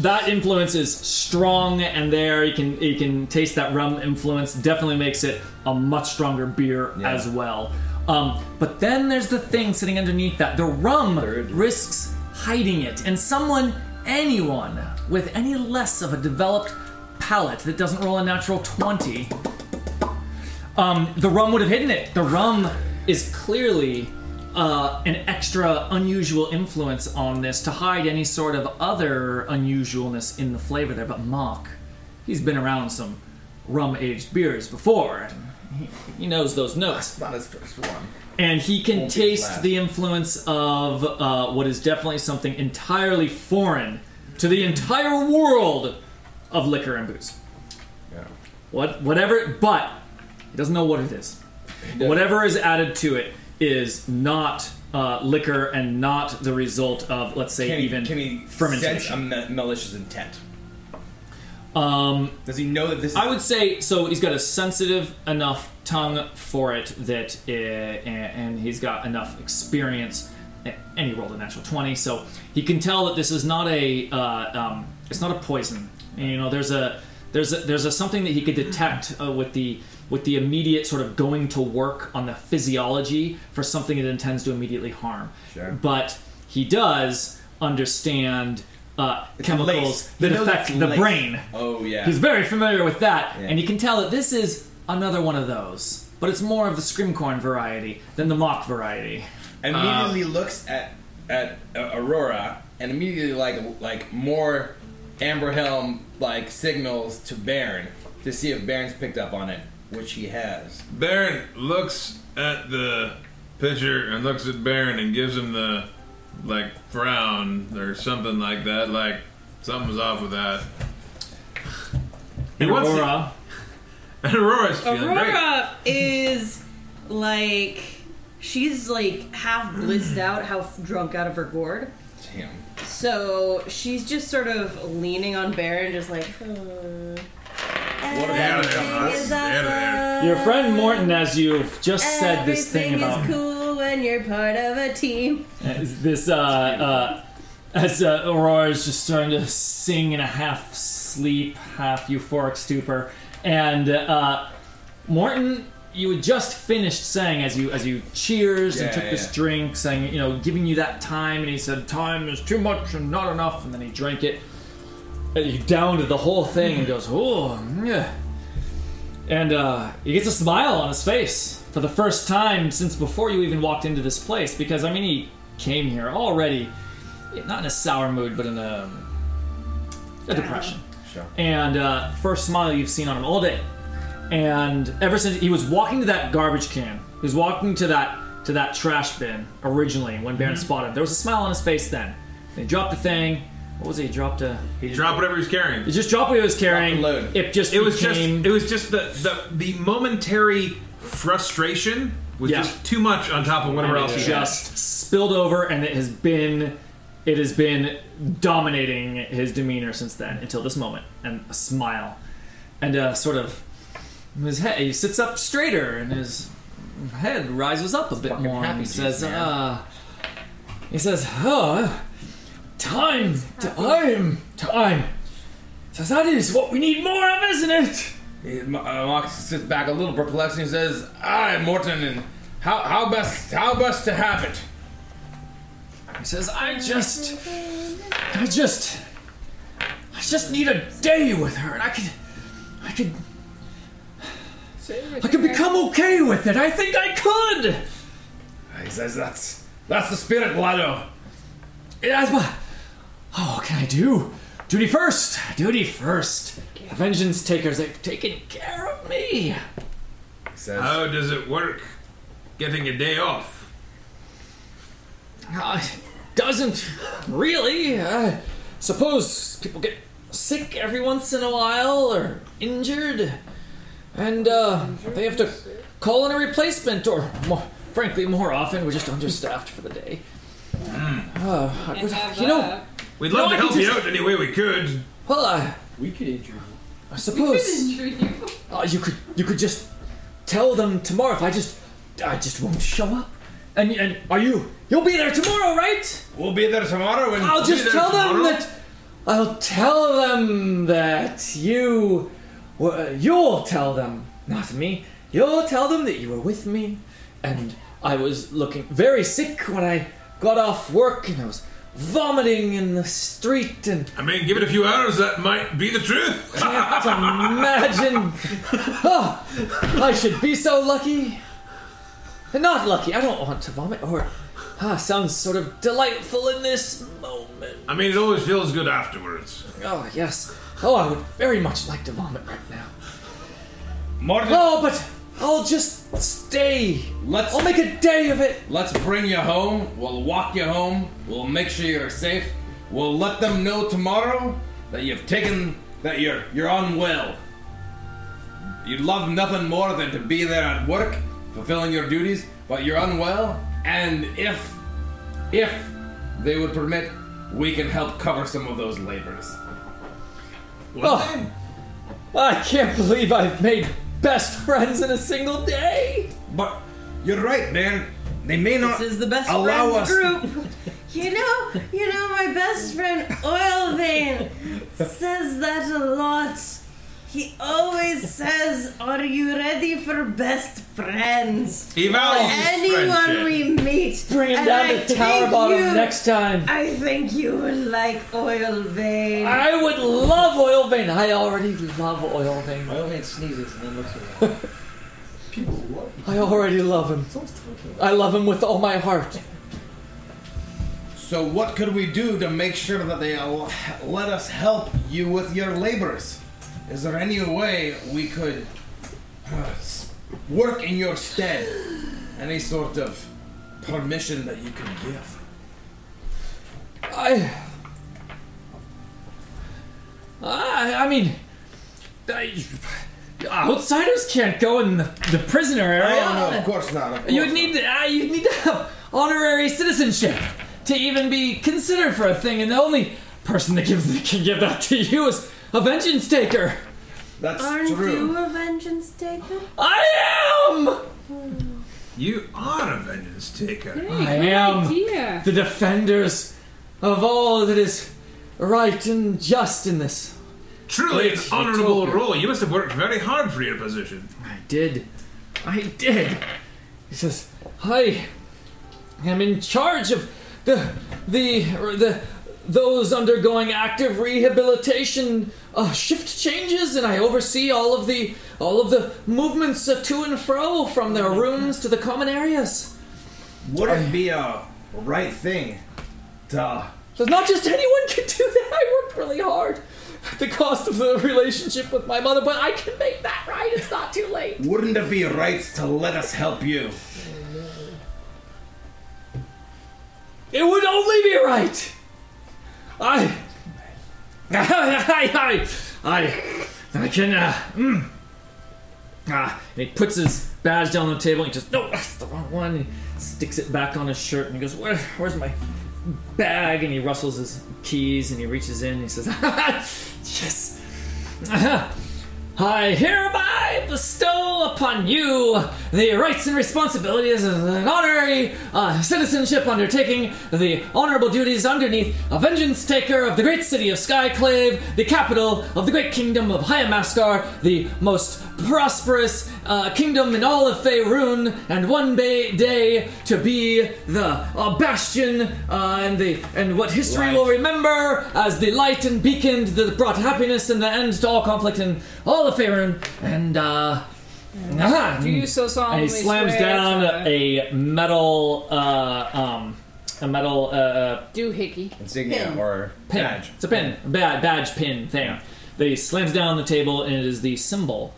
that influence is strong, and there you can you can taste that rum influence. Definitely makes it a much stronger beer
Yeah.
as well. Um, but then there's the thing sitting underneath that. The rum risks hiding it, and someone, anyone with any less of a developed palate that doesn't roll a natural twenty um, the rum would have hidden it. The rum is clearly uh, an extra unusual influence on this to hide any sort of other unusualness in the flavor there. But Mock, he's been around some rum aged beers before. and he- He knows those notes.
not his first one.
And he can
Won't be his
taste
last.
the influence of uh, what is definitely something entirely foreign to the entire world of liquor and booze.
Yeah.
What, whatever, but he doesn't know what it is. Whatever is added to it is not uh, liquor and not the result of, let's say,
Can he-
even
can he sense a
fermentation.
ma- malicious intent?
Um,
Does he know that this? Is-
I would say so. He's got a sensitive enough tongue for it that, uh, and and he's got enough experience. And he rolled a natural twenty, so he can tell that this is not a uh, um, it's not a poison. And, you know, there's a there's a, there's a something that he could detect uh, with the with the immediate sort of going to work on the physiology for something it intends to immediately harm.
Sure.
But he does understand uh,
It's
chemicals
lace. He
that
knows
affect
it's
the
lace.
brain.
Oh yeah.
He's very familiar with that,
Yeah.
and you can tell that this is another one of those, but it's more of the scrimcorn variety than the mock variety.
immediately looks at at uh, Aurora and immediately like like more Amber Helm like signals to Baron to see if Baron's picked up on it, which he has.
Baron looks at the pitcher and looks at Baron and gives him the like frown or something like that. Like something's off with that. He wants to-
Aurora.
and Aurora's feeling great.
Aurora is like she's like half blizzed out, half drunk out of her gourd.
Damn.
So she's just sort of leaning on Baron, just like. Uh, everything is awesome.
Your friend Morton, as you've just said this thing
Everything
about
is cool when you're part of a team.
as this, uh, uh, as uh, Aurora is just starting to sing in a half sleep, half euphoric stupor, and uh, Morton, you had just finished saying as you as you cheers and
Yeah,
took this
yeah.
drink, saying you know giving you that time, and he said time is too much and not enough, and then he drank it. And he downed the whole thing and goes, oh, yeah. And uh, he gets a smile on his face for the first time since before you even walked into this place. Because I mean, he came here already, not in a sour mood, but in a, um, a depression.
Sure.
And uh, first smile you've seen on him all day. And ever since he was walking to that garbage can, he was walking to that to that trash bin originally when Baron
Mhm.
spotted him. There was a smile on his face then. They dropped the thing. What was it? He dropped a. He
Drop whatever he's carrying.
Just drop what he was carrying. It just
it was
became-
just it was just the the, the momentary frustration was
Yeah.
just too much on top of whatever
And
else
it
he had.
just spilled over, and it has been it has been dominating his demeanor since then until this moment, and a smile, and a sort of his head. He sits up straighter, and his head rises up a bit more. And he
juice,
says,
man.
uh, "He says, huh." Time, time, time. So that is what we need more of, isn't it?
Mox uh, sits back a little perplexed and he says, "I, Morton, and how how best how best to have it."
He says, "I just, I just, I just need a day with her, and I could, I could I could become okay with it. I think I could.
He says that's that's the spirit, Lado.
That's what. Oh, what can I do? Duty first. Duty first. The vengeance takers, they've taken care of me.
How does it work? Getting a day off.
Uh, doesn't really. Uh, suppose people get sick every once in a while or injured, and uh, they have to call in a replacement, or more, frankly, more often, we're just understaffed for the day.
Hmm.
Uh, I
And
would-
have,
you know,
uh,
We'd
you know,
love
I
to
could
help you
just-
out any way we could.
Well, I,
We could injure you.
I suppose uh, you could you could just tell them tomorrow if I just I just won't show up. And and are you you'll be there tomorrow, right?
We'll be there tomorrow. And
I'll
we'll
just
be there
tell them
tomorrow.
that I'll tell them that you were, you'll tell them, not me. You'll tell them that you were with me and I was looking very sick when I got off work and I was vomiting in the street and
I mean, give it a few hours, that might be the truth.
can't imagine. Oh, I should be so lucky. Not lucky. I don't want to vomit. Or ah, sounds sort of delightful in this moment.
I mean, it always feels good afterwards.
Oh yes. Oh, I would very much like to vomit right now.
Morgan.
Oh, but I'll just stay.
Let's.
I'll make a day of it.
Let's bring you home. We'll walk you home. We'll make sure you're safe. We'll let them know tomorrow that you've taken that you're you're unwell. You'd love nothing more than to be there at work, fulfilling your duties, but you're unwell. And if if they would permit, we can help cover some of those labors.
Oh, I can't believe I've made best friends in a single day.
But you're right, man. They may not
This is the best
allow
friends
us.
group. You know, you know, my best friend Oil Vein says that a lot. He always says, "Are you ready for best friends?"
He values
anyone
friendship.
we meet.
Bring him
And
down
I
to Tower
think
Bottom
you-
next time.
I think you would like Oil Vein.
I would love oil vein. I already love oil vein.
Oil vein sneezes and then looks around. People love
I already love him. I love him with all my heart.
So what could we do to make sure that they al- let us help you with your labors? Is there any way we could uh, s- work in your stead? Any sort of permission that you can give?
I. I, I mean, I, outsiders can't go in the, the prisoner area.
Oh, no, of course not. Of course
You'd need to, uh, you'd need to have honorary citizenship to even be considered for a thing, and the only person that give, that can give that to you is a vengeance taker.
That's
Aren't you a vengeance taker?
I
You are a vengeance taker.
am. I am
idea.
the defenders of all that is right and just in this.
Truly an
Great
honorable
utopia.
role. You must have worked very hard for your position.
I did. I did. He says, I am in charge of the the the those undergoing active rehabilitation uh, shift changes, and I oversee all of the all of the movements uh, to and fro from their rooms to the common areas.
Would it be a right thing to
So not just anyone can do that. I worked really hard at the cost of the relationship with my mother, but I can make that right. It's not too late.
Wouldn't it be right to let us help you?
It would only be right. I, I, I, I, I can. Uh, mm. Ah, and he puts his badge down on the table. And he just no, that's the wrong one. He sticks it back on his shirt and he goes, Where, "Where's my bag?" And he rustles his keys and he reaches in. and He says, "Yes, I hereby bestow upon you the rights and responsibilities of an honorary uh, citizenship undertaking the honorable duties underneath a vengeance taker of the great city of Skyclave, the capital of the great kingdom of Hyamaskar, the most prosperous uh, kingdom in all of Faerun, and one ba- day to be the uh, bastion uh, and the and what history will remember as the light and beacon that brought happiness and the end to all conflict in all of Faerun. And uh, Aha!
Do you so solemnly
And he slams
swear
down
to-
a metal, uh, um, a metal uh,
Do hickey.
insignia
or
pin. It's a pin, badge, badge pin thing. That he slams down on the table, and it is the symbol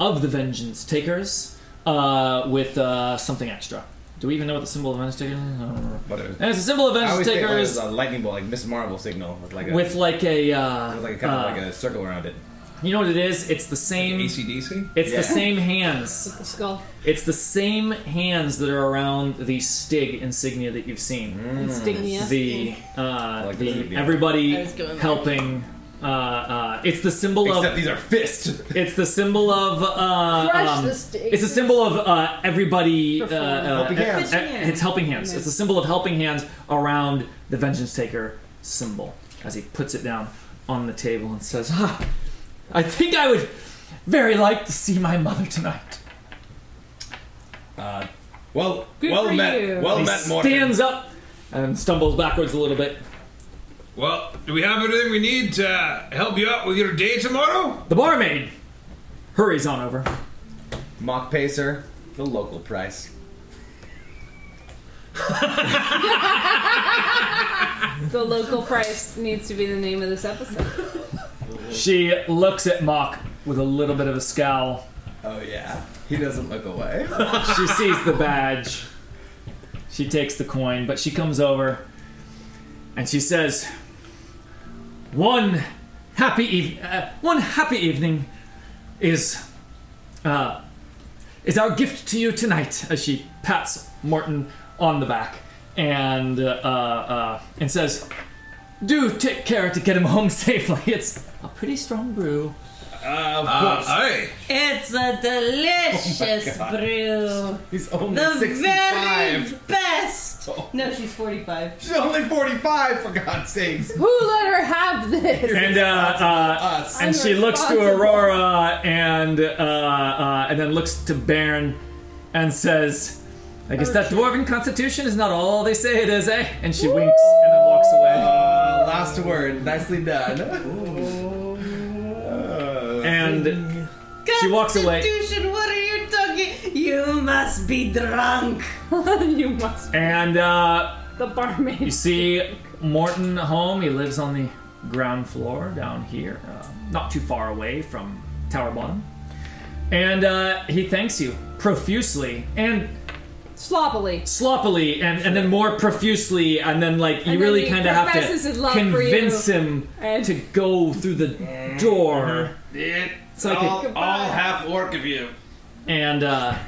of the Vengeance Takers uh, with uh, something extra. Do we even know what the symbol of Vengeance Takers is? I don't remember.
But it was,
And it's a symbol of
I always oh,
Vengeance
think like it was
Takers
a lightning bolt, like Miss Marvel signal with like a
with like a uh,
with like a kind
uh,
of like a circle around it.
You know what it is? It's the same
ACDC.
It's
Yeah.
the same hands.
With the skull.
It's the same hands that are around the Stig insignia that you've seen.
Insignia.
Hmm, The uh,
Mm. like the
the
insignia.
I
everybody
was going like-
helping. Uh, uh, it's the symbol of.
Except these are fists.
It's the symbol of. Uh,
Crush
um,
the Stig.
it's a symbol of uh, everybody. Uh, uh,
Helping hands.
e- e- It's helping hands. It's a symbol of helping hands around the Vengeance Taker symbol as he puts it down on the table and says, "Ah, I think I would very like to see my mother tonight.
Uh, well,
Good
well
for
met,
you.
Oh,
well
He
met, Morgan.
stands up and stumbles backwards a little bit.
Well, do we have everything we need to uh, help you out with your day tomorrow?
The barmaid hurries on over.
Mock pacer, the local price.
the local price needs to be the name of this episode.
She looks at Mock with a little bit of a scowl.
Oh yeah, he doesn't look away. Uh,
she sees the badge. She takes the coin, but she comes over and she says, "One happy eve- uh, one happy evening is uh, is our gift to you tonight." As she pats Morton on the back and uh, uh, and says, "Do take care to get him home safely. It's a pretty strong brew."
Uh, of
course.
It's a delicious
Oh my God.
brew.
He's
the very best. No, she's 45.
She's only 45, for God's sakes.
Who let her have this?
and uh, uh, and she looks to Aurora and uh, uh, and then looks to Baron and says, "I guess that dwarven constitution is not all they say it is, eh?" And she winks and then walks away.
last word, nicely done.
and she walks away.
Constitution, what are you talking? You must be drunk.
you must.
And uh,
The barmaid.
you see Morton home. He lives on the ground floor down here, uh, not too far away from Tower Bottom. And uh, he thanks you profusely and
sloppily
sloppily and, and then more profusely and then like
And
you
then
really
he
kind of have
professes his
to
love for
convince
you.
him to go through the door
It,
It's like a-
all, all half orc of you.
and uh,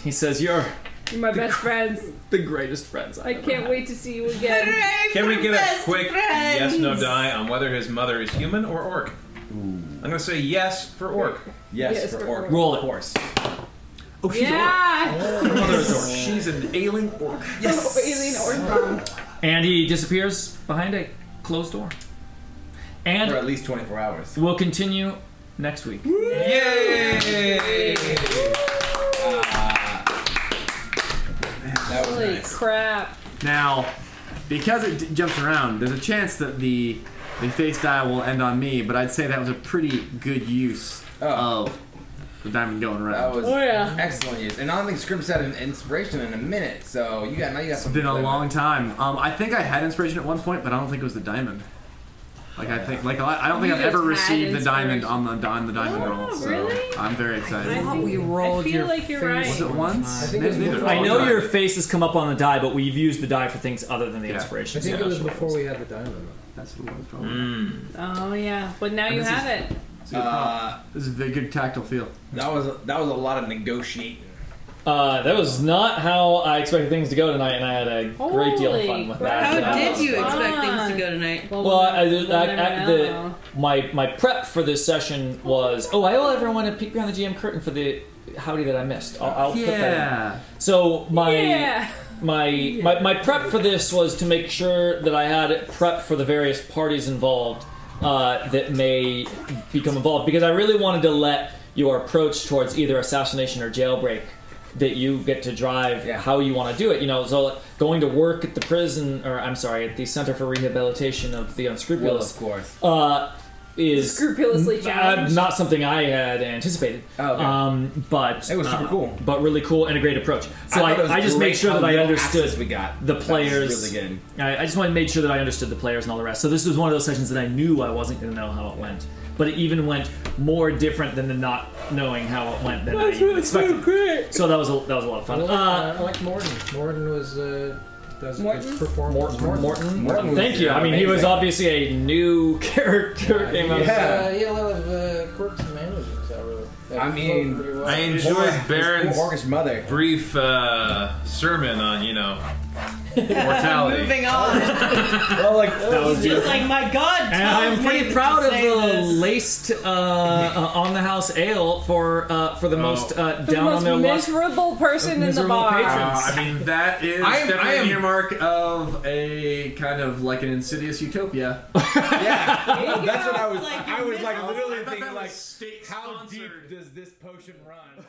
he says you're
You're my best friends.
the greatest friends I've
I
ever
can't
had."
wait to see you again.
Can we get a quick yes no die on whether his mother is human or orc? I'm gonna say yes for orc.
Yes, Yes, for for orc. orc.
Roll it.
Horse.
Oh, she's
Yeah.
orc. Her mother is orc.
She's an ailing orc.
Yes. Alien or
and he disappears behind a closed door and
for at least 24 hours
we'll continue next week
Yay! Ah.
That
Holy crap!
Now, because it d- jumps around, there's a chance that the the face die will end on me, but I'd say that was a pretty good use of the diamond going around.
Oh. That was
Oh,
Oh,
it's
excellent use. And I don't think Scrims had an inspiration in a minute, so you got now you got something.
been a long time. Um, I think I had inspiration at one point, but I don't think it was the diamond. Like I think, like I I don't think
You
I've ever
just had
received the diamond on the on the diamond roll. So
Oh, really?
I'm very excited.
I thought we rolled I feel your like you're face right.
Was it
one
once?
time. I think it was
Neither-
before.
I know your face has come up on the die but we've used the die for things other than the inspiration
I think
so-
it was before we had the diamond.
That's what it was probably.
Oh yeah, but now
And
you
this
have
is-
it.
It's a good prop. this is a good tactile feel.
That was that was a lot of negotiating.
Uh, that was not how I expected things to go tonight, and I had a great deal of fun with that. Uh,
How
That
did
was
you
fun.
expect things to go tonight?
Well, I, I, I, the, my my prep for this session was oh I owe everyone a peek behind the GM curtain for the howdy that I missed. I'll, I'll put that.
Uh,
Yeah.
In. So my
Yeah.
my, my my prep for this was to make sure that I had it prepped for the various parties involved uh, that may become involved because I really wanted to let your approach towards either assassination or jailbreak that you get to drive how you want to do it. You know, so like, going to work at the prison or I'm sorry, at the Center for Rehabilitation of the Unscrupulous.
Well, of course.
Uh, is
Scrupulously
n- uh,
challenged.
not something I had anticipated. um, but
Oh, It was super
uh,
cool.
but really cool and a great approach. So
I
I,
thought it was
I, just made
great
sure
how
that I
little
understood
access we got.
the
That was
players.
really good.
I, I just wanted to make sure that I understood the players and all the rest. So this was one of those sessions that I knew I wasn't going to know how it went, but it even went more different than the not knowing how it went than I even expected.
great.
So that was a, that was a lot of fun.
Well,
Uh,
uh, I like Morton. Morton was uh, that was a
Morton?
good performance.
Morton. Morton.
Morton was,
Thank you.
uh,
I mean, he was
amazing.
obviously a new character. came out.
Uh, he had a lot of uh, quirks and management. That really. That
I mean,
flowed pretty well.
I enjoyed Baron's
Orcish mother.
brief uh, sermon on, you know,
Oh,
mortality.
Moving on.
well, like
That was
just
beautiful.
like my god.
And
Tom
I'm
made
pretty
it
proud
to
of
say
the
this.
laced uh, uh, on the house ale for uh, for the most uh,
For
down
the most
on their luck.
miserable person in the
miserable
bar.
patrons.
Uh, I mean, that is
I am-
definitely
I am-
an earmark of a kind of like an insidious utopia.
That's what I was. I was like literally thinking, like,
state
how deep does this potion run?